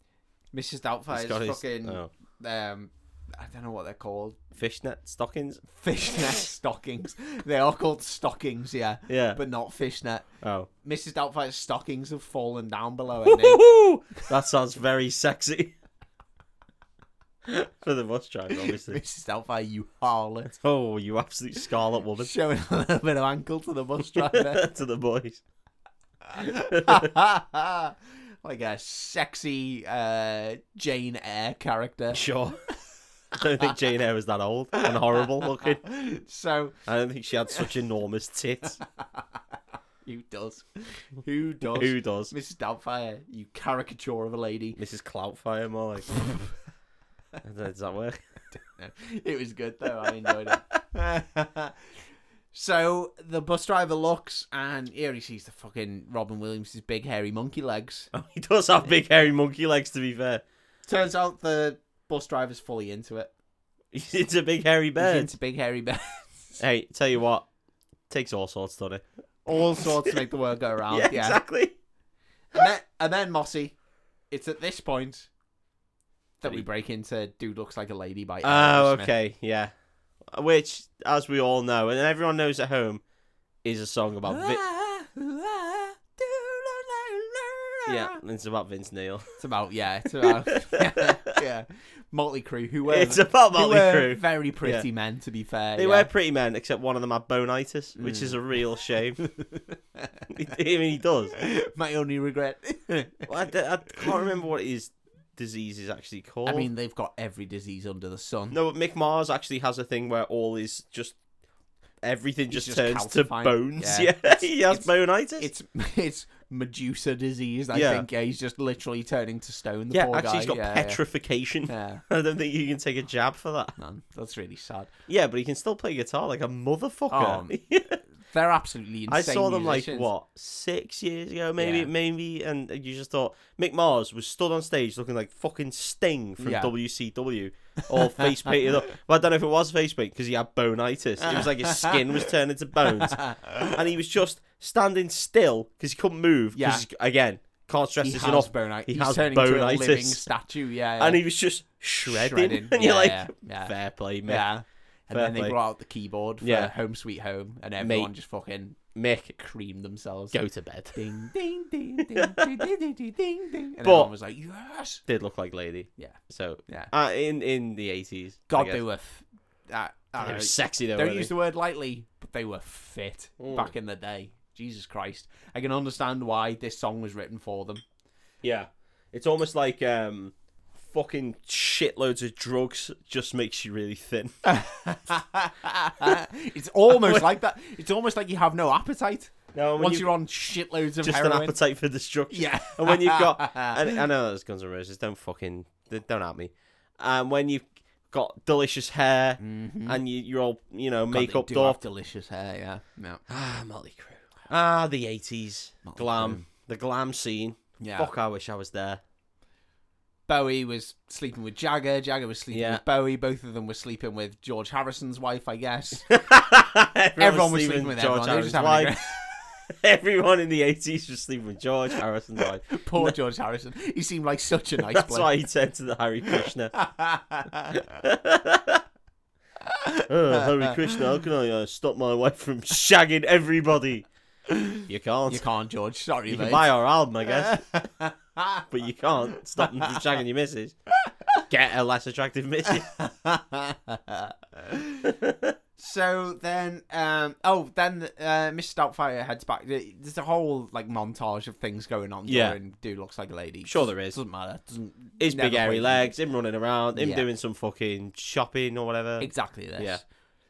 Speaker 1: Mrs.
Speaker 2: He's
Speaker 1: Doubtfire's
Speaker 2: got his-
Speaker 1: fucking
Speaker 2: oh,
Speaker 1: um. I don't know what they're called.
Speaker 2: fishnet stockings.
Speaker 1: Fishnet stockings. They are called stockings, yeah,
Speaker 2: Yeah.
Speaker 1: but not fishnet.
Speaker 2: oh.
Speaker 1: Mrs. Doubtfire's stockings have fallen down below her knee.
Speaker 2: Woo-hoo-hoo! that sounds very sexy. For the bus driver, obviously.
Speaker 1: Mrs. Doubtfire, you harlot.
Speaker 2: Oh, you absolute scarlet woman.
Speaker 1: Showing a little bit of ankle to the bus driver.
Speaker 2: to the boys.
Speaker 1: like a sexy uh, Jane Eyre character.
Speaker 2: Sure. I don't think Jane Eyre was that old and horrible looking.
Speaker 1: So,
Speaker 2: I don't think she had such enormous tits.
Speaker 1: who does? Who does?
Speaker 2: Who does?
Speaker 1: Mrs. Doubtfire, you caricature of a lady.
Speaker 2: Mrs. Cloutfire, more like. Does that work?
Speaker 1: It was good, though. I enjoyed it. so, the bus driver looks, and here he sees the fucking Robin Williams' big hairy monkey legs.
Speaker 2: Oh, he does have big hairy monkey legs, to be fair.
Speaker 1: Turns out the bus driver's fully into it.
Speaker 2: He's into big hairy
Speaker 1: He's
Speaker 2: birds.
Speaker 1: into big hairy bears.
Speaker 2: Hey, tell you what. Takes all sorts, doesn't it?
Speaker 1: All sorts to make the world go round.
Speaker 2: yeah,
Speaker 1: Yeah.
Speaker 2: exactly.
Speaker 1: And, then, and then Mossy, it's at this point that we
Speaker 2: Pretty-
Speaker 1: break into "Dude Looks Like a Lady" by
Speaker 2: Oh,
Speaker 1: Aerosmith.
Speaker 2: okay, yeah. Which, as we all know, and everyone knows at home, is a song about Vin- yeah, it's about Vince Neil.
Speaker 1: It's about yeah. It's about yeah. yeah. Motley Crue, who were
Speaker 2: it's about
Speaker 1: who
Speaker 2: Motley
Speaker 1: were
Speaker 2: Crue.
Speaker 1: very pretty men to be fair.
Speaker 2: They
Speaker 1: yeah. Mm.
Speaker 2: were pretty men, except one of them had bonitis, which is a real shame. I mean, he does.
Speaker 1: my only regret.
Speaker 2: Well, I, d- I can't remember what his disease is actually called.
Speaker 1: I mean, they've got every disease under the sun.
Speaker 2: no, but Mick Mars actually has a thing where all is just everything just,
Speaker 1: just
Speaker 2: turns to
Speaker 1: calcified.
Speaker 2: bones. Yeah,
Speaker 1: Yeah.
Speaker 2: he
Speaker 1: it's-
Speaker 2: has bonitis.
Speaker 1: it's it's Medusa disease. I
Speaker 2: Yeah.
Speaker 1: think yeah, he's just literally turning to stone. The
Speaker 2: yeah,
Speaker 1: poor
Speaker 2: actually,
Speaker 1: guy.
Speaker 2: he's got
Speaker 1: yeah, yeah.
Speaker 2: petrification.
Speaker 1: Yeah,
Speaker 2: I don't think you can take a jab for that.
Speaker 1: man, that's really sad.
Speaker 2: Yeah, but he can still play guitar like a
Speaker 1: Um,
Speaker 2: motherfucker.
Speaker 1: They're absolutely insane.
Speaker 2: I saw them
Speaker 1: musicians.
Speaker 2: like what six years ago, maybe,
Speaker 1: Yeah.
Speaker 2: maybe, and you just thought Mick Mars was stood on stage looking like fucking Sting from
Speaker 1: Yeah.
Speaker 2: WCW, all face painted up. But I don't know if it was face paint because he had bonitis. It was like his skin was turned into bones, and he was just standing still because he couldn't move.
Speaker 1: Yeah.
Speaker 2: 'cause, again, Can't stress
Speaker 1: He
Speaker 2: this
Speaker 1: has
Speaker 2: enough.
Speaker 1: boneitis.
Speaker 2: He
Speaker 1: He's
Speaker 2: has
Speaker 1: turning into a living
Speaker 2: boneitis.
Speaker 1: statue. Yeah, yeah.
Speaker 2: And he was just shredding.
Speaker 1: Shredding,
Speaker 2: And you're like,
Speaker 1: yeah, yeah.
Speaker 2: fair play, Mick.
Speaker 1: yeah. And
Speaker 2: Fair
Speaker 1: then they
Speaker 2: play.
Speaker 1: brought out the keyboard for
Speaker 2: Yeah.
Speaker 1: Home Sweet Home, and everyone
Speaker 2: Mate.
Speaker 1: just fucking
Speaker 2: Mick,
Speaker 1: creamed themselves.
Speaker 2: go to bed.
Speaker 1: Ding ding ding ding ding ding ding ding ding. ding. And
Speaker 2: But-
Speaker 1: everyone was like, yes.
Speaker 2: Did look like lady.
Speaker 1: Yeah.
Speaker 2: So
Speaker 1: Yeah.
Speaker 2: uh, in in the eighties,
Speaker 1: God, they were. F- I, I
Speaker 2: They
Speaker 1: don't
Speaker 2: were
Speaker 1: know.
Speaker 2: sexy though.
Speaker 1: Don't
Speaker 2: weren't
Speaker 1: use
Speaker 2: they?
Speaker 1: the word lightly, but they were fit
Speaker 2: Mm.
Speaker 1: back in the day. Jesus Christ. I can understand why this song was written for them.
Speaker 2: Yeah, it's almost like um, fucking shitloads of drugs just makes you really thin.
Speaker 1: it's almost like that. It's almost like you have no appetite
Speaker 2: No, when
Speaker 1: once
Speaker 2: you
Speaker 1: you're on shitloads of
Speaker 2: just
Speaker 1: heroin.
Speaker 2: an appetite for destruction.
Speaker 1: Yeah.
Speaker 2: And when you've got, and I know that's Guns N' Roses. Don't fucking they don't at me. And when you've got delicious hair and you, you're all you know
Speaker 1: Mm-hmm. God, they
Speaker 2: makeup
Speaker 1: do
Speaker 2: up.
Speaker 1: have delicious hair, yeah. No.
Speaker 2: Ah, Motley Crue. Ah, the eighties
Speaker 1: Motley
Speaker 2: glam, the glam scene.
Speaker 1: Yeah.
Speaker 2: Fuck, I wish I was there.
Speaker 1: Bowie was sleeping with Jagger. Jagger was sleeping
Speaker 2: Yeah.
Speaker 1: with Bowie. Both of them were sleeping with George Harrison's wife, I guess.
Speaker 2: everyone,
Speaker 1: everyone was sleeping with everyone. They were just having a
Speaker 2: Harrison's wife. Everyone in the eighties was sleeping with George Harrison's wife.
Speaker 1: great- Poor George Harrison. He seemed like such a nice
Speaker 2: That's
Speaker 1: bloke.
Speaker 2: why he turned to the Harry Krishna. Uh, Harry Krishna, how can I uh, stop my wife from shagging everybody? You can't.
Speaker 1: You
Speaker 2: You,
Speaker 1: can't, George. Sorry, mate.
Speaker 2: can buy our album, I guess, but you can't stop them from shagging your missus. Get a less attractive missus.
Speaker 1: so then, um, oh, then uh, Miss Doubtfire heads back. There's a whole like montage of things going on.
Speaker 2: Yeah.
Speaker 1: during Do looks like a lady.
Speaker 2: Sure there is.
Speaker 1: Doesn't matter. Doesn't.
Speaker 2: His
Speaker 1: never
Speaker 2: big hairy
Speaker 1: wait.
Speaker 2: legs, him running around, him
Speaker 1: Yeah.
Speaker 2: doing some fucking shopping or whatever.
Speaker 1: Exactly this.
Speaker 2: Uh, Yeah.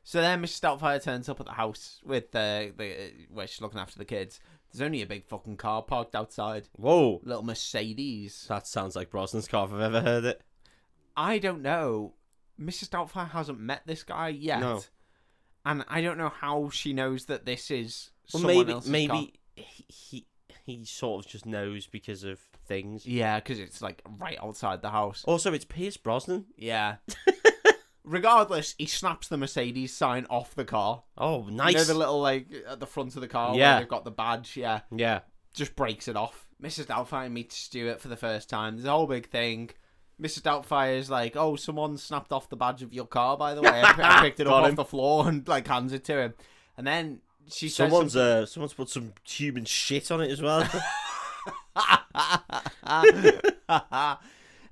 Speaker 1: So then Miss Doubtfire turns up at the house with uh, the where she's looking after the kids. There's only a big fucking car parked outside.
Speaker 2: Whoa,
Speaker 1: Little Mercedes.
Speaker 2: that sounds like Brosnan's car if I've ever heard it.
Speaker 1: I don't know. Mrs. Doubtfire hasn't met this guy yet.
Speaker 2: No.
Speaker 1: And I don't know how she knows that this is
Speaker 2: Well,
Speaker 1: someone
Speaker 2: maybe
Speaker 1: else's car.
Speaker 2: maybe he, he he sort of just knows because of things.
Speaker 1: Yeah, because it's like right outside the house.
Speaker 2: Also, it's Pierce Brosnan.
Speaker 1: Yeah. Regardless, he snaps the Mercedes sign off the car.
Speaker 2: Oh,
Speaker 1: You know
Speaker 2: nice.
Speaker 1: the little like at the front of the car
Speaker 2: Yeah.
Speaker 1: where they've got the badge. Yeah,
Speaker 2: Yeah,
Speaker 1: just breaks it off. Mrs. Doubtfire meets Stuart for the first time. There's a whole big thing. Mrs. Doubtfire is like, "Oh, someone snapped off the badge of your car, by the way. I, pi- I picked it up
Speaker 2: Got
Speaker 1: off
Speaker 2: him.
Speaker 1: the floor and like hands it to him." And then she says,
Speaker 2: someone's uh, someone's put some human shit on it as well.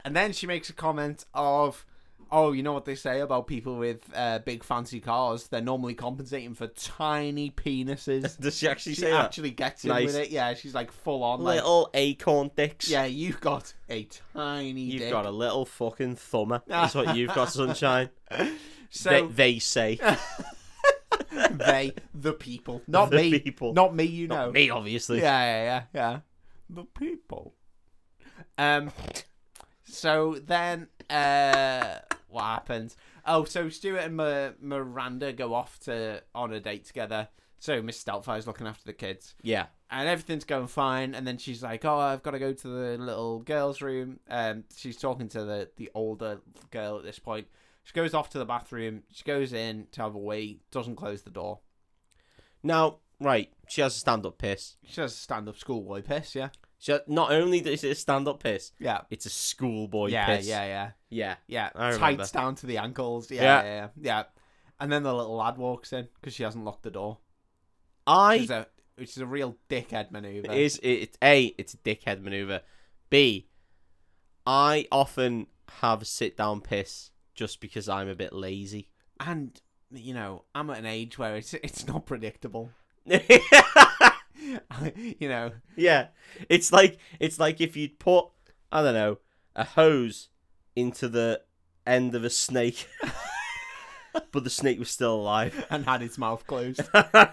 Speaker 1: and then she makes a comment of, "Oh, you know what they say about people with uh, big fancy cars? They're normally compensating for tiny penises."
Speaker 2: Does she actually
Speaker 1: she
Speaker 2: say that?
Speaker 1: actually gets in
Speaker 2: Nice.
Speaker 1: with it. Yeah, she's like full on, like,
Speaker 2: Little acorn dicks.
Speaker 1: "Yeah, you've got a tiny
Speaker 2: You've
Speaker 1: dick."
Speaker 2: got a little fucking thumber. That's what you've got, sunshine. they,
Speaker 1: so
Speaker 2: they say.
Speaker 1: they, the people, not
Speaker 2: The
Speaker 1: me,
Speaker 2: people.
Speaker 1: not me, you know,
Speaker 2: Not me, obviously.
Speaker 1: Yeah, yeah, yeah, yeah. The people. Um. So then, uh, what happens? Oh, so Stuart and Mi- Miranda go off to on a date together. So Miss Doubtfire's looking after the kids,
Speaker 2: Yeah.
Speaker 1: and everything's going fine. And then she's like, "Oh, I've got to go to the little girls' room." Um, she's talking to the the older girl at this point. She goes off to the bathroom. She goes in to have a wee. Doesn't close the door.
Speaker 2: Now, right, she has a stand up piss.
Speaker 1: She has a stand up schoolboy piss. Yeah,
Speaker 2: She has, not only is it a stand up piss,
Speaker 1: yeah,
Speaker 2: it's a schoolboy
Speaker 1: yeah,
Speaker 2: piss.
Speaker 1: yeah, yeah.
Speaker 2: yeah.
Speaker 1: Yeah,
Speaker 2: I remember.
Speaker 1: tights down to the ankles. Yeah, yeah,
Speaker 2: Yeah.
Speaker 1: yeah. yeah. And then the little lad walks in because she hasn't locked the door. Which
Speaker 2: I
Speaker 1: is a, which is a real dickhead maneuver.
Speaker 2: It is it, it's a it's a dickhead maneuver. B, I often have a sit down piss just because I'm a bit lazy.
Speaker 1: And you know, I'm at an age where it's it's not predictable. you know,
Speaker 2: yeah, it's like it's like if you'd put I don't know a hose into the end of a snake, but the snake was still alive.
Speaker 1: and had his mouth closed.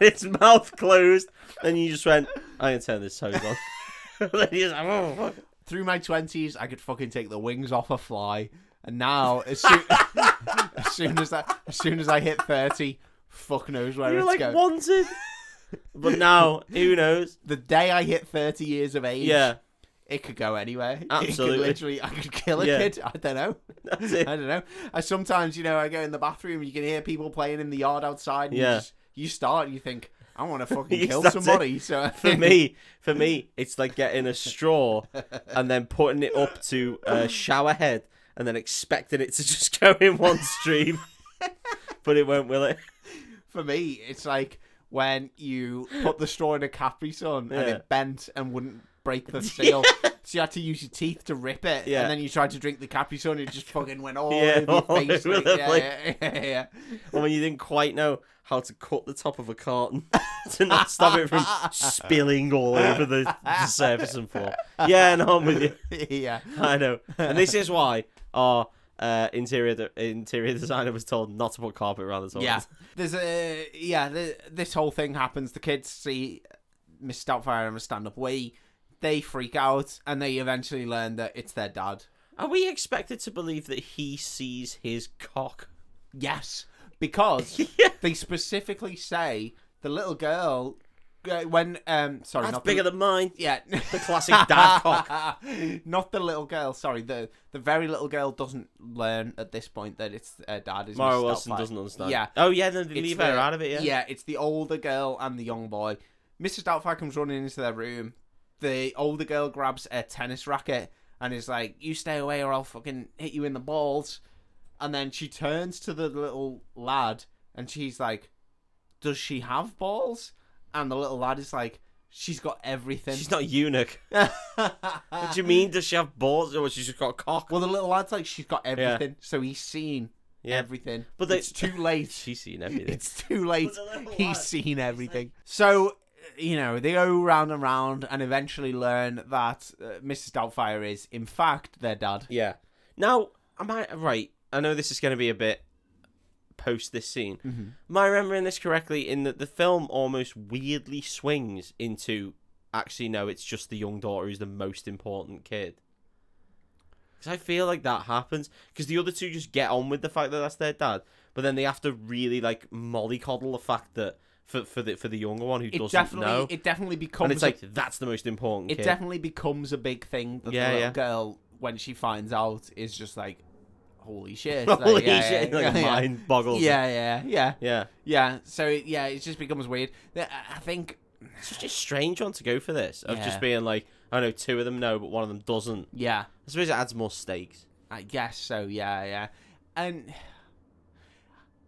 Speaker 2: its mouth closed, and you just went, "I'm gonna turn this hose on." Then you're just like, "Oh, fuck."
Speaker 1: Through my twenties, I could fucking take the wings off a fly. And now, as soon as, soon as I as soon as I hit thirty, fuck knows where
Speaker 2: You're
Speaker 1: it's
Speaker 2: like
Speaker 1: going.
Speaker 2: wanted, but now who knows?
Speaker 1: The day I hit thirty years of age,
Speaker 2: Yeah.
Speaker 1: it could go anywhere. It could
Speaker 2: Absolutely.
Speaker 1: literally, I could kill a
Speaker 2: Yeah.
Speaker 1: kid. I don't know.
Speaker 2: That's it.
Speaker 1: I don't know. I sometimes, you know, I go in the bathroom. You can hear people playing in the yard outside. And
Speaker 2: Yeah.
Speaker 1: You, just, you start. and You think I want to fucking
Speaker 2: Yes,
Speaker 1: kill
Speaker 2: that's it.
Speaker 1: somebody. So
Speaker 2: for me, for me, it's like getting a straw and then putting it up to a shower head and then expecting it to just go in one stream. but it won't, will it?
Speaker 1: for me, it's like when you put the straw in a Capri Sun and
Speaker 2: Yeah.
Speaker 1: it bent and wouldn't break the seal. So you had to use your teeth to rip it,
Speaker 2: Yeah.
Speaker 1: and then you tried to drink the Capri Sun, and it just fucking went all
Speaker 2: Yeah,
Speaker 1: over
Speaker 2: all
Speaker 1: your face.
Speaker 2: over
Speaker 1: like,
Speaker 2: the
Speaker 1: yeah,
Speaker 2: place.
Speaker 1: yeah, yeah, yeah,
Speaker 2: Or when you didn't quite know how to cut the top of a carton to not stop it from spilling all over the, the surface and floor. Yeah, and on with you.
Speaker 1: yeah. yeah.
Speaker 2: I know, and this is why our uh, interior de- interior designer was told not to put carpet around the toilet.
Speaker 1: Yeah, there's a yeah. th this whole thing happens. The kids see Miss Doubtfire and Miss Stand Up Wee. They freak out, and they eventually learn that it's their dad.
Speaker 2: Are we expected to believe that he sees his cock?
Speaker 1: Yes, because
Speaker 2: Yeah.
Speaker 1: they specifically say the little girl uh, when um sorry
Speaker 2: That's
Speaker 1: not
Speaker 2: bigger
Speaker 1: the,
Speaker 2: than mine.
Speaker 1: yeah the
Speaker 2: classic dad
Speaker 1: not the little girl sorry the the very little girl doesn't learn at this point that it's uh, dad is
Speaker 2: Mara
Speaker 1: Mr.
Speaker 2: Wilson
Speaker 1: Doubtfire.
Speaker 2: doesn't understand.
Speaker 1: Yeah.
Speaker 2: Oh yeah, then they
Speaker 1: It's
Speaker 2: leave
Speaker 1: the-
Speaker 2: her out of it. Yeah.
Speaker 1: it's the older girl and the young boy. Mrs. Doubtfire comes running into their room. The older girl grabs a tennis racket and is like, "You stay away, or I'll fucking hit you in the balls." And then she turns to the little lad and she's like, "Does she have balls?" And the little lad is like, "She's got everything."
Speaker 2: She's not eunuch. What do you mean? Does she have balls or she's just got a cock?
Speaker 1: Well, the little lad's like, "She's got everything," so he's seen
Speaker 2: Yeah.
Speaker 1: everything.
Speaker 2: But
Speaker 1: But
Speaker 2: they-
Speaker 1: it's too late.
Speaker 2: She's seen everything.
Speaker 1: It's too late.
Speaker 2: But the little lad-
Speaker 1: He's seen everything. So, uh, you know, they go round and round and eventually learn that uh, Mrs. Doubtfire is, in fact, their dad.
Speaker 2: Yeah. Now, am I right? I know this is going to be a bit post this scene.
Speaker 1: Mm-hmm.
Speaker 2: Am I remembering this correctly? In that the film almost weirdly swings into actually no, it's just the young daughter who's the most important kid. Because I feel like that happens because the other two just get on with the fact that that's their dad, but then they have to really like mollycoddle the fact that for for the for the younger one who
Speaker 1: It
Speaker 2: doesn't
Speaker 1: definitely,
Speaker 2: know,
Speaker 1: it definitely becomes.
Speaker 2: and it's
Speaker 1: a-
Speaker 2: like that's the most important.
Speaker 1: it
Speaker 2: kid.
Speaker 1: definitely becomes a big thing that
Speaker 2: Yeah,
Speaker 1: the little
Speaker 2: yeah.
Speaker 1: girl, when she finds out, is just like, "Holy shit!" Like,
Speaker 2: holy
Speaker 1: yeah,
Speaker 2: shit,
Speaker 1: yeah,
Speaker 2: like
Speaker 1: yeah,
Speaker 2: mind boggles.
Speaker 1: yeah, yeah, yeah,
Speaker 2: yeah.
Speaker 1: yeah. So it- yeah, it just becomes weird. I I think,
Speaker 2: such a strange one to go for this of
Speaker 1: Yeah.
Speaker 2: just being like I know two of them know but one of them doesn't.
Speaker 1: yeah,
Speaker 2: I suppose it adds more stakes.
Speaker 1: I guess so, yeah, yeah. And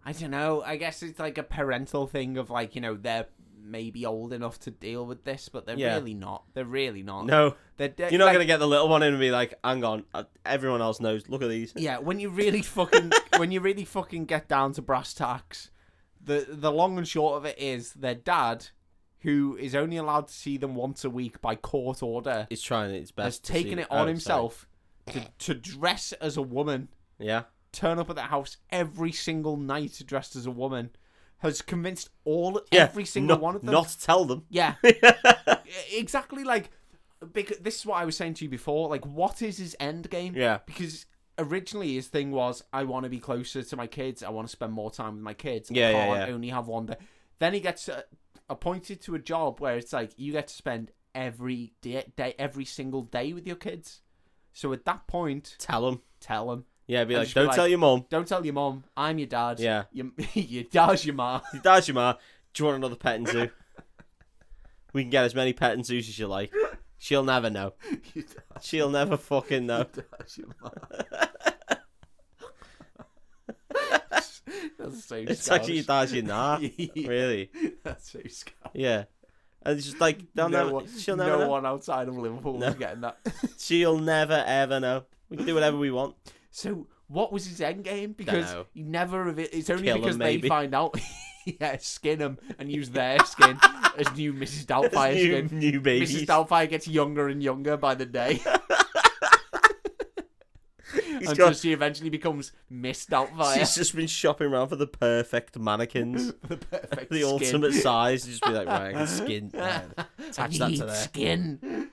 Speaker 1: I don't know, I guess it's like a parental thing of like, you know, they're maybe old enough to deal with this, but they're
Speaker 2: Yeah.
Speaker 1: really not. They're really not.
Speaker 2: No,
Speaker 1: They're de-
Speaker 2: you're not
Speaker 1: like-
Speaker 2: gonna get the little one in and be like, hang on, uh, everyone else knows. Look at these.
Speaker 1: Yeah, when you really fucking when you really fucking get down to brass tacks, the the long and short of it is their dad, who is only allowed to see them once a week by court order,
Speaker 2: It's trying its
Speaker 1: has
Speaker 2: best. to
Speaker 1: taken
Speaker 2: see-
Speaker 1: it
Speaker 2: oh,
Speaker 1: on
Speaker 2: sorry.
Speaker 1: himself to, to dress as a woman
Speaker 2: Yeah,
Speaker 1: turn up at their house every single night dressed as a woman, has convinced all
Speaker 2: yeah.
Speaker 1: every single
Speaker 2: not,
Speaker 1: one of them.
Speaker 2: Not tell them.
Speaker 1: Yeah, E-, exactly. Like, because this is what I was saying to you before. Like, what is his end game?
Speaker 2: Yeah.
Speaker 1: because originally his thing was, I want to be closer to my kids. I want to spend more time with my kids.
Speaker 2: Yeah,
Speaker 1: I
Speaker 2: yeah,
Speaker 1: can't
Speaker 2: yeah.
Speaker 1: Only have one day. Then he gets uh, appointed to a job where it's like you get to spend every day, day every single day with your kids. So at that point,
Speaker 2: Tell them.
Speaker 1: tell them.
Speaker 2: Yeah, be
Speaker 1: And
Speaker 2: like,
Speaker 1: just be
Speaker 2: don't
Speaker 1: like-
Speaker 2: tell your mum.
Speaker 1: Don't tell your mom. I'm your dad.
Speaker 2: Yeah.
Speaker 1: Your, your dad's your mom.
Speaker 2: Dad's your ma. Do you want another petting zoo? we can get as many petting zoos as you like. She'll never know.
Speaker 1: your
Speaker 2: She'll never fucking know.
Speaker 1: dad's your mom. That's so
Speaker 2: It's
Speaker 1: Scottish.
Speaker 2: actually your dad's your nah.
Speaker 1: Yeah,
Speaker 2: Really?
Speaker 1: That's so Scottish.
Speaker 2: Yeah. And it's just like they'll
Speaker 1: no
Speaker 2: never,
Speaker 1: one,
Speaker 2: she'll never
Speaker 1: no
Speaker 2: know.
Speaker 1: one outside of Liverpool
Speaker 2: No.
Speaker 1: was getting that.
Speaker 2: She'll never ever know. We can do whatever we want.
Speaker 1: so what was his end game? Because
Speaker 2: Dunno.
Speaker 1: he never. Reveal- it's only
Speaker 2: Kill him,
Speaker 1: because
Speaker 2: maybe.
Speaker 1: they find out. yeah, skin him and use their skin as new Mrs. Doubtfire
Speaker 2: new,
Speaker 1: skin.
Speaker 2: new
Speaker 1: Mrs.
Speaker 2: babies.
Speaker 1: Doubtfire gets younger and younger by the day.
Speaker 2: He's
Speaker 1: until
Speaker 2: got-
Speaker 1: she eventually becomes Miss Doubtfire.
Speaker 2: She's just been shopping around for the perfect mannequins,
Speaker 1: the perfect
Speaker 2: the
Speaker 1: skin.
Speaker 2: ultimate size. Just be like, right, I can skin. that.
Speaker 1: I
Speaker 2: Attach that
Speaker 1: need
Speaker 2: to there.
Speaker 1: skin.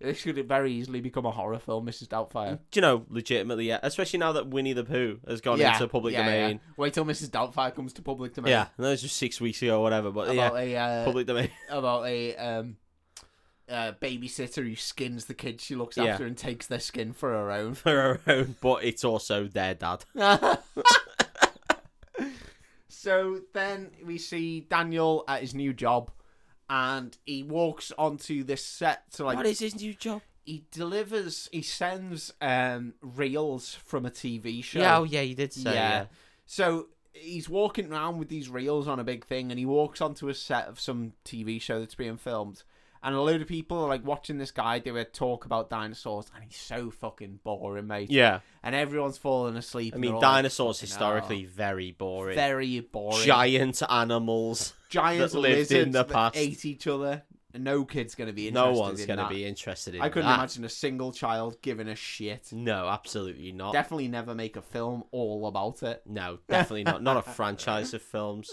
Speaker 1: This could very easily become a horror film, Mrs. Doubtfire.
Speaker 2: Do you know, legitimately, yeah. Especially now that Winnie the Pooh has gone into public
Speaker 1: yeah,
Speaker 2: domain.
Speaker 1: yeah. Wait till Mrs. Doubtfire comes to public domain.
Speaker 2: Yeah, and that was just six weeks ago, or whatever. But yeah,
Speaker 1: About a uh,
Speaker 2: public domain.
Speaker 1: about a um uh, babysitter who skins the kids she looks
Speaker 2: Yeah.
Speaker 1: after and takes their skin for her own.
Speaker 2: For her own, but it's also their dad.
Speaker 1: So then we see Daniel at his new job, and he walks onto this set to like
Speaker 2: what is his new job?
Speaker 1: he delivers he sends um reels from a TV show.
Speaker 2: Yeah, oh yeah, you did say. Yeah.
Speaker 1: So he's walking around with these reels on a big thing, and he walks onto a set of some TV show that's being filmed. And a load of people are like watching this guy do a talk about dinosaurs, and he's so fucking boring, mate.
Speaker 2: Yeah.
Speaker 1: And everyone's falling asleep.
Speaker 2: I
Speaker 1: and
Speaker 2: mean,
Speaker 1: they're all
Speaker 2: dinosaurs
Speaker 1: fucking
Speaker 2: historically very boring.
Speaker 1: very boring.
Speaker 2: Giant animals.
Speaker 1: Giant
Speaker 2: that lived in the past.
Speaker 1: that ate each other. No kid's gonna be
Speaker 2: No
Speaker 1: interested.
Speaker 2: one's
Speaker 1: in
Speaker 2: going to
Speaker 1: that.
Speaker 2: be interested in
Speaker 1: I couldn't
Speaker 2: that.
Speaker 1: imagine a single child giving a shit.
Speaker 2: No, absolutely not.
Speaker 1: Definitely never make a film all about it.
Speaker 2: no, definitely not. Not a franchise of films.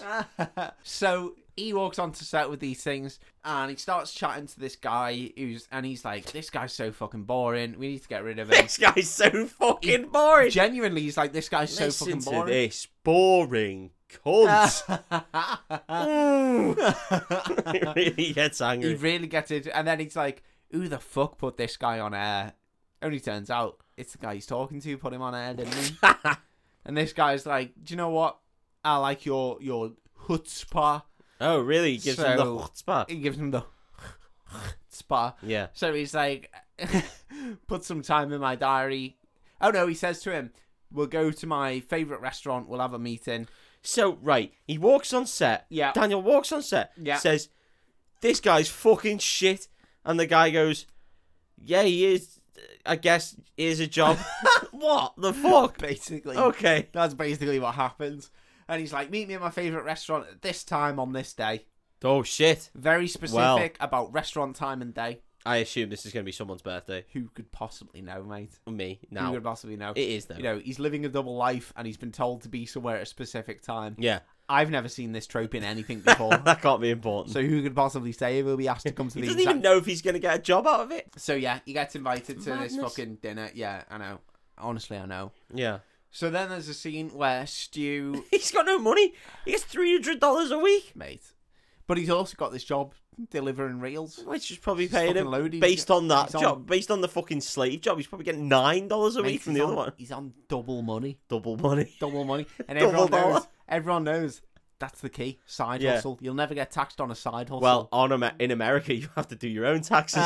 Speaker 1: so he walks onto set with these things and he starts chatting to this guy who's and he's like, This guy's so fucking boring, we need to get rid of him.
Speaker 2: this guy's so fucking boring.
Speaker 1: Genuinely he's like, This guy's so fucking
Speaker 2: Listen to
Speaker 1: boring.
Speaker 2: this boring cunt. he really gets
Speaker 1: he
Speaker 2: angry.
Speaker 1: really gets it and then he's like, Who the fuck put this guy on air? Only turns out it's the guy he's talking to put him on air, didn't he? and this guy's like, Do you know what? I like your your chutzpah.
Speaker 2: oh, really? He gives him the
Speaker 1: So-
Speaker 2: chutzpah.
Speaker 1: He gives him the chutzpah.
Speaker 2: Yeah.
Speaker 1: So he's like, put some time in my diary. Oh no, he says to him, we'll go to my favourite restaurant, we'll have a meeting.
Speaker 2: So, right, he walks on set.
Speaker 1: Yeah.
Speaker 2: Daniel walks on set.
Speaker 1: Uh, Yeah.
Speaker 2: Says, this guy's fucking shit. And the guy goes, yeah, he is. I guess here's a job. what the fuck?
Speaker 1: Basically.
Speaker 2: Okay.
Speaker 1: That's basically what happens. And he's like, meet me at my favourite restaurant at this time on this day.
Speaker 2: Oh shit!
Speaker 1: Very specific about restaurant time and day.
Speaker 2: I assume this is going to be someoone's birthday.
Speaker 1: Who could possibly know, mate?
Speaker 2: Me
Speaker 1: Who
Speaker 2: now.
Speaker 1: could possibly know?
Speaker 2: It is though.
Speaker 1: you know, he's living a double life and he's been told to be somewhere at a specific time.
Speaker 2: yeah,
Speaker 1: I've never seen this trope in anything before.
Speaker 2: that can't be important.
Speaker 1: so who could possibly say he'll be asked to come to
Speaker 2: he
Speaker 1: the
Speaker 2: doesn't
Speaker 1: exact
Speaker 2: even know if he's going to get a job out of it.
Speaker 1: So yeah, he gets invited to this
Speaker 2: Madness.
Speaker 1: fucking dinner. Yeah, I know. Honestly, I know.
Speaker 2: Yeah,
Speaker 1: So then there's a scene where Stu,
Speaker 2: he's got no money. He gets three hundred dollars a week,
Speaker 1: mate, but he's also got this job delivering reels.
Speaker 2: which is probably
Speaker 1: He's
Speaker 2: paying
Speaker 1: fucking
Speaker 2: him
Speaker 1: loaded.
Speaker 2: based on that
Speaker 1: He's on-
Speaker 2: job, based on the fucking slave job. He's probably getting nine dollars a
Speaker 1: Mate,
Speaker 2: week from
Speaker 1: he's
Speaker 2: the
Speaker 1: on-
Speaker 2: other one.
Speaker 1: He's on double money,
Speaker 2: Double money.
Speaker 1: double money, and
Speaker 2: Double
Speaker 1: everyone knows.
Speaker 2: dollar.
Speaker 1: Everyone knows that's the key. Side
Speaker 2: Yeah.
Speaker 1: hustle. You'll never get taxed on a side hustle.
Speaker 2: Well, on Amer- in America, you have to do your own taxes.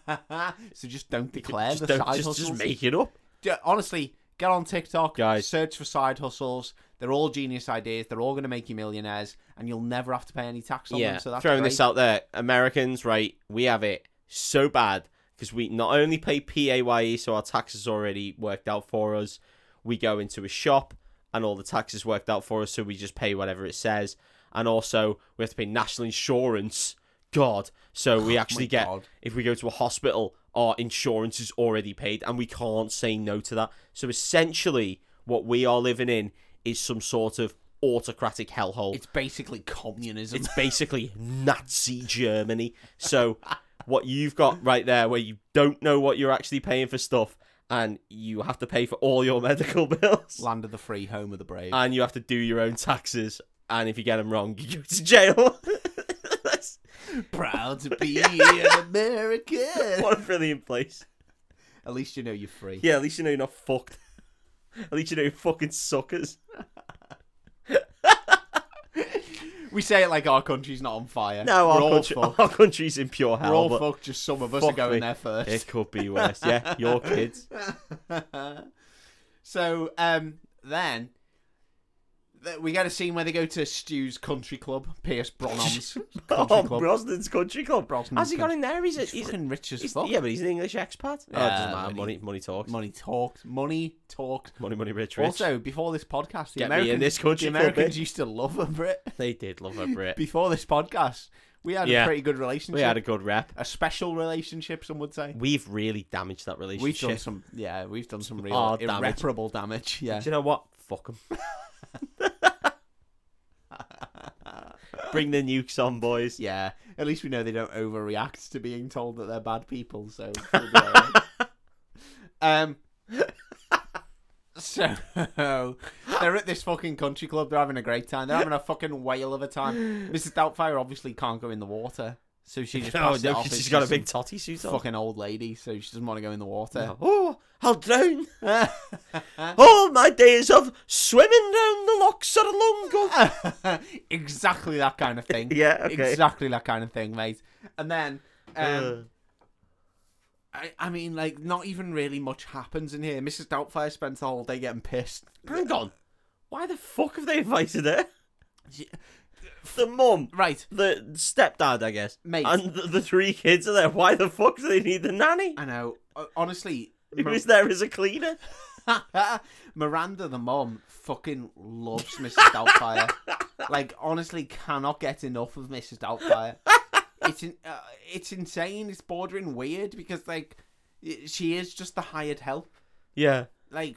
Speaker 2: So
Speaker 1: so just don't declare
Speaker 2: just,
Speaker 1: the
Speaker 2: don't,
Speaker 1: side
Speaker 2: just,
Speaker 1: hustles.
Speaker 2: just make it up.
Speaker 1: Yeah, honestly, get on TikTok,
Speaker 2: Guys.
Speaker 1: search for side hustles. They're all genius ideas. They're all going to make you millionaires, and you'll never have to pay any tax on
Speaker 2: yeah,
Speaker 1: them. So that's
Speaker 2: throwing
Speaker 1: great.
Speaker 2: this out there, Americans, right? We have it so bad because we not only pay PAYE, E, so our taxes already worked out for us. We go into a shop and all the taxes worked out for us, so we just pay whatever it says. And also, we have to pay national insurance. God, so we actually get
Speaker 1: Oh God.
Speaker 2: if we go to a hospital, our insurance is already paid, and we can't say no to that. So essentially, what we are living in is some sort of autocratic hellhole
Speaker 1: It's basically communism.
Speaker 2: it's basically Nazi Germany. So what you've got right there, where you don't know what you're actually paying for stuff, and you have to pay for all your medical bills,
Speaker 1: Land of the free, home of the brave.
Speaker 2: and you have to do your own taxes, and if you get them wrong, you go to jail. That's
Speaker 1: Proud to be an American.
Speaker 2: what a brilliant place.
Speaker 1: At least you know you're free.
Speaker 2: Yeah, at least you know you're not fucked. At least you know you're fucking suckers.
Speaker 1: We say it like our country's not on fire.
Speaker 2: No,
Speaker 1: We're
Speaker 2: our,
Speaker 1: all
Speaker 2: country,
Speaker 1: fucked.
Speaker 2: our country's in pure
Speaker 1: We're
Speaker 2: hell,
Speaker 1: all
Speaker 2: but
Speaker 1: fucked. Just some of us are
Speaker 2: fuck
Speaker 1: going
Speaker 2: me.
Speaker 1: there first.
Speaker 2: it could be worse. Yeah, your kids.
Speaker 1: so um, then th- we get a scene where they go to Stu's country club, Pierce Brosnan's country
Speaker 2: Oh,
Speaker 1: club.
Speaker 2: Brosnan's Country Club.
Speaker 1: Brosnan's
Speaker 2: How's he got
Speaker 1: country-
Speaker 2: in there? He's, a,
Speaker 1: He's,
Speaker 2: he's, a-
Speaker 1: fucking rich as
Speaker 2: He's-
Speaker 1: fuck.
Speaker 2: Yeah, but he's an English expat. Oh, it
Speaker 1: Yeah,
Speaker 2: doesn't matter.
Speaker 1: but
Speaker 2: Money, money talks. Money,
Speaker 1: Money talks. Money talks.
Speaker 2: money, rich, rich.
Speaker 1: Also, before this podcast, the
Speaker 2: Get me in
Speaker 1: Americans,
Speaker 2: this country
Speaker 1: the
Speaker 2: club, eh?
Speaker 1: Americans
Speaker 2: bitch.
Speaker 1: used to love a Brit.
Speaker 2: they did love a Brit.
Speaker 1: Before this podcast, we had
Speaker 2: Yeah.
Speaker 1: a pretty good relationship.
Speaker 2: We had a good rep.
Speaker 1: a special relationship, some would say.
Speaker 2: We've really damaged that
Speaker 1: We've done
Speaker 2: relationship.
Speaker 1: some, yeah, we've done some real
Speaker 2: Hard damage.
Speaker 1: irreparable damage. Yeah,
Speaker 2: Do you know what? Fuck 'em. Bring the nukes on, boys.
Speaker 1: Yeah, at least we know they don't overreact to being told that they're bad people. So, we'll be all right. um, so they're at this fucking country club. They're having a great time. They're having a fucking whale of a time. Mrs. Doubtfire obviously can't go in the water, So she just
Speaker 2: Oh
Speaker 1: passed it
Speaker 2: no,
Speaker 1: off as
Speaker 2: she's got a
Speaker 1: just
Speaker 2: big totty suit
Speaker 1: some
Speaker 2: on.
Speaker 1: fucking old lady, so she doesn't want to go in the water.
Speaker 2: Oh, I'll drown. All my days of swimming down the locks are long gone.
Speaker 1: exactly that kind of thing.
Speaker 2: Yeah, okay.
Speaker 1: Exactly that kind of thing, mate. And then, um,
Speaker 2: Uh,
Speaker 1: I, I mean, like, not even really much happens in here. Mrs. Doubtfire spends the whole day getting pissed.
Speaker 2: hang on. Why the fuck have they invited her?
Speaker 1: She-
Speaker 2: The mum,
Speaker 1: Right,
Speaker 2: the stepdad, I guess,
Speaker 1: mate.
Speaker 2: and the, the three kids are there. Why the fuck do they need the nanny?
Speaker 1: I know. Uh, Honestly,
Speaker 2: He
Speaker 1: Mar-
Speaker 2: was there as a cleaner.
Speaker 1: Miranda, the mom, fucking loves Mrs. Doubtfire. like, honestly, cannot get enough of Mrs. Doubtfire. It's in, uh, it's insane. It's bordering weird because like y- she is just the hired help.
Speaker 2: Yeah.
Speaker 1: Like,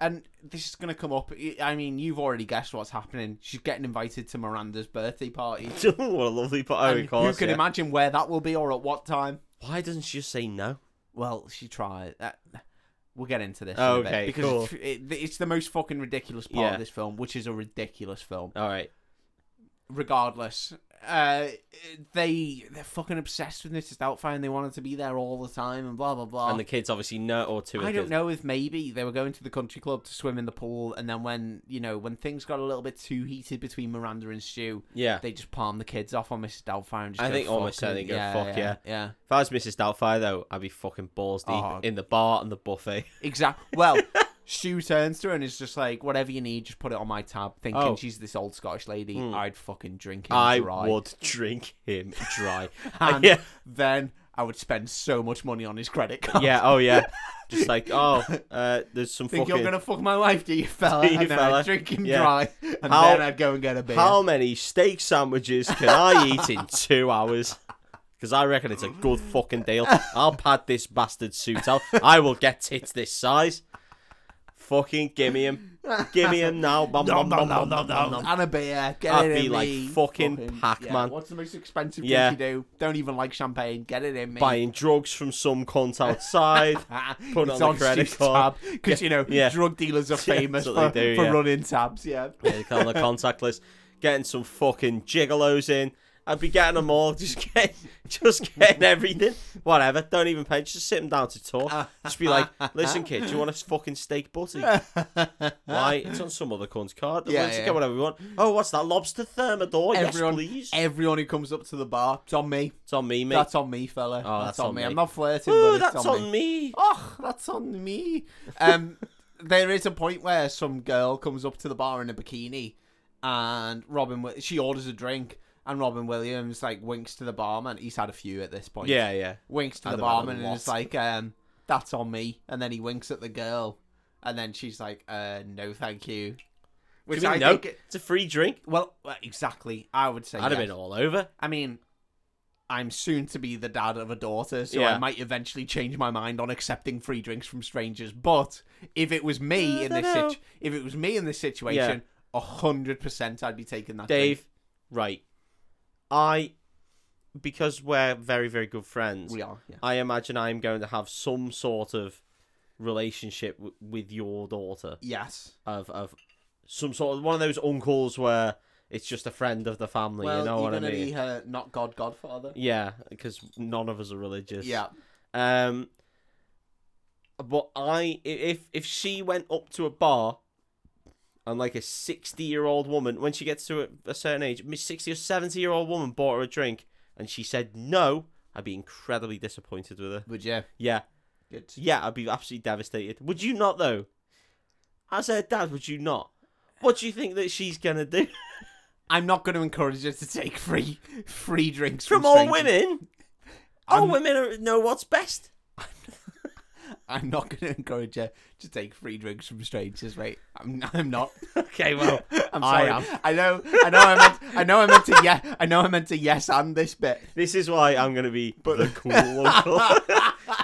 Speaker 1: and this is gonna come up. I- I mean, you've already guessed what's happening. She's getting invited to Miranda's birthday party.
Speaker 2: what a lovely part. Oh,
Speaker 1: And
Speaker 2: of course.
Speaker 1: who can
Speaker 2: yeah.
Speaker 1: imagine where that will be or at what time?
Speaker 2: Why doesn't she just say no?
Speaker 1: Well, she tried. Uh, we'll get into this.
Speaker 2: Oh,
Speaker 1: in a
Speaker 2: okay,
Speaker 1: bit, because
Speaker 2: cool.
Speaker 1: it's, it, it's the most fucking ridiculous part
Speaker 2: Yeah.
Speaker 1: of this film, which is a ridiculous film.
Speaker 2: All right.
Speaker 1: Regardless, uh, they they're fucking obsessed with Mrs. Doubtfire and they wanted to be there all the time and blah blah blah.
Speaker 2: And the kids obviously know, or two. of the
Speaker 1: Oh. I don't
Speaker 2: kids.
Speaker 1: know if maybe they were going to the country club to swim in the pool, and then when you know when things got a little bit too heated between Miranda and Stu,
Speaker 2: Yeah.
Speaker 1: they just palm the kids off on Mrs. Doubtfire and just
Speaker 2: I
Speaker 1: go,
Speaker 2: think almost
Speaker 1: "Fuck
Speaker 2: certainly
Speaker 1: it."
Speaker 2: go, "Fuck yeah."
Speaker 1: yeah.
Speaker 2: If I was Mrs. Doubtfire, though, I'd be fucking balls deep
Speaker 1: Oh.
Speaker 2: in the bar and the buffet.
Speaker 1: Exactly. Well, Stu turns to her and is just like, "Whatever you need, just put it on my tab." Thinking
Speaker 2: Oh. Hmm.
Speaker 1: she's this old Scottish lady, I'd fucking drink him
Speaker 2: I
Speaker 1: dry.
Speaker 2: would drink him dry.
Speaker 1: And
Speaker 2: yeah.
Speaker 1: then I would spend so much money on his credit card.
Speaker 2: Yeah. Oh, yeah. Just like, oh, uh, there's some
Speaker 1: Think
Speaker 2: fucking.
Speaker 1: you're gonna fuck my wife, do you, fella?
Speaker 2: Do you,
Speaker 1: and then
Speaker 2: fella?
Speaker 1: I'd drink him
Speaker 2: Yeah.
Speaker 1: dry, and
Speaker 2: How-
Speaker 1: then I'd go and get a beer.
Speaker 2: How many steak sandwiches can I eat in two hours? Because I reckon it's a good fucking deal. I'll pad this bastard suit out. I will get tits this size. Fucking gimme him. Gimme him now. Bum, bum, bum, bum, bum, bum, bum.
Speaker 1: And a beer. Get
Speaker 2: I'd
Speaker 1: it in
Speaker 2: be like
Speaker 1: me.
Speaker 2: fucking Pac-Man.
Speaker 1: Yeah. What's the most expensive
Speaker 2: Yeah.
Speaker 1: drink you do? Don't even like champagne. Get it in me.
Speaker 2: Buying drugs from some cunt outside.
Speaker 1: Ah,
Speaker 2: Put
Speaker 1: it's
Speaker 2: it on the
Speaker 1: on
Speaker 2: credit
Speaker 1: Stu's
Speaker 2: card.
Speaker 1: tab because
Speaker 2: Yeah,
Speaker 1: you know
Speaker 2: yeah.
Speaker 1: drug dealers are famous
Speaker 2: what
Speaker 1: for,
Speaker 2: they do,
Speaker 1: for
Speaker 2: yeah.
Speaker 1: running tabs. Yeah,
Speaker 2: Yeah, they call the contact list. Getting some fucking gigolos in. I'd be getting them all, just get, just getting everything, whatever. Don't even pay. Just sit them down to talk. Just be like, "Listen, kid, do you want a fucking steak butty? Why? It's on some other cunt's card.
Speaker 1: Yeah,
Speaker 2: Yeah,
Speaker 1: yeah.
Speaker 2: Get whatever we want. Oh, what's that? Lobster thermidor?
Speaker 1: everyone,
Speaker 2: yes, please.
Speaker 1: everyone who comes up to the bar, it's on me.
Speaker 2: it's on me, mate.
Speaker 1: That's on me, fella.
Speaker 2: Oh,
Speaker 1: that's,
Speaker 2: that's
Speaker 1: on
Speaker 2: on
Speaker 1: me.
Speaker 2: me.
Speaker 1: I'm not flirting,
Speaker 2: Ooh,
Speaker 1: but it's
Speaker 2: that's
Speaker 1: on, me.
Speaker 2: on me.
Speaker 1: Oh, that's on me. Um, there is a point where some girl comes up to the bar in a bikini, and Robin Wi- she orders a drink, and Robin Williams like winks to the barman. He's had a few at this point.
Speaker 2: Yeah, yeah.
Speaker 1: winks to
Speaker 2: I'd
Speaker 1: the
Speaker 2: have had a
Speaker 1: barman and is
Speaker 2: lot.
Speaker 1: like, um, "That's on me." And then he winks at the girl, and then she's like, uh, "No, thank you."
Speaker 2: Do you
Speaker 1: Which
Speaker 2: mean
Speaker 1: I
Speaker 2: no?
Speaker 1: think,
Speaker 2: It's a free drink.
Speaker 1: well, well, exactly. I would say
Speaker 2: I'd have
Speaker 1: yes.
Speaker 2: been all over.
Speaker 1: I mean, I'm soon to be the dad of a daughter, so I
Speaker 2: Yeah.
Speaker 1: might eventually change my mind on accepting free drinks from strangers. But if it was me
Speaker 2: I
Speaker 1: in this
Speaker 2: dunno.
Speaker 1: situ- if it was me in this situation, a hundred percent I'd be taking that. drink.
Speaker 2: Dave, right? I, because we're very, very good friends.
Speaker 1: we are. Yeah.
Speaker 2: I imagine I'm going to have some sort of relationship w- with your daughter
Speaker 1: Yes.
Speaker 2: of of some sort of one of those uncles where it's just a friend of the family.
Speaker 1: well,
Speaker 2: you know
Speaker 1: are
Speaker 2: what I
Speaker 1: gonna
Speaker 2: mean?
Speaker 1: be her not God Godfather.
Speaker 2: Yeah, because none of us are religious.
Speaker 1: Yeah.
Speaker 2: Um. But I, i- if if she went up to a bar, and like a sixty-year-old woman, when she gets to a, a certain age, mi- sixty or seventy-year-old woman bought her a drink, and she said no, I'd be incredibly disappointed with her.
Speaker 1: Would you?
Speaker 2: Yeah,
Speaker 1: Good.
Speaker 2: yeah, I'd be absolutely devastated. Would you not though? As her dad, would you not? What do you think that she's gonna do
Speaker 1: I'm not going to encourage her to take free free drinks from,
Speaker 2: from all
Speaker 1: strangers.
Speaker 2: women? All
Speaker 1: I'm-
Speaker 2: women are, know what's best.
Speaker 1: I'm not going to encourage her to take free drinks from strangers, mate. I'm, I'm not.
Speaker 2: Okay, well,
Speaker 1: I'm
Speaker 2: I
Speaker 1: sorry. I,
Speaker 2: am.
Speaker 1: know. I know. I meant. I know. I meant to. Yeah. I know. I meant to. Yes, and this bit.
Speaker 2: This is why I'm gonna be the cool uncle.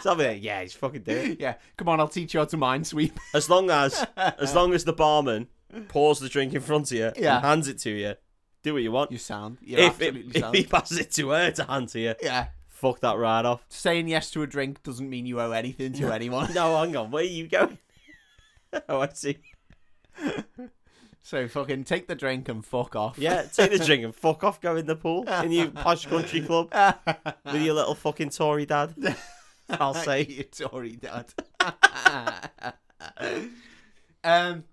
Speaker 2: so I'll be like, yeah, he's fucking doing it.
Speaker 1: Yeah. Come on. I'll teach you how to minesweep.
Speaker 2: As long as, as long as the barman pours the drink in front of you
Speaker 1: Yeah.
Speaker 2: and hands it to you, do what you want.
Speaker 1: You sound. You're
Speaker 2: if, it,
Speaker 1: absolutely
Speaker 2: if
Speaker 1: sound.
Speaker 2: he passes it to her to hand to you,
Speaker 1: yeah.
Speaker 2: fuck that right off.
Speaker 1: Saying yes to a drink doesn't mean you owe anything to anyone.
Speaker 2: No, hang on, where are you going? oh, I see.
Speaker 1: So fucking take the drink and fuck off.
Speaker 2: Yeah, take the drink and fuck off. Go in the pool in your posh country club with your little fucking Tory dad. I'll say.
Speaker 1: you Tory dad. um.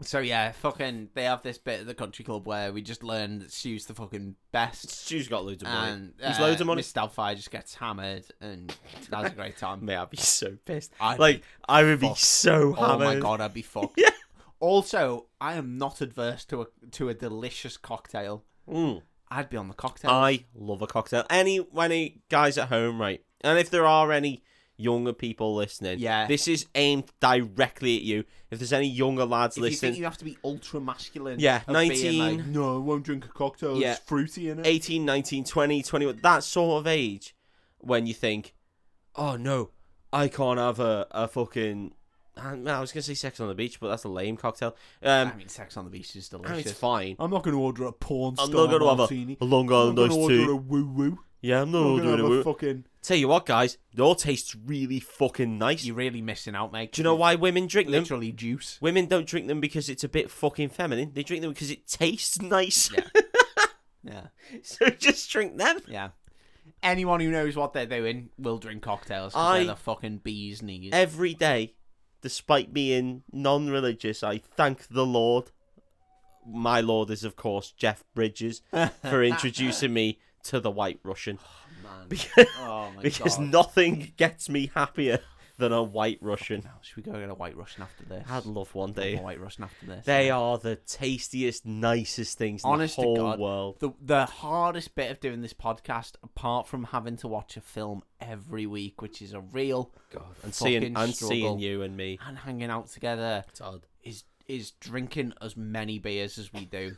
Speaker 1: So yeah, fucking. They have this bit at the country club where we just learn that Sue's the fucking best,
Speaker 2: Stu's got loads of money.
Speaker 1: and
Speaker 2: He's
Speaker 1: uh,
Speaker 2: loads of money.
Speaker 1: Miss Doubtfire just gets hammered, and that's a great time.
Speaker 2: Mate, I'd be so pissed.
Speaker 1: I'd
Speaker 2: like, I would be
Speaker 1: fucked.
Speaker 2: so
Speaker 1: Oh
Speaker 2: hammered.
Speaker 1: my god, I'd be fucked.
Speaker 2: Yeah.
Speaker 1: Also, I am not adverse to a to a delicious cocktail.
Speaker 2: Mm.
Speaker 1: I'd be on the cocktail.
Speaker 2: I love a cocktail. Any any guys at home, right? And if there are any younger people listening,
Speaker 1: Yeah.
Speaker 2: this is aimed directly at you. If there's any younger lads
Speaker 1: if you
Speaker 2: listening,
Speaker 1: think you have to be ultra masculine,
Speaker 2: Yeah,
Speaker 1: of being
Speaker 2: 19.
Speaker 1: Like, no, I won't drink a cocktail.
Speaker 2: Yeah.
Speaker 1: It's fruity in it.
Speaker 2: 18, 19, 20, 21, that sort of age when you think, oh no, I can't have a, a fucking. I I was going to say sex on the beach, but that's a lame cocktail. Um,
Speaker 1: I mean, sex on the beach is
Speaker 2: I mean, it's
Speaker 1: Ah, delicious.
Speaker 2: fine.
Speaker 3: I'm not going to order a porn
Speaker 2: I'm
Speaker 3: star
Speaker 2: not going to have
Speaker 3: martini.
Speaker 2: a, a Long
Speaker 3: I'm
Speaker 2: Island
Speaker 3: going to
Speaker 2: iced
Speaker 3: order a
Speaker 2: tea.
Speaker 3: woo woo.
Speaker 2: Yeah, I'm not
Speaker 3: I'm going
Speaker 2: ordering
Speaker 3: to
Speaker 2: a
Speaker 3: have a
Speaker 2: woo.
Speaker 3: fucking.
Speaker 2: Tell you what, guys, your tastes really fucking nice.
Speaker 1: You're really missing out, mate.
Speaker 2: Do you know why women drink them?
Speaker 1: Literally juice.
Speaker 2: Women don't drink them because it's a bit fucking feminine. They drink them because it tastes nice.
Speaker 1: Yeah. Yeah,
Speaker 2: so just drink them.
Speaker 1: yeah. Anyone who knows what they're doing will drink cocktails. 'cause
Speaker 2: I-
Speaker 1: they're the fucking bees knees.
Speaker 2: Every day, despite being non religious, I thank the Lord. My Lord is, of course, Jeff Bridges for introducing me to the White Russian.
Speaker 1: Man.
Speaker 2: Because,
Speaker 1: Oh my
Speaker 2: because
Speaker 1: god.
Speaker 2: nothing gets me happier than a White Russian.
Speaker 1: Should we go get a white Russian after this?
Speaker 2: I'd love one
Speaker 1: a
Speaker 2: day.
Speaker 1: white Russian after this.
Speaker 2: They are the tastiest, nicest things in
Speaker 1: Honest
Speaker 2: the
Speaker 1: to
Speaker 2: whole
Speaker 1: God.
Speaker 2: world.
Speaker 1: the the hardest bit of doing this podcast, apart from having to watch a film every week, which is a real
Speaker 2: God, and seeing
Speaker 1: fucking
Speaker 2: and seeing
Speaker 1: struggle.
Speaker 2: you and me.
Speaker 1: and hanging out together,
Speaker 2: It's odd.
Speaker 1: is is drinking as many beers as we do.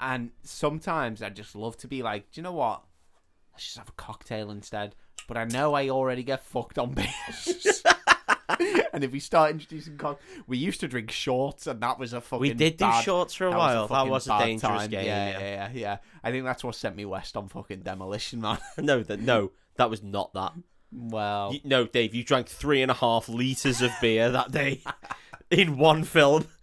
Speaker 1: and sometimes I just love to be like, do you know what? Let's just have a cocktail instead. But I know I already get fucked on beers. and if we start introducing cock, we used to drink shorts, and that was a fucking.
Speaker 2: We did do
Speaker 1: bad-
Speaker 2: shorts for a
Speaker 1: that
Speaker 2: while. that
Speaker 1: fucking
Speaker 2: was a
Speaker 1: bad
Speaker 2: dangerous
Speaker 1: time.
Speaker 2: game.
Speaker 1: Yeah,
Speaker 2: yeah.
Speaker 1: yeah, yeah, yeah. I think that's what sent me west on fucking demolition, man.
Speaker 2: No, that no, that was not that.
Speaker 1: well,
Speaker 2: You- no, Dave, you drank three and a half liters of beer that day in one film.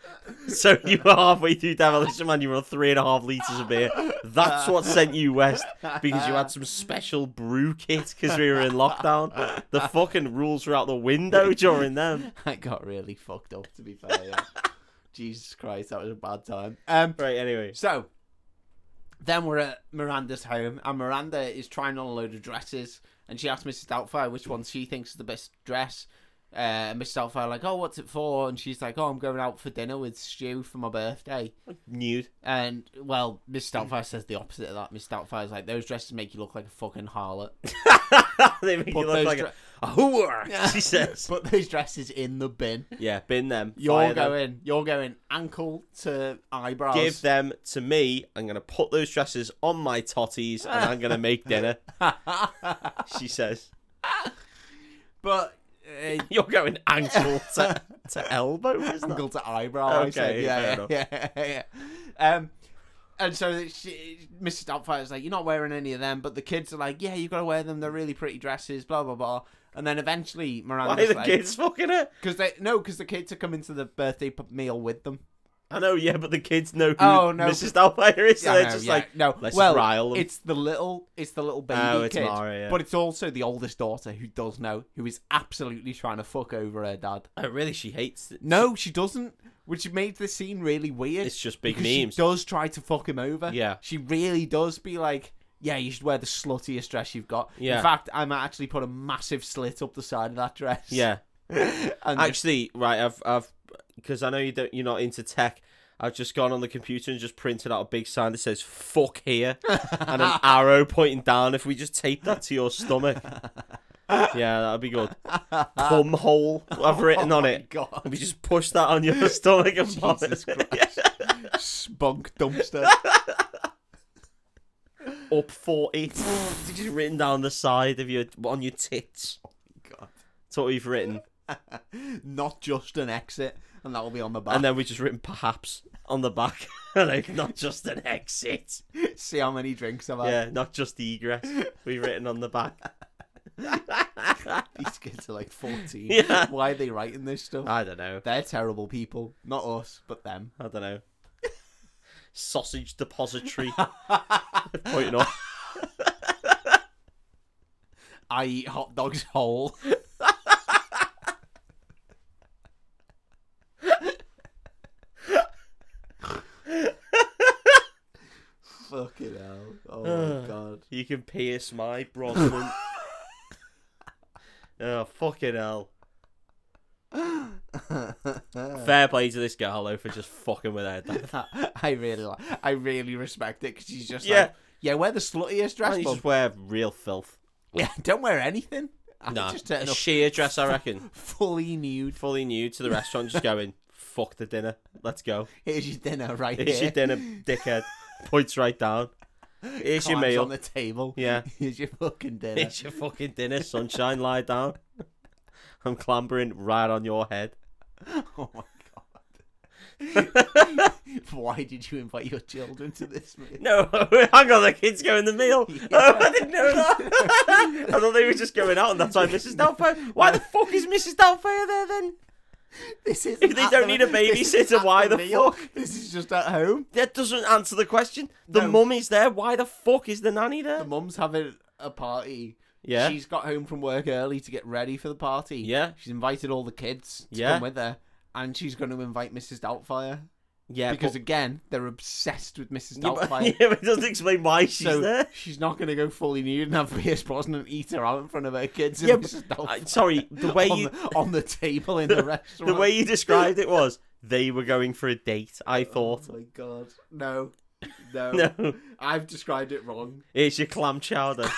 Speaker 2: So you were halfway through Demolition Man, you were on three and a half liters of beer. That's what sent you west because you had some special brew kit because we were in lockdown. The fucking rules were out the window during them.
Speaker 1: I got really fucked up. To be fair, yeah. Jesus Christ, that was a bad time. Um,
Speaker 2: Right, anyway.
Speaker 1: So then we're at Miranda's home, and Miranda is trying on a load of dresses, and she asks Mrs. Doubtfire which one she thinks is the best dress. Uh, and Mrs. Doubtfire like, oh, what's it for? And she's like, oh, I'm going out for dinner with Stu for my birthday.
Speaker 2: Nude.
Speaker 1: And well, Miss Doubtfire says the opposite of that. Miss Doubtfire's like, those dresses make you look like a fucking harlot.
Speaker 2: they make you
Speaker 1: those
Speaker 2: look like
Speaker 1: dre-
Speaker 2: a, a whore, she says.
Speaker 1: Put those dresses in the bin.
Speaker 2: Yeah, bin them.
Speaker 1: You're
Speaker 2: fire them.
Speaker 1: going, you're going ankle to eyebrows.
Speaker 2: give them to me. I'm going to put those dresses on my totties and I'm going to make dinner. she says,
Speaker 1: but uh,
Speaker 2: You're going ankle to, to elbow, isn't
Speaker 1: angle to eyebrow. I said,
Speaker 2: Okay,
Speaker 1: yeah,
Speaker 2: fair
Speaker 1: yeah, yeah, yeah, yeah. Um, and so she, Mrs. Doubtfire's like, "You're not wearing any of them," but the kids are like, "Yeah, you gotta wear them. They're really pretty dresses." Blah blah blah. And then eventually,
Speaker 2: Why
Speaker 1: Miranda's
Speaker 2: the
Speaker 1: like,
Speaker 2: kids fucking it?
Speaker 1: "Because they no, because the kids are coming to the birthday p- meal with them."
Speaker 2: I know, yeah, but the kids know who
Speaker 1: Oh, no.
Speaker 2: Mrs. Doubtfire is, so
Speaker 1: I
Speaker 2: they're
Speaker 1: know,
Speaker 2: just
Speaker 1: yeah.
Speaker 2: like,
Speaker 1: no,
Speaker 2: let's
Speaker 1: well,
Speaker 2: just rile them.
Speaker 1: it's the little, it's the little baby
Speaker 2: Oh, it's
Speaker 1: kid,
Speaker 2: Mara, yeah.
Speaker 1: but it's also the oldest daughter who does know, who is absolutely trying to fuck over her dad.
Speaker 2: Oh, really? She hates it.
Speaker 1: No, she doesn't, which made the scene really weird.
Speaker 2: It's just big
Speaker 1: because
Speaker 2: memes.
Speaker 1: She does try to fuck him over.
Speaker 2: Yeah.
Speaker 1: She really does be like, yeah, you should wear the sluttiest dress you've got.
Speaker 2: Yeah.
Speaker 1: In fact, I might actually put a massive slit up the side of that dress.
Speaker 2: Yeah.
Speaker 1: And
Speaker 2: Actually, right, I've, I've, because I know you don't, you're not into tech. I've just gone on the computer and just printed out a big sign that says "fuck here" and an arrow pointing down. If we just tape that to your stomach, yeah, that'd be good. Cum hole, I've written on it.
Speaker 1: oh God,
Speaker 2: We just push that on your stomach and pop it
Speaker 1: Jesus Christ. Spunk dumpster.
Speaker 2: up forty. just written down the side of your on your tits.
Speaker 1: Oh God.
Speaker 2: That's what we've written,
Speaker 1: Not just an exit, and that'll be on the back.
Speaker 2: and then we just written perhaps on the back, like not just an exit. Uh,
Speaker 1: See how many drinks I've had.
Speaker 2: Yeah, not just egress. We've written on the back.
Speaker 1: These kids are like 14.
Speaker 2: Yeah.
Speaker 1: Why are they writing this stuff?
Speaker 2: I don't know.
Speaker 1: They're terrible people. Not us, but them.
Speaker 2: I don't know. Sausage depository. Pointing off.
Speaker 1: I eat hot dogs whole. Fucking hell. Oh my god.
Speaker 2: You can pierce my Brosnan. oh, fucking hell. Fair play to this Gallo for just fucking with her dad.
Speaker 1: I really like, I really respect it because she's just
Speaker 2: Yeah.
Speaker 1: like, yeah, wear the sluttiest dress,
Speaker 2: You
Speaker 1: bub.
Speaker 2: just wear real filth.
Speaker 1: Yeah, don't wear anything. I
Speaker 2: Nah,
Speaker 1: just turn
Speaker 2: a
Speaker 1: up
Speaker 2: sheer dress, I reckon.
Speaker 1: fully nude.
Speaker 2: Fully nude to the restaurant, just going, fuck the dinner. Let's go.
Speaker 1: Here's your dinner right
Speaker 2: Here's
Speaker 1: here.
Speaker 2: your dinner, dickhead. Points right down. Here's your
Speaker 1: Cards
Speaker 2: meal.
Speaker 1: on the table.
Speaker 2: Yeah.
Speaker 1: Here's your fucking dinner.
Speaker 2: It's your fucking dinner, sunshine. Lie down. I'm clambering right on your head.
Speaker 1: Oh my god. Why did you invite your children to this meal?
Speaker 2: No, hang on, the kids going the meal. Oh, I didn't know that. I thought they were just going out, and that's why Mrs. Doubtfire. Why the fuck is Mrs. Doubtfire there then?
Speaker 1: This is
Speaker 2: If they don't need a babysitter, why the
Speaker 1: fuck? This is just at home.
Speaker 2: That doesn't answer the question. The
Speaker 1: No.
Speaker 2: mum is there. Why the fuck is the nanny there?
Speaker 1: The mum's having a party.
Speaker 2: Uh, yeah,
Speaker 1: She's got home from work early to get ready for the party.
Speaker 2: Yeah.
Speaker 1: She's invited all the kids to
Speaker 2: Yeah.
Speaker 1: come with her. And she's going to invite Mrs. Doubtfire.
Speaker 2: yeah,
Speaker 1: Because,
Speaker 2: but,
Speaker 1: again, they're obsessed with Mrs.
Speaker 2: yeah, but,
Speaker 1: Doubtfire.
Speaker 2: yeah, but it doesn't explain why she's
Speaker 1: so
Speaker 2: there.
Speaker 1: she's not going to go fully nude and have Pierce Brosnan eat her out in front of her kids.
Speaker 2: Yeah,
Speaker 1: Yeah,
Speaker 2: but- I, sorry, the way
Speaker 1: on,
Speaker 2: you
Speaker 1: the, on the table in the, restaurant.
Speaker 2: the way you described it was they were going for a date. I
Speaker 1: Oh
Speaker 2: thought
Speaker 1: my god! No, no,
Speaker 2: no.
Speaker 1: I've described it wrong.
Speaker 2: Here's your clam chowder,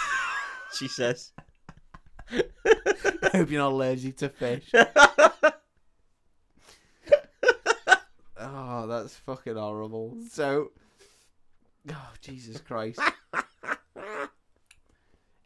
Speaker 2: she says.
Speaker 1: I hope you're not allergic to fish. oh, that's fucking horrible. So, oh Jesus Christ.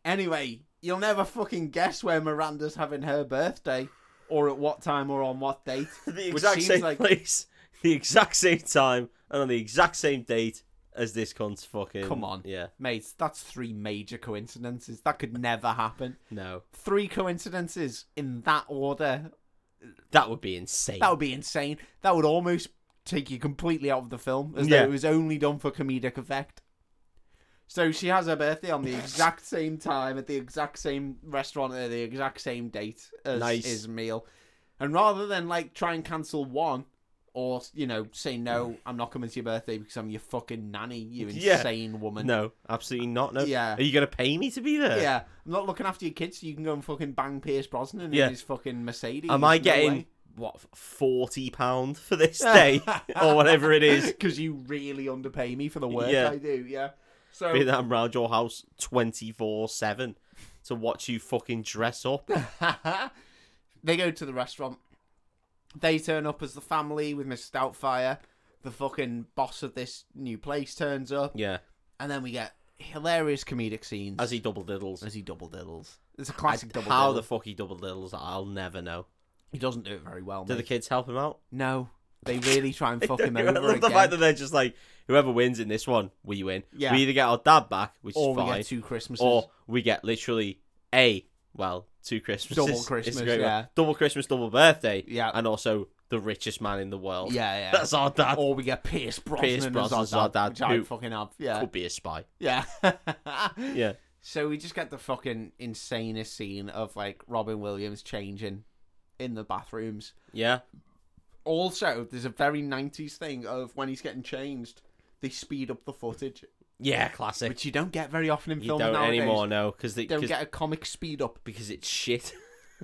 Speaker 1: anyway, you'll never fucking guess where Miranda's having her birthday, or at what time, or on what date.
Speaker 2: The
Speaker 1: Which
Speaker 2: exact
Speaker 1: seems
Speaker 2: same
Speaker 1: like-
Speaker 2: place, the exact same time, and on the exact same date as this cunt's fucking.
Speaker 1: Come on.
Speaker 2: Yeah.
Speaker 1: Mate, that's three major coincidences. That could never happen.
Speaker 2: No.
Speaker 1: Three coincidences in that order.
Speaker 2: That would be insane.
Speaker 1: That would be insane. That would almost take you completely out of the film, as
Speaker 2: Yeah.
Speaker 1: though it was only done for comedic effect. So she has her birthday on the exact same time, at the exact same restaurant, at the exact same date as
Speaker 2: Nice.
Speaker 1: his meal. And rather than like try and cancel one, or you know say no, I'm not coming to your birthday because I'm your fucking nanny, you
Speaker 2: Yeah.
Speaker 1: insane woman.
Speaker 2: No, absolutely not. No.
Speaker 1: Yeah.
Speaker 2: Are you going to pay me to be there?
Speaker 1: Yeah, I'm not looking after your kids, so you can go and fucking bang Pierce Brosnan in
Speaker 2: Yeah.
Speaker 1: his fucking Mercedes.
Speaker 2: Am I
Speaker 1: No
Speaker 2: getting,
Speaker 1: way.
Speaker 2: what, £40 for this day? or whatever it is.
Speaker 1: Because you really underpay me for the work
Speaker 2: Yeah.
Speaker 1: I do, yeah. So
Speaker 2: Be that I'm round your house 24 7 to watch you fucking dress up.
Speaker 1: they go to the restaurant. They turn up as the family with Miss Doubtfire. The fucking boss of this new place turns up,
Speaker 2: Yeah.
Speaker 1: and then we get hilarious comedic scenes
Speaker 2: As he double diddles.
Speaker 1: as he double diddles. It's a
Speaker 2: I-
Speaker 1: classic double
Speaker 2: how
Speaker 1: diddle.
Speaker 2: the fuck he double diddles, I'll never know.
Speaker 1: he doesn't do it very well.
Speaker 2: Do the
Speaker 1: mate.
Speaker 2: kids help him out?
Speaker 1: No, they really try and fuck him
Speaker 2: I
Speaker 1: over
Speaker 2: love
Speaker 1: again.
Speaker 2: the fact that they're just like, whoever wins in this one, we win.
Speaker 1: Yeah.
Speaker 2: We either get our dad back, which
Speaker 1: or
Speaker 2: is
Speaker 1: we
Speaker 2: fine,
Speaker 1: get two Christmases.
Speaker 2: or we get literally a well two Christmases.
Speaker 1: Double
Speaker 2: It's a
Speaker 1: Christmas,
Speaker 2: great one.
Speaker 1: yeah.
Speaker 2: double Christmas, double birthday,
Speaker 1: Yeah.
Speaker 2: and also the richest man in the world.
Speaker 1: yeah, yeah.
Speaker 2: that's our dad.
Speaker 1: or we get Pierce Brosnan,
Speaker 2: Pierce Brosnan
Speaker 1: as our dad, which I
Speaker 2: who-
Speaker 1: fucking have. Yeah,
Speaker 2: Could be a spy.
Speaker 1: yeah.
Speaker 2: Yeah,
Speaker 1: So we just get the fucking insanest scene of like Robin Williams changing in the bathrooms.
Speaker 2: yeah.
Speaker 1: Also, there's a very 90s thing of when he's getting changed, they speed up the footage,
Speaker 2: Yeah, classic.
Speaker 1: which you don't get very often in
Speaker 2: you
Speaker 1: films
Speaker 2: don't
Speaker 1: nowadays.
Speaker 2: anymore, no, because
Speaker 1: You Don't get a comic speed up.
Speaker 2: because it's shit.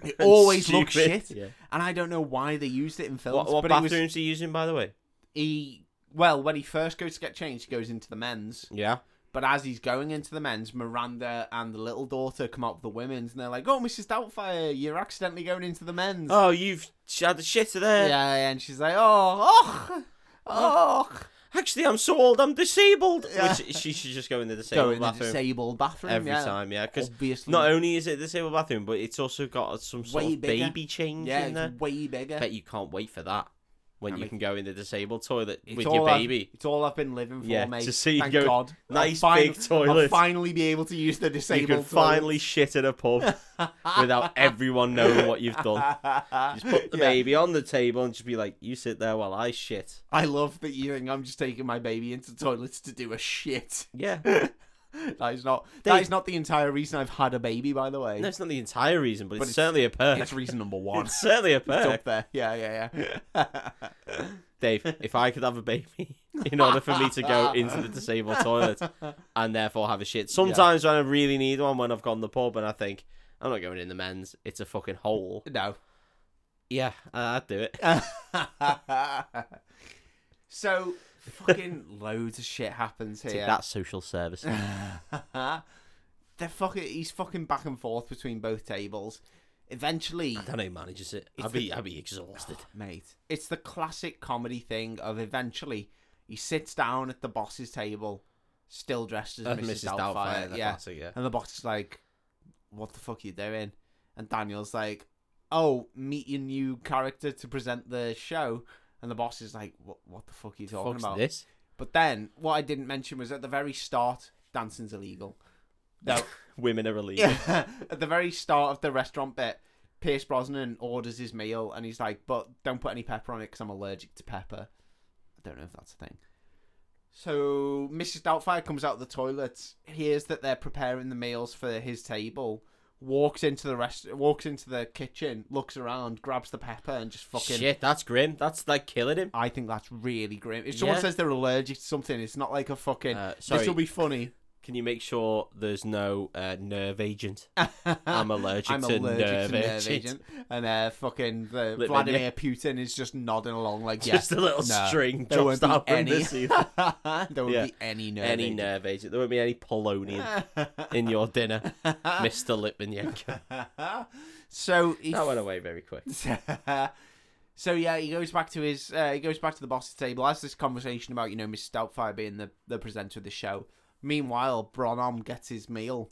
Speaker 1: It
Speaker 2: and
Speaker 1: always looks
Speaker 2: stupid.
Speaker 1: shit,
Speaker 2: Yeah.
Speaker 1: and I don't know why they used it in films.
Speaker 2: What, what
Speaker 1: but
Speaker 2: bathrooms
Speaker 1: it was
Speaker 2: are you using, by the way?
Speaker 1: he. Well, when he first goes to get changed, he goes into the men's.
Speaker 2: Yeah,
Speaker 1: But as he's going into the men's, Miranda and the little daughter come out of the women's, and they're like, "Oh, Mrs. Doubtfire, you're accidentally going into the men's."
Speaker 2: Oh, you've had the shitter there.
Speaker 1: Yeah, yeah, and she's like, oh, oh, oh.
Speaker 2: Actually, I'm so old, I'm disabled.
Speaker 1: Yeah.
Speaker 2: Which she should just go in the
Speaker 1: Go
Speaker 2: disabled
Speaker 1: in the
Speaker 2: bathroom
Speaker 1: disabled bathroom.
Speaker 2: every
Speaker 1: yeah.
Speaker 2: time. Yeah, because
Speaker 1: Obviously.
Speaker 2: Not only is it the disabled bathroom, but it's also got some sort
Speaker 1: Way
Speaker 2: of
Speaker 1: bigger.
Speaker 2: baby change
Speaker 1: yeah,
Speaker 2: in there.
Speaker 1: it's way bigger.
Speaker 2: Bet you can't wait for that. when
Speaker 1: I
Speaker 2: you
Speaker 1: mean-
Speaker 2: can go in the disabled toilet
Speaker 1: It's
Speaker 2: with
Speaker 1: all
Speaker 2: your
Speaker 1: I've-
Speaker 2: baby.
Speaker 1: it's all I've been living for,
Speaker 2: Yeah,
Speaker 1: mate.
Speaker 2: to see you
Speaker 1: Thank
Speaker 2: go,
Speaker 1: God. I'll
Speaker 2: "Nice
Speaker 1: fin-
Speaker 2: big toilet."
Speaker 1: I'll finally be able to use the disabled
Speaker 2: You can finally shit in a pub without everyone knowing what you've done. Just put the baby on the table and just be like, "You sit there while I shit."
Speaker 1: I love that you think I'm just taking my baby into toilets to do a shit.
Speaker 2: Yeah,
Speaker 1: That is not
Speaker 2: They-
Speaker 1: that is not the entire reason I've had a baby, by the way.
Speaker 2: that's not the entire reason, but,
Speaker 1: But
Speaker 2: it's,
Speaker 1: it's-
Speaker 2: certainly a perk.
Speaker 1: It's reason number one.
Speaker 2: It's certainly a
Speaker 1: It's
Speaker 2: perk.
Speaker 1: up there. Yeah, yeah, yeah.
Speaker 2: Dave, if I could have a baby in order for me to go into the disabled toilet and therefore have a shit. Sometimes when I really need one, when I've gone to the pub and I think, I'm not going in the men's, it's a fucking hole.
Speaker 1: no.
Speaker 2: Yeah, I- I'd do it.
Speaker 1: so fucking loads of shit happens
Speaker 2: Take
Speaker 1: here.
Speaker 2: that social service.
Speaker 1: They're fucking. He's fucking back and forth between both tables. Eventually,
Speaker 2: I don't know who manages it.
Speaker 1: It's
Speaker 2: I'd be, I'd be exhausted.
Speaker 1: mate, it's the classic comedy thing of eventually he sits down at the boss's table, still dressed as
Speaker 2: That's
Speaker 1: Mrs. Doubtfire.
Speaker 2: the
Speaker 1: yeah,
Speaker 2: classic, yeah.
Speaker 1: and the boss is like, "What the fuck are you doing?" And Daniel's like, "Oh, meet your new character to present the show." And the boss is like, "What? What the fuck are you talking
Speaker 2: Fuck's
Speaker 1: about?"
Speaker 2: this?
Speaker 1: But then what I didn't mention was at the very start, dancing's illegal. No.
Speaker 2: Women are illegal.
Speaker 1: Yeah. At the very start of the restaurant bit, Pierce Brosnan orders his meal and he's like, but don't put any pepper on it because I'm allergic to pepper. I don't know if that's a thing. So Mrs. Doubtfire comes out of the toilet, hears that they're preparing the meals for his table, walks into the rest, walks into the kitchen, looks around, grabs the pepper, and just fucking.
Speaker 2: Shit, that's grim. That's like killing him.
Speaker 1: I think that's really grim. If someone
Speaker 2: Yeah.
Speaker 1: says they're allergic to something, it's not like a fucking.
Speaker 2: Uh,
Speaker 1: this
Speaker 2: sorry,
Speaker 1: will be funny.
Speaker 2: can you make sure there's no uh, nerve agent? I'm allergic,
Speaker 1: I'm
Speaker 2: to,
Speaker 1: allergic
Speaker 2: nerve
Speaker 1: to nerve
Speaker 2: agent.
Speaker 1: agent. And uh, fucking the
Speaker 2: Little
Speaker 1: Vladimir Putin is just nodding along like, yeah,
Speaker 2: Just a little
Speaker 1: no,
Speaker 2: string
Speaker 1: there won't
Speaker 2: drops
Speaker 1: be
Speaker 2: down from
Speaker 1: any.
Speaker 2: this either.
Speaker 1: there would
Speaker 2: Yeah.
Speaker 1: be any nerve.
Speaker 2: any
Speaker 1: agent.
Speaker 2: nerve agent. There won't be any polonium in your dinner, Mr. Litvinenko.
Speaker 1: so he
Speaker 2: That went away very quick.
Speaker 1: so yeah, he goes back to his uh, he goes back to the boss's table. Has this conversation about you know Miss Doubtfire being the the presenter of the show. Meanwhile, Bronham gets his meal,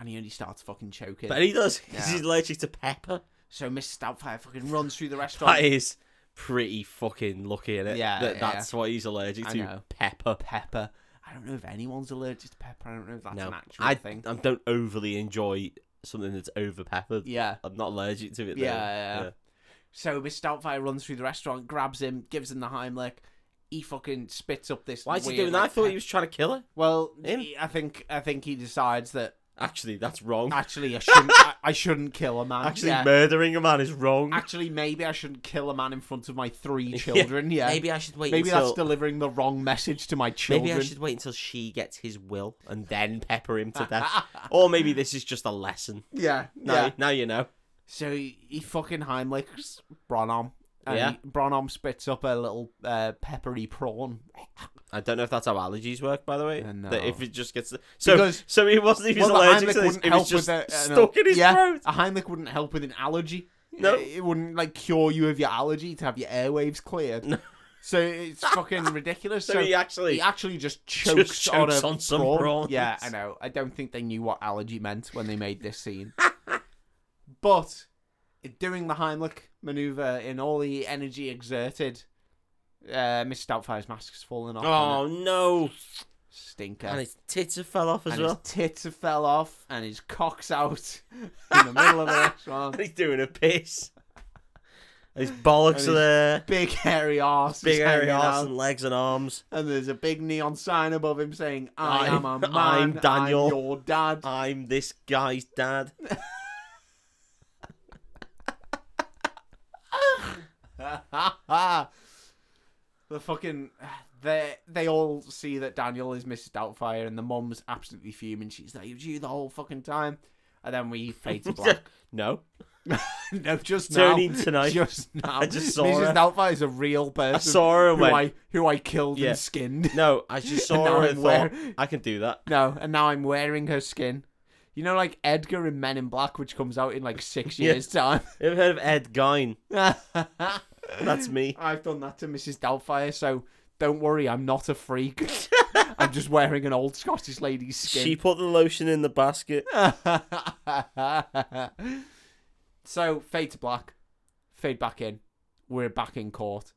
Speaker 1: and he only starts fucking choking.
Speaker 2: But he does.
Speaker 1: Yeah.
Speaker 2: He's allergic to pepper.
Speaker 1: so Miss Doubtfire fucking runs through the restaurant.
Speaker 2: That is pretty fucking lucky, innit?
Speaker 1: Yeah,
Speaker 2: That,
Speaker 1: yeah.
Speaker 2: That's what he's allergic
Speaker 1: I
Speaker 2: to.
Speaker 1: know.
Speaker 2: Pepper.
Speaker 1: pepper. I don't know if anyone's allergic to pepper. I don't know if that's an
Speaker 2: No,
Speaker 1: actual
Speaker 2: I,
Speaker 1: thing.
Speaker 2: I don't overly enjoy something that's over peppered.
Speaker 1: Yeah.
Speaker 2: I'm not allergic to it. though.
Speaker 1: Yeah, yeah, yeah. So Miss Doubtfire runs through the restaurant, grabs him, gives him the Heimlich. He fucking spits up this.
Speaker 2: Why is he
Speaker 1: weird,
Speaker 2: doing that? I
Speaker 1: like,
Speaker 2: thought
Speaker 1: pe-
Speaker 2: he was trying to kill her.
Speaker 1: Well,
Speaker 2: Him?
Speaker 1: he- I think I think he decides that
Speaker 2: Actually, that's wrong.
Speaker 1: actually I shouldn't I, I shouldn't kill a man.
Speaker 2: Actually,
Speaker 1: yeah.
Speaker 2: murdering a man is wrong.
Speaker 1: actually maybe I shouldn't kill a man in front of my three children. Yeah, maybe,
Speaker 2: Maybe I should wait
Speaker 1: that's
Speaker 2: until
Speaker 1: delivering the wrong message to my children.
Speaker 2: Maybe I should wait until she gets his will and then pepper him to death. or maybe this is just a lesson.
Speaker 1: Yeah,
Speaker 2: Now,
Speaker 1: yeah.
Speaker 2: now you know.
Speaker 1: So he, he fucking Heimlich's Bronham. And
Speaker 2: Yeah.
Speaker 1: he- Bronham spits up a little uh, peppery prawn.
Speaker 2: I don't know if that's how allergies work, by the way.
Speaker 1: Uh, no.
Speaker 2: That if it just gets so,
Speaker 1: Because-
Speaker 2: so he wasn't even
Speaker 1: Well, the
Speaker 2: allergic
Speaker 1: Heimlich
Speaker 2: to this.
Speaker 1: wouldn't
Speaker 2: It
Speaker 1: help
Speaker 2: was just
Speaker 1: with the- uh, no.
Speaker 2: stuck in his
Speaker 1: yeah,
Speaker 2: throat.
Speaker 1: A Heimlich wouldn't help with an allergy.
Speaker 2: No.
Speaker 1: It, it wouldn't like cure you of your allergy to have your airwaves cleared.
Speaker 2: No.
Speaker 1: So it's fucking ridiculous.
Speaker 2: So,
Speaker 1: So,
Speaker 2: he
Speaker 1: he,
Speaker 2: actually,
Speaker 1: actually just chokes, on,
Speaker 2: chokes
Speaker 1: a
Speaker 2: on some
Speaker 1: prawn.
Speaker 2: prawns.
Speaker 1: Yeah, I know. I don't think they knew what allergy meant when they made this scene. but doing the Heimlich maneuver in all the energy exerted, uh, Miss Doubtfire's mask's fallen off.
Speaker 2: oh
Speaker 1: and
Speaker 2: no!
Speaker 1: it- stinker
Speaker 2: And his tits have fell off as
Speaker 1: and
Speaker 2: well.
Speaker 1: his tits have fell off, and his cock's out in the middle of the
Speaker 2: And
Speaker 1: restaurant.
Speaker 2: he's doing a piss. And his bollocks
Speaker 1: And
Speaker 2: are
Speaker 1: his
Speaker 2: there.
Speaker 1: Big hairy arse, is
Speaker 2: Big hairy
Speaker 1: hanging
Speaker 2: arse
Speaker 1: out,
Speaker 2: and legs and arms.
Speaker 1: and there's a big neon sign above him saying, "I, am a
Speaker 2: I'm-
Speaker 1: man,
Speaker 2: I'm Daniel."
Speaker 1: your dad."
Speaker 2: I'm this guy's dad.
Speaker 1: Ah. the fucking they they all see that Daniel is Mrs. Doubtfire, and the mum's absolutely fuming. She's like, "It was you the whole fucking time." And then we fade to black.
Speaker 2: No,
Speaker 1: no, just now.
Speaker 2: turning tonight.
Speaker 1: Just now.
Speaker 2: I just saw
Speaker 1: Mrs.
Speaker 2: her.
Speaker 1: Doubtfire is a real person.
Speaker 2: I saw her and
Speaker 1: who
Speaker 2: went,
Speaker 1: I who I killed
Speaker 2: Yeah.
Speaker 1: and skinned.
Speaker 2: No, I just saw
Speaker 1: now
Speaker 2: her
Speaker 1: I'm
Speaker 2: and thought,
Speaker 1: wear-
Speaker 2: I can do that.
Speaker 1: No, and now I'm wearing her skin. You know, like Edgar in Men in Black, which comes out in like six
Speaker 2: Yeah.
Speaker 1: years' time.
Speaker 2: Ever heard of Ed Gein? That's me.
Speaker 1: I've done that to Mrs. Doubtfire, so don't worry, I'm not a freak. I'm just wearing an old Scottish lady's skin.
Speaker 2: She put the lotion in the basket.
Speaker 1: so fade to black, fade back in. We're back in court.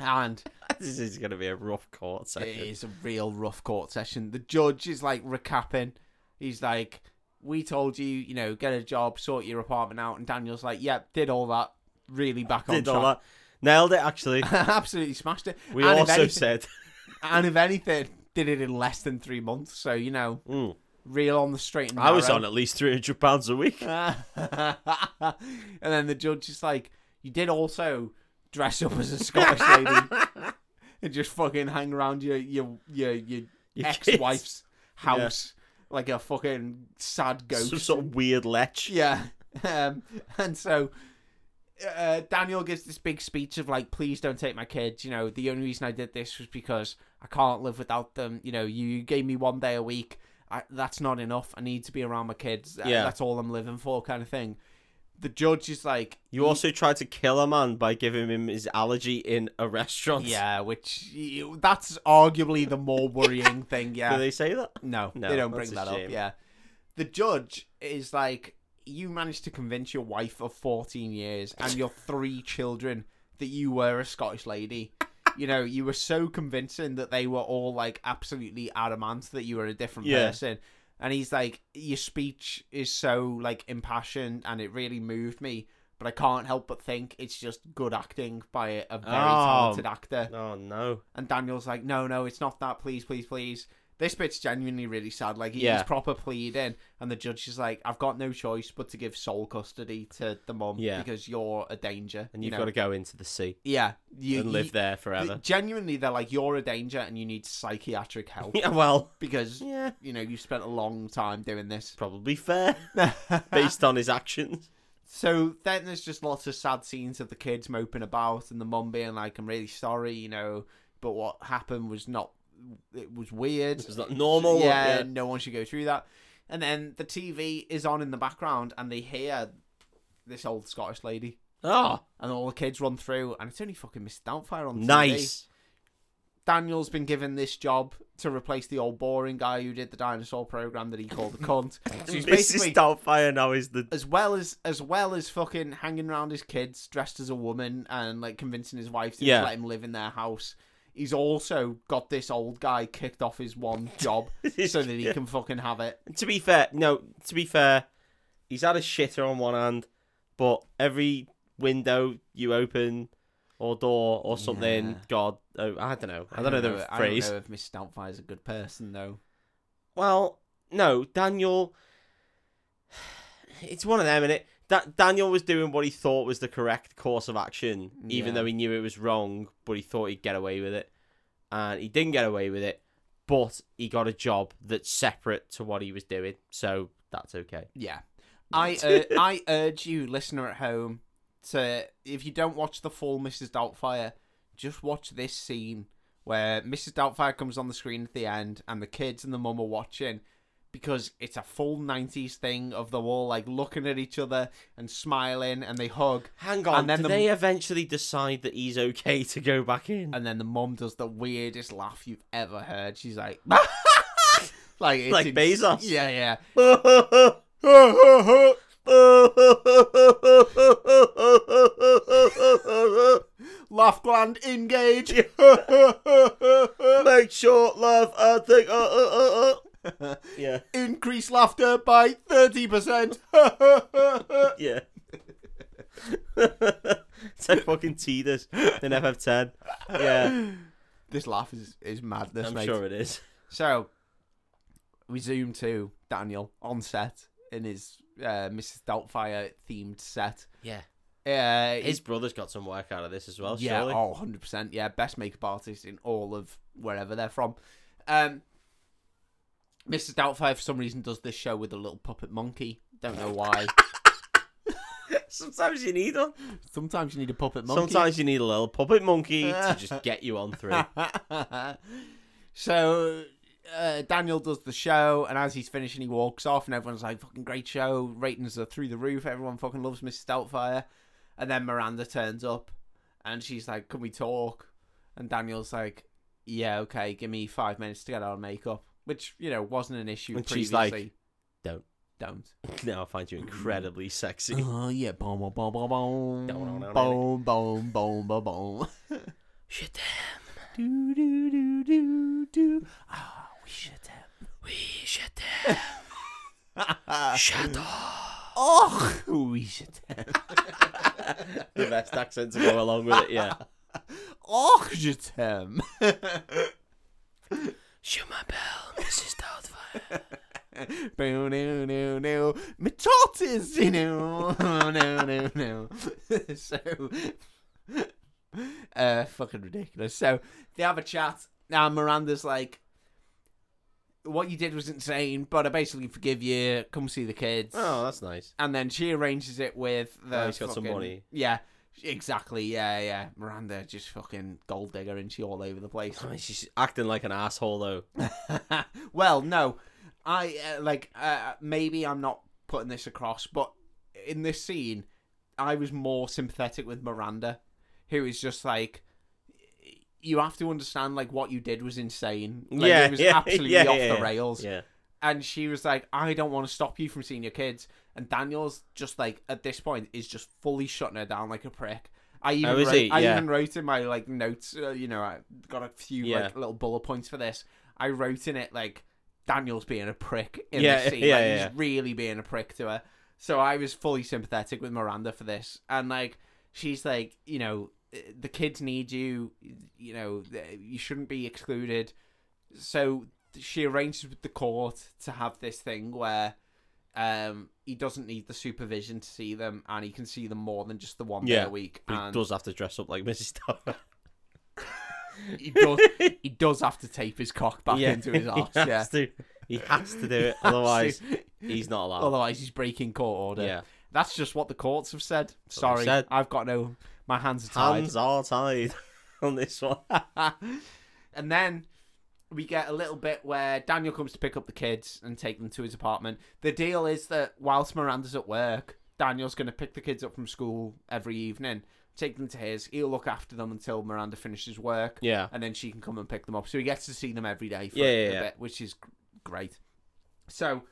Speaker 1: and
Speaker 2: this is going to be a rough court
Speaker 1: it
Speaker 2: session.
Speaker 1: is a real rough court session. The judge is like recapping. He's like, "We told you, you know, get a job, sort your apartment out." And Daniel's like, "Yep, did all that. Really back on
Speaker 2: Did all
Speaker 1: track.
Speaker 2: that. Nailed it, actually.
Speaker 1: Absolutely smashed it."
Speaker 2: We
Speaker 1: and if
Speaker 2: also
Speaker 1: anything-
Speaker 2: said.
Speaker 1: and if anything, did it in less than three months. So you know,
Speaker 2: Mm.
Speaker 1: real on the straight and
Speaker 2: I was
Speaker 1: narrow.
Speaker 2: on at least three hundred pounds a week.
Speaker 1: and then the judge is like, "You did also dress up as a Scottish lady and just fucking hang around your your your your,
Speaker 2: Your
Speaker 1: ex-wife's house like a fucking sad ghost."
Speaker 2: kids. Some sort of weird lech.
Speaker 1: Yeah, um, and so. Uh, Daniel gives this big speech of like, please don't take my kids. You know, the only reason I did this was because I can't live without them. You know, you gave me one day a week. I, that's not enough. I need to be around my kids.
Speaker 2: Yeah.
Speaker 1: Yeah. That's all I'm living for, kind of thing. The judge is like,
Speaker 2: You also tried to kill a man by giving him his allergy in a restaurant.
Speaker 1: yeah, which that's arguably the more worrying thing.
Speaker 2: Do
Speaker 1: Yeah.
Speaker 2: they say that?
Speaker 1: No,
Speaker 2: No,
Speaker 1: they don't
Speaker 2: that's
Speaker 1: bring
Speaker 2: a
Speaker 1: that
Speaker 2: shame.
Speaker 1: up. Yeah. The judge is like, you managed to convince your wife of 14 years and your three children that you were a Scottish lady. You know, you were so convincing that they were all like absolutely adamant that you were a different
Speaker 2: Yeah.
Speaker 1: person. And he's like, your speech is so like impassioned and it really moved me. But I can't help but think it's just good acting by a a very talented actor.
Speaker 2: Oh no.
Speaker 1: And Daniel's like, no, no, it's not that. Please, please, please. This bit's genuinely really sad. Like, he-
Speaker 2: Yeah.
Speaker 1: he's proper pleading. And the judge is like, I've got no choice but to give sole custody to the mum
Speaker 2: Yeah.
Speaker 1: because you're a danger.
Speaker 2: And
Speaker 1: you
Speaker 2: you've
Speaker 1: know?
Speaker 2: got to go into the sea
Speaker 1: Yeah. You,
Speaker 2: and live
Speaker 1: you-
Speaker 2: there
Speaker 1: th-
Speaker 2: forever.
Speaker 1: Genuinely, they're like, you're a danger and you need psychiatric help
Speaker 2: yeah, well,
Speaker 1: because,
Speaker 2: yeah,
Speaker 1: you know, you spent a long time doing this.
Speaker 2: probably fair based on his actions.
Speaker 1: So then there's just lots of sad scenes of the kids moping about and the mum being like, I'm really sorry, you know, but what happened was not, it was weird.
Speaker 2: It's not normal.
Speaker 1: yeah,
Speaker 2: Yeah.
Speaker 1: no one should go through that. And then the TV is on in the background, and they hear this old Scottish lady,
Speaker 2: Oh,
Speaker 1: and all the kids run through, and it's only fucking Miss Doubtfire on TV.
Speaker 2: nice.
Speaker 1: Daniel's been given this job to replace the old boring guy who did the dinosaur program that he called a cunt. So he's
Speaker 2: Mrs.
Speaker 1: basically
Speaker 2: Doubtfire now is the
Speaker 1: as well as as well as fucking hanging around his kids dressed as a woman and like convincing his wife to just
Speaker 2: Yeah.
Speaker 1: let him live in their house. He's also got this old guy kicked off his one job so that he can fucking have it.
Speaker 2: To be fair, no. To be fair, he's had a shitter on one hand, but every window you open or door or something,
Speaker 1: Yeah.
Speaker 2: God, oh, I don't know. I don't, know the
Speaker 1: I
Speaker 2: phrase.
Speaker 1: don't know if Miss Doubtfire is a good person though.
Speaker 2: Well, no, Daniel. It's one of them, innit? Da- Daniel was doing what he thought was the correct course of action, even
Speaker 1: Yeah.
Speaker 2: though he knew it was wrong, but he thought he'd get away with it. And he didn't get away with it, but he got a job that's separate to what he was doing, so that's okay.
Speaker 1: Yeah, I ur- I urge you, listener at home, to if you don't watch the full Mrs. Doubtfire, just watch this scene where Mrs. Doubtfire comes on the screen at the end, and the kids and the mum are watching. Because it's a full '90s thing of them all like looking at each other and smiling, and they hug,
Speaker 2: Hang on,
Speaker 1: And then
Speaker 2: do
Speaker 1: the-
Speaker 2: they eventually decide that he's okay to go back in?
Speaker 1: and then the mum does the weirdest laugh you've ever heard. She's like, like it's
Speaker 2: Like Bezos.
Speaker 1: Yeah, yeah. Laugh gland engage.
Speaker 2: Make sure love I think uh, uh, uh, uh. Yeah,
Speaker 1: Increase laughter by 30%.
Speaker 2: yeah. it's like fucking Teeters in FF10. Yeah,
Speaker 1: this laugh is, is madness,
Speaker 2: I'm
Speaker 1: mate.
Speaker 2: sure it is.
Speaker 1: So, we zoom to Daniel on set in his uh, Mrs. Doubtfire themed set.
Speaker 2: Yeah.
Speaker 1: Uh,
Speaker 2: His brother's got some work out of this as well,
Speaker 1: yeah,
Speaker 2: surely.
Speaker 1: oh, 100%. Yeah, best makeup artist in all of wherever they're from. Um, Mrs. Doubtfire, for some reason, does this show with a little puppet monkey. Don't know why.
Speaker 2: Sometimes you need one.
Speaker 1: Sometimes you need a puppet monkey.
Speaker 2: Sometimes you need a little puppet monkey to just get you on through.
Speaker 1: so uh, Daniel does the show, and as he's finishing, he walks off, and everyone's like, "Fucking great show! Ratings are through the roof. Everyone fucking loves Miss Doubtfire." And then Miranda turns up, and she's like, "Can we talk?" And Daniel's like, "Yeah, okay. Give me five minutes to get out of makeup," which you know wasn't an issue
Speaker 2: And
Speaker 1: previously.
Speaker 2: she's like, "Don't."
Speaker 1: don't."
Speaker 2: now I find you incredibly sexy.
Speaker 1: Oh yeah, boom, boom, boom, boom, boom,
Speaker 2: Don't, don't, don't,
Speaker 1: boom, boom, boom, boom, boom.
Speaker 2: Shit them.
Speaker 1: Do do do do do. Ah, we should
Speaker 2: We shit them.
Speaker 1: have.
Speaker 2: Shut up.
Speaker 1: oh, we should have.
Speaker 2: The best accent to go along with it, yeah.
Speaker 1: Oh, je t'aime.
Speaker 2: Shoot my bell, Mrs. Doubtfire.
Speaker 1: No, no, no, no. My tortoise, you know. Oh, no, no, no. so, uh, fucking ridiculous. So, they have a chat. Now, Miranda's like, what you did was insane, but I basically forgive you. Come see the kids.
Speaker 2: Oh, that's nice.
Speaker 1: And then she arranges it with the.
Speaker 2: Oh, he's got some
Speaker 1: fucking-
Speaker 2: money.
Speaker 1: Yeah, exactly. Yeah, yeah. Miranda just fucking gold digger, and she all over the place.
Speaker 2: I mean, she's acting like an asshole though.
Speaker 1: well, no, I uh, like uh, maybe I'm not putting this across, but in this scene, I was more sympathetic with Miranda, who is just like. You have to understand, like what you did was insane. Like,
Speaker 2: Yeah,
Speaker 1: it was
Speaker 2: yeah,
Speaker 1: absolutely
Speaker 2: yeah,
Speaker 1: off
Speaker 2: yeah,
Speaker 1: the
Speaker 2: yeah.
Speaker 1: rails.
Speaker 2: Yeah.
Speaker 1: And she was like, "I don't want to stop you from seeing your kids." And Daniel's just like, at this point, is just fully shutting her down like a prick. I even
Speaker 2: Oh, is
Speaker 1: wrote,
Speaker 2: he?
Speaker 1: I
Speaker 2: Yeah.
Speaker 1: even wrote in my like notes. Uh, you know, I got a few like little bullet points for this. I wrote in it like Daniel's being a prick in
Speaker 2: Yeah,
Speaker 1: this scene.
Speaker 2: yeah,
Speaker 1: like,
Speaker 2: yeah.
Speaker 1: He's really being a prick to her. So I was fully sympathetic with Miranda for this, and like she's like, you know, the kids need you. You know, you shouldn't be excluded. So she arranges with the court to have this thing where um he doesn't need the supervision to see them and he can see them more than just the one day
Speaker 2: Yeah,
Speaker 1: a week
Speaker 2: But
Speaker 1: and
Speaker 2: he does have to dress up like Mrs. Doubtfire.
Speaker 1: he does he does have to tape his cock back into his arse
Speaker 2: he has
Speaker 1: yeah
Speaker 2: to. He has to do it, otherwise he's not allowed.
Speaker 1: otherwise he's breaking court order
Speaker 2: yeah,
Speaker 1: that's just what the courts have said
Speaker 2: they
Speaker 1: sorry
Speaker 2: said.
Speaker 1: i've got no my hands are tied
Speaker 2: hands are tied on this one.
Speaker 1: and then we get a little bit where Daniel comes to pick up the kids and take them to his apartment. The deal is that whilst Miranda's at work, Daniel's going to pick the kids up from school every evening, take them to his. He'll look after them until Miranda finishes work,
Speaker 2: Yeah,
Speaker 1: and then she can come and pick them up. So he gets to see them every day for
Speaker 2: Yeah,
Speaker 1: a,
Speaker 2: yeah,
Speaker 1: a
Speaker 2: yeah.
Speaker 1: bit, which is gr- great. So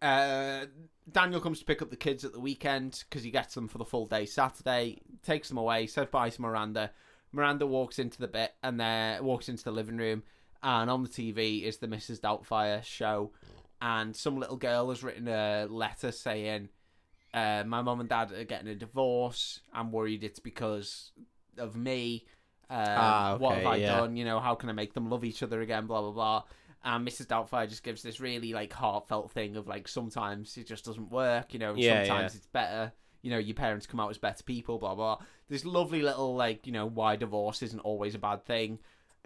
Speaker 1: uh, Daniel comes to pick up the kids at the weekend because he gets them for the full day Saturday, takes them away, says bye to Miranda. Miranda walks into the bit and there walks into the living room, and on the TV is the Mrs. Doubtfire show, and some little girl has written a letter saying, uh, "My mum and dad are getting a divorce. I'm worried it's because of me. Um,
Speaker 2: Ah,
Speaker 1: what
Speaker 2: okay,
Speaker 1: have I
Speaker 2: yeah.
Speaker 1: done? You know, how can I make them love each other again? Blah blah blah." And Mrs. Doubtfire just gives this really like heartfelt thing of like sometimes it just doesn't work, you know, and
Speaker 2: Yeah,
Speaker 1: sometimes it's better. You know, your parents come out as better people, blah blah. This lovely little like, you know, why divorce isn't always a bad thing.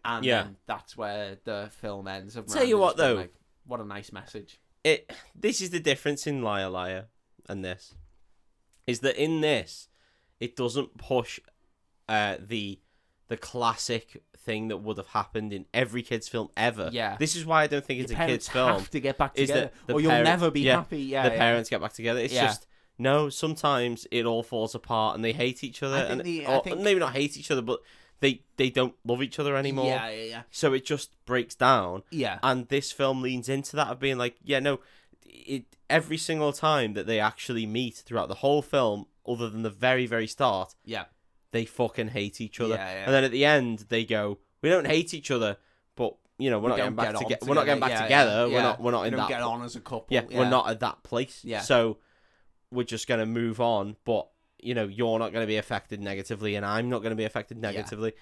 Speaker 1: And
Speaker 2: Yeah.
Speaker 1: then that's where the film ends. Of
Speaker 2: Tell you
Speaker 1: Miranda just
Speaker 2: what,
Speaker 1: being
Speaker 2: though.
Speaker 1: like, what a nice message.
Speaker 2: it. This is the difference in Liar Liar and this, is that in this, it doesn't push, uh, the, the classic thing that would have happened in every kids film ever.
Speaker 1: Yeah.
Speaker 2: this is why I don't think it's a
Speaker 1: parents
Speaker 2: kids film.
Speaker 1: have to get back
Speaker 2: is that
Speaker 1: together,
Speaker 2: the
Speaker 1: or you'll
Speaker 2: parent-
Speaker 1: never be
Speaker 2: yeah,
Speaker 1: happy. Yeah,
Speaker 2: the
Speaker 1: yeah.
Speaker 2: parents get back together. It's
Speaker 1: Yeah.
Speaker 2: just no. Sometimes it all falls apart and they hate each other,
Speaker 1: I think
Speaker 2: and
Speaker 1: the- I
Speaker 2: or
Speaker 1: think-
Speaker 2: maybe not hate each other, but they they don't love each other anymore.
Speaker 1: Yeah, yeah, yeah.
Speaker 2: So it just breaks down,
Speaker 1: yeah.
Speaker 2: and this film leans into that of being like, yeah, no, it every single time that they actually meet throughout the whole film, other than the very very start,
Speaker 1: Yeah.
Speaker 2: they fucking hate each other,
Speaker 1: Yeah, yeah.
Speaker 2: and then at the end they go, we don't hate each other, but you know we're not
Speaker 1: don't
Speaker 2: getting back
Speaker 1: get on
Speaker 2: toge- We're not getting back
Speaker 1: yeah,
Speaker 2: together.
Speaker 1: yeah,
Speaker 2: We're
Speaker 1: yeah.
Speaker 2: not. We're not
Speaker 1: We
Speaker 2: in
Speaker 1: don't
Speaker 2: that.
Speaker 1: get on as a couple.
Speaker 2: Yeah, we're not at that place.
Speaker 1: Yeah.
Speaker 2: So we're just gonna move on, but you know, you're not gonna be affected negatively and I'm not gonna be affected negatively.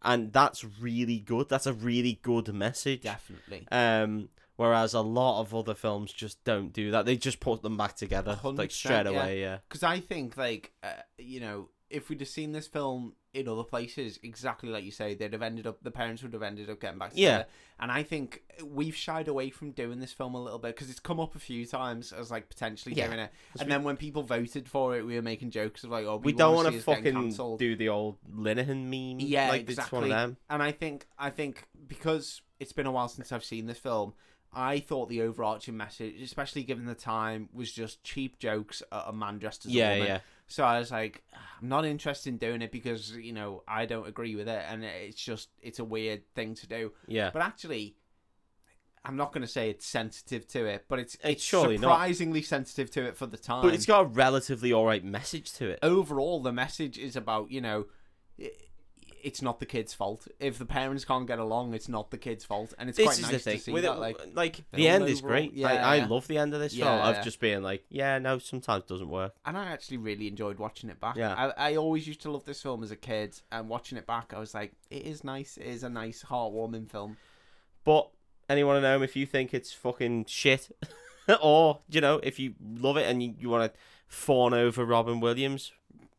Speaker 2: And that's really good. That's a really good message.
Speaker 1: definitely.
Speaker 2: Um whereas a lot of other films just don't do that. They just put them back together like
Speaker 1: 100%,
Speaker 2: straight
Speaker 1: yeah.
Speaker 2: away, yeah.
Speaker 1: Because I think, like, uh, you know, if we'd have seen this film in other places, exactly like you say, they'd have ended up, the parents would have ended up getting back
Speaker 2: Yeah.
Speaker 1: together. And I think we've shied away from doing this film a little bit because it's come up a few times as, like, potentially
Speaker 2: Yeah.
Speaker 1: doing it.
Speaker 2: 'Cause
Speaker 1: And
Speaker 2: we-
Speaker 1: then when people voted for it, we were making jokes of, like, oh,
Speaker 2: We
Speaker 1: we,
Speaker 2: don't
Speaker 1: want to
Speaker 2: fucking
Speaker 1: cancelled.
Speaker 2: do the old Linehan meme.
Speaker 1: Yeah,
Speaker 2: like it's one
Speaker 1: exactly.
Speaker 2: of them.
Speaker 1: And I think, I think because it's been a while since I've seen this film, I thought the overarching message, especially given the time, was just cheap jokes at a man dressed as a
Speaker 2: Yeah,
Speaker 1: woman.
Speaker 2: yeah.
Speaker 1: So I was like, I'm not interested in doing it because you know I don't agree with it, and it's just it's a weird thing to do.
Speaker 2: Yeah.
Speaker 1: But actually, I'm not going to say it's sensitive to it, but it's it's,
Speaker 2: surely not.
Speaker 1: surprisingly sensitive to it for the time.
Speaker 2: But it's got a relatively alright message to it.
Speaker 1: overall the message is about you know. i- it's not the kid's fault. If the parents can't get along, it's not the kid's fault, and it's
Speaker 2: this
Speaker 1: quite
Speaker 2: is
Speaker 1: nice
Speaker 2: the
Speaker 1: to see
Speaker 2: thing. With
Speaker 1: that.
Speaker 2: it,
Speaker 1: like,
Speaker 2: like,
Speaker 1: all
Speaker 2: the end is
Speaker 1: overall-
Speaker 2: great. Like, I
Speaker 1: yeah.
Speaker 2: love the end of this film.
Speaker 1: Yeah.
Speaker 2: Of just being like, yeah, no, sometimes it doesn't work.
Speaker 1: and I actually really enjoyed watching it back.
Speaker 2: Yeah.
Speaker 1: I, I always used to love this film as a kid, and watching it back, I was like, it is nice. It is a nice, heartwarming film.
Speaker 2: But anyone at home, if you think it's fucking shit, or you know, if you love it and you, you want to fawn over Robin Williams,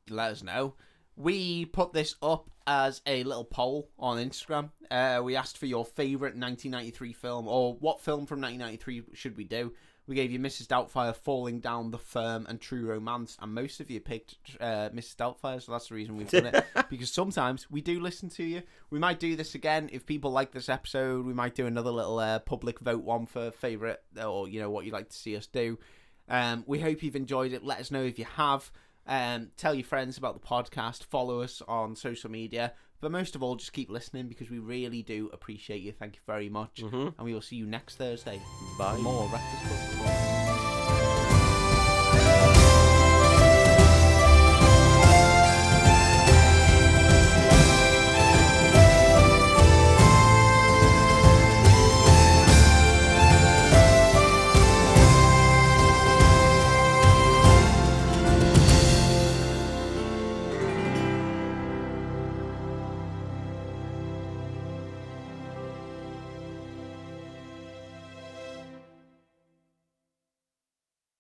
Speaker 1: let us know. We put this up as a little poll on Instagram. Uh, we asked for your favourite 1993 film or what film from 1993 should we do. We gave you Mrs. Doubtfire, Falling Down, The Firm, and True Romance, and most of you picked uh, Mrs. Doubtfire, so that's the reason we've done it. because sometimes we do listen to you. We might do this again if people like this episode. We might do another little uh, public vote one for favourite or you know what you'd like to see us do. Um, we hope you've enjoyed it. Let us know if you have. Um, tell your friends about the podcast. Follow us on social media. But most of all, just keep listening because we really do appreciate you. Thank you very much. And we will see you next Thursday. for
Speaker 2: bye.
Speaker 1: More Breakfast Club.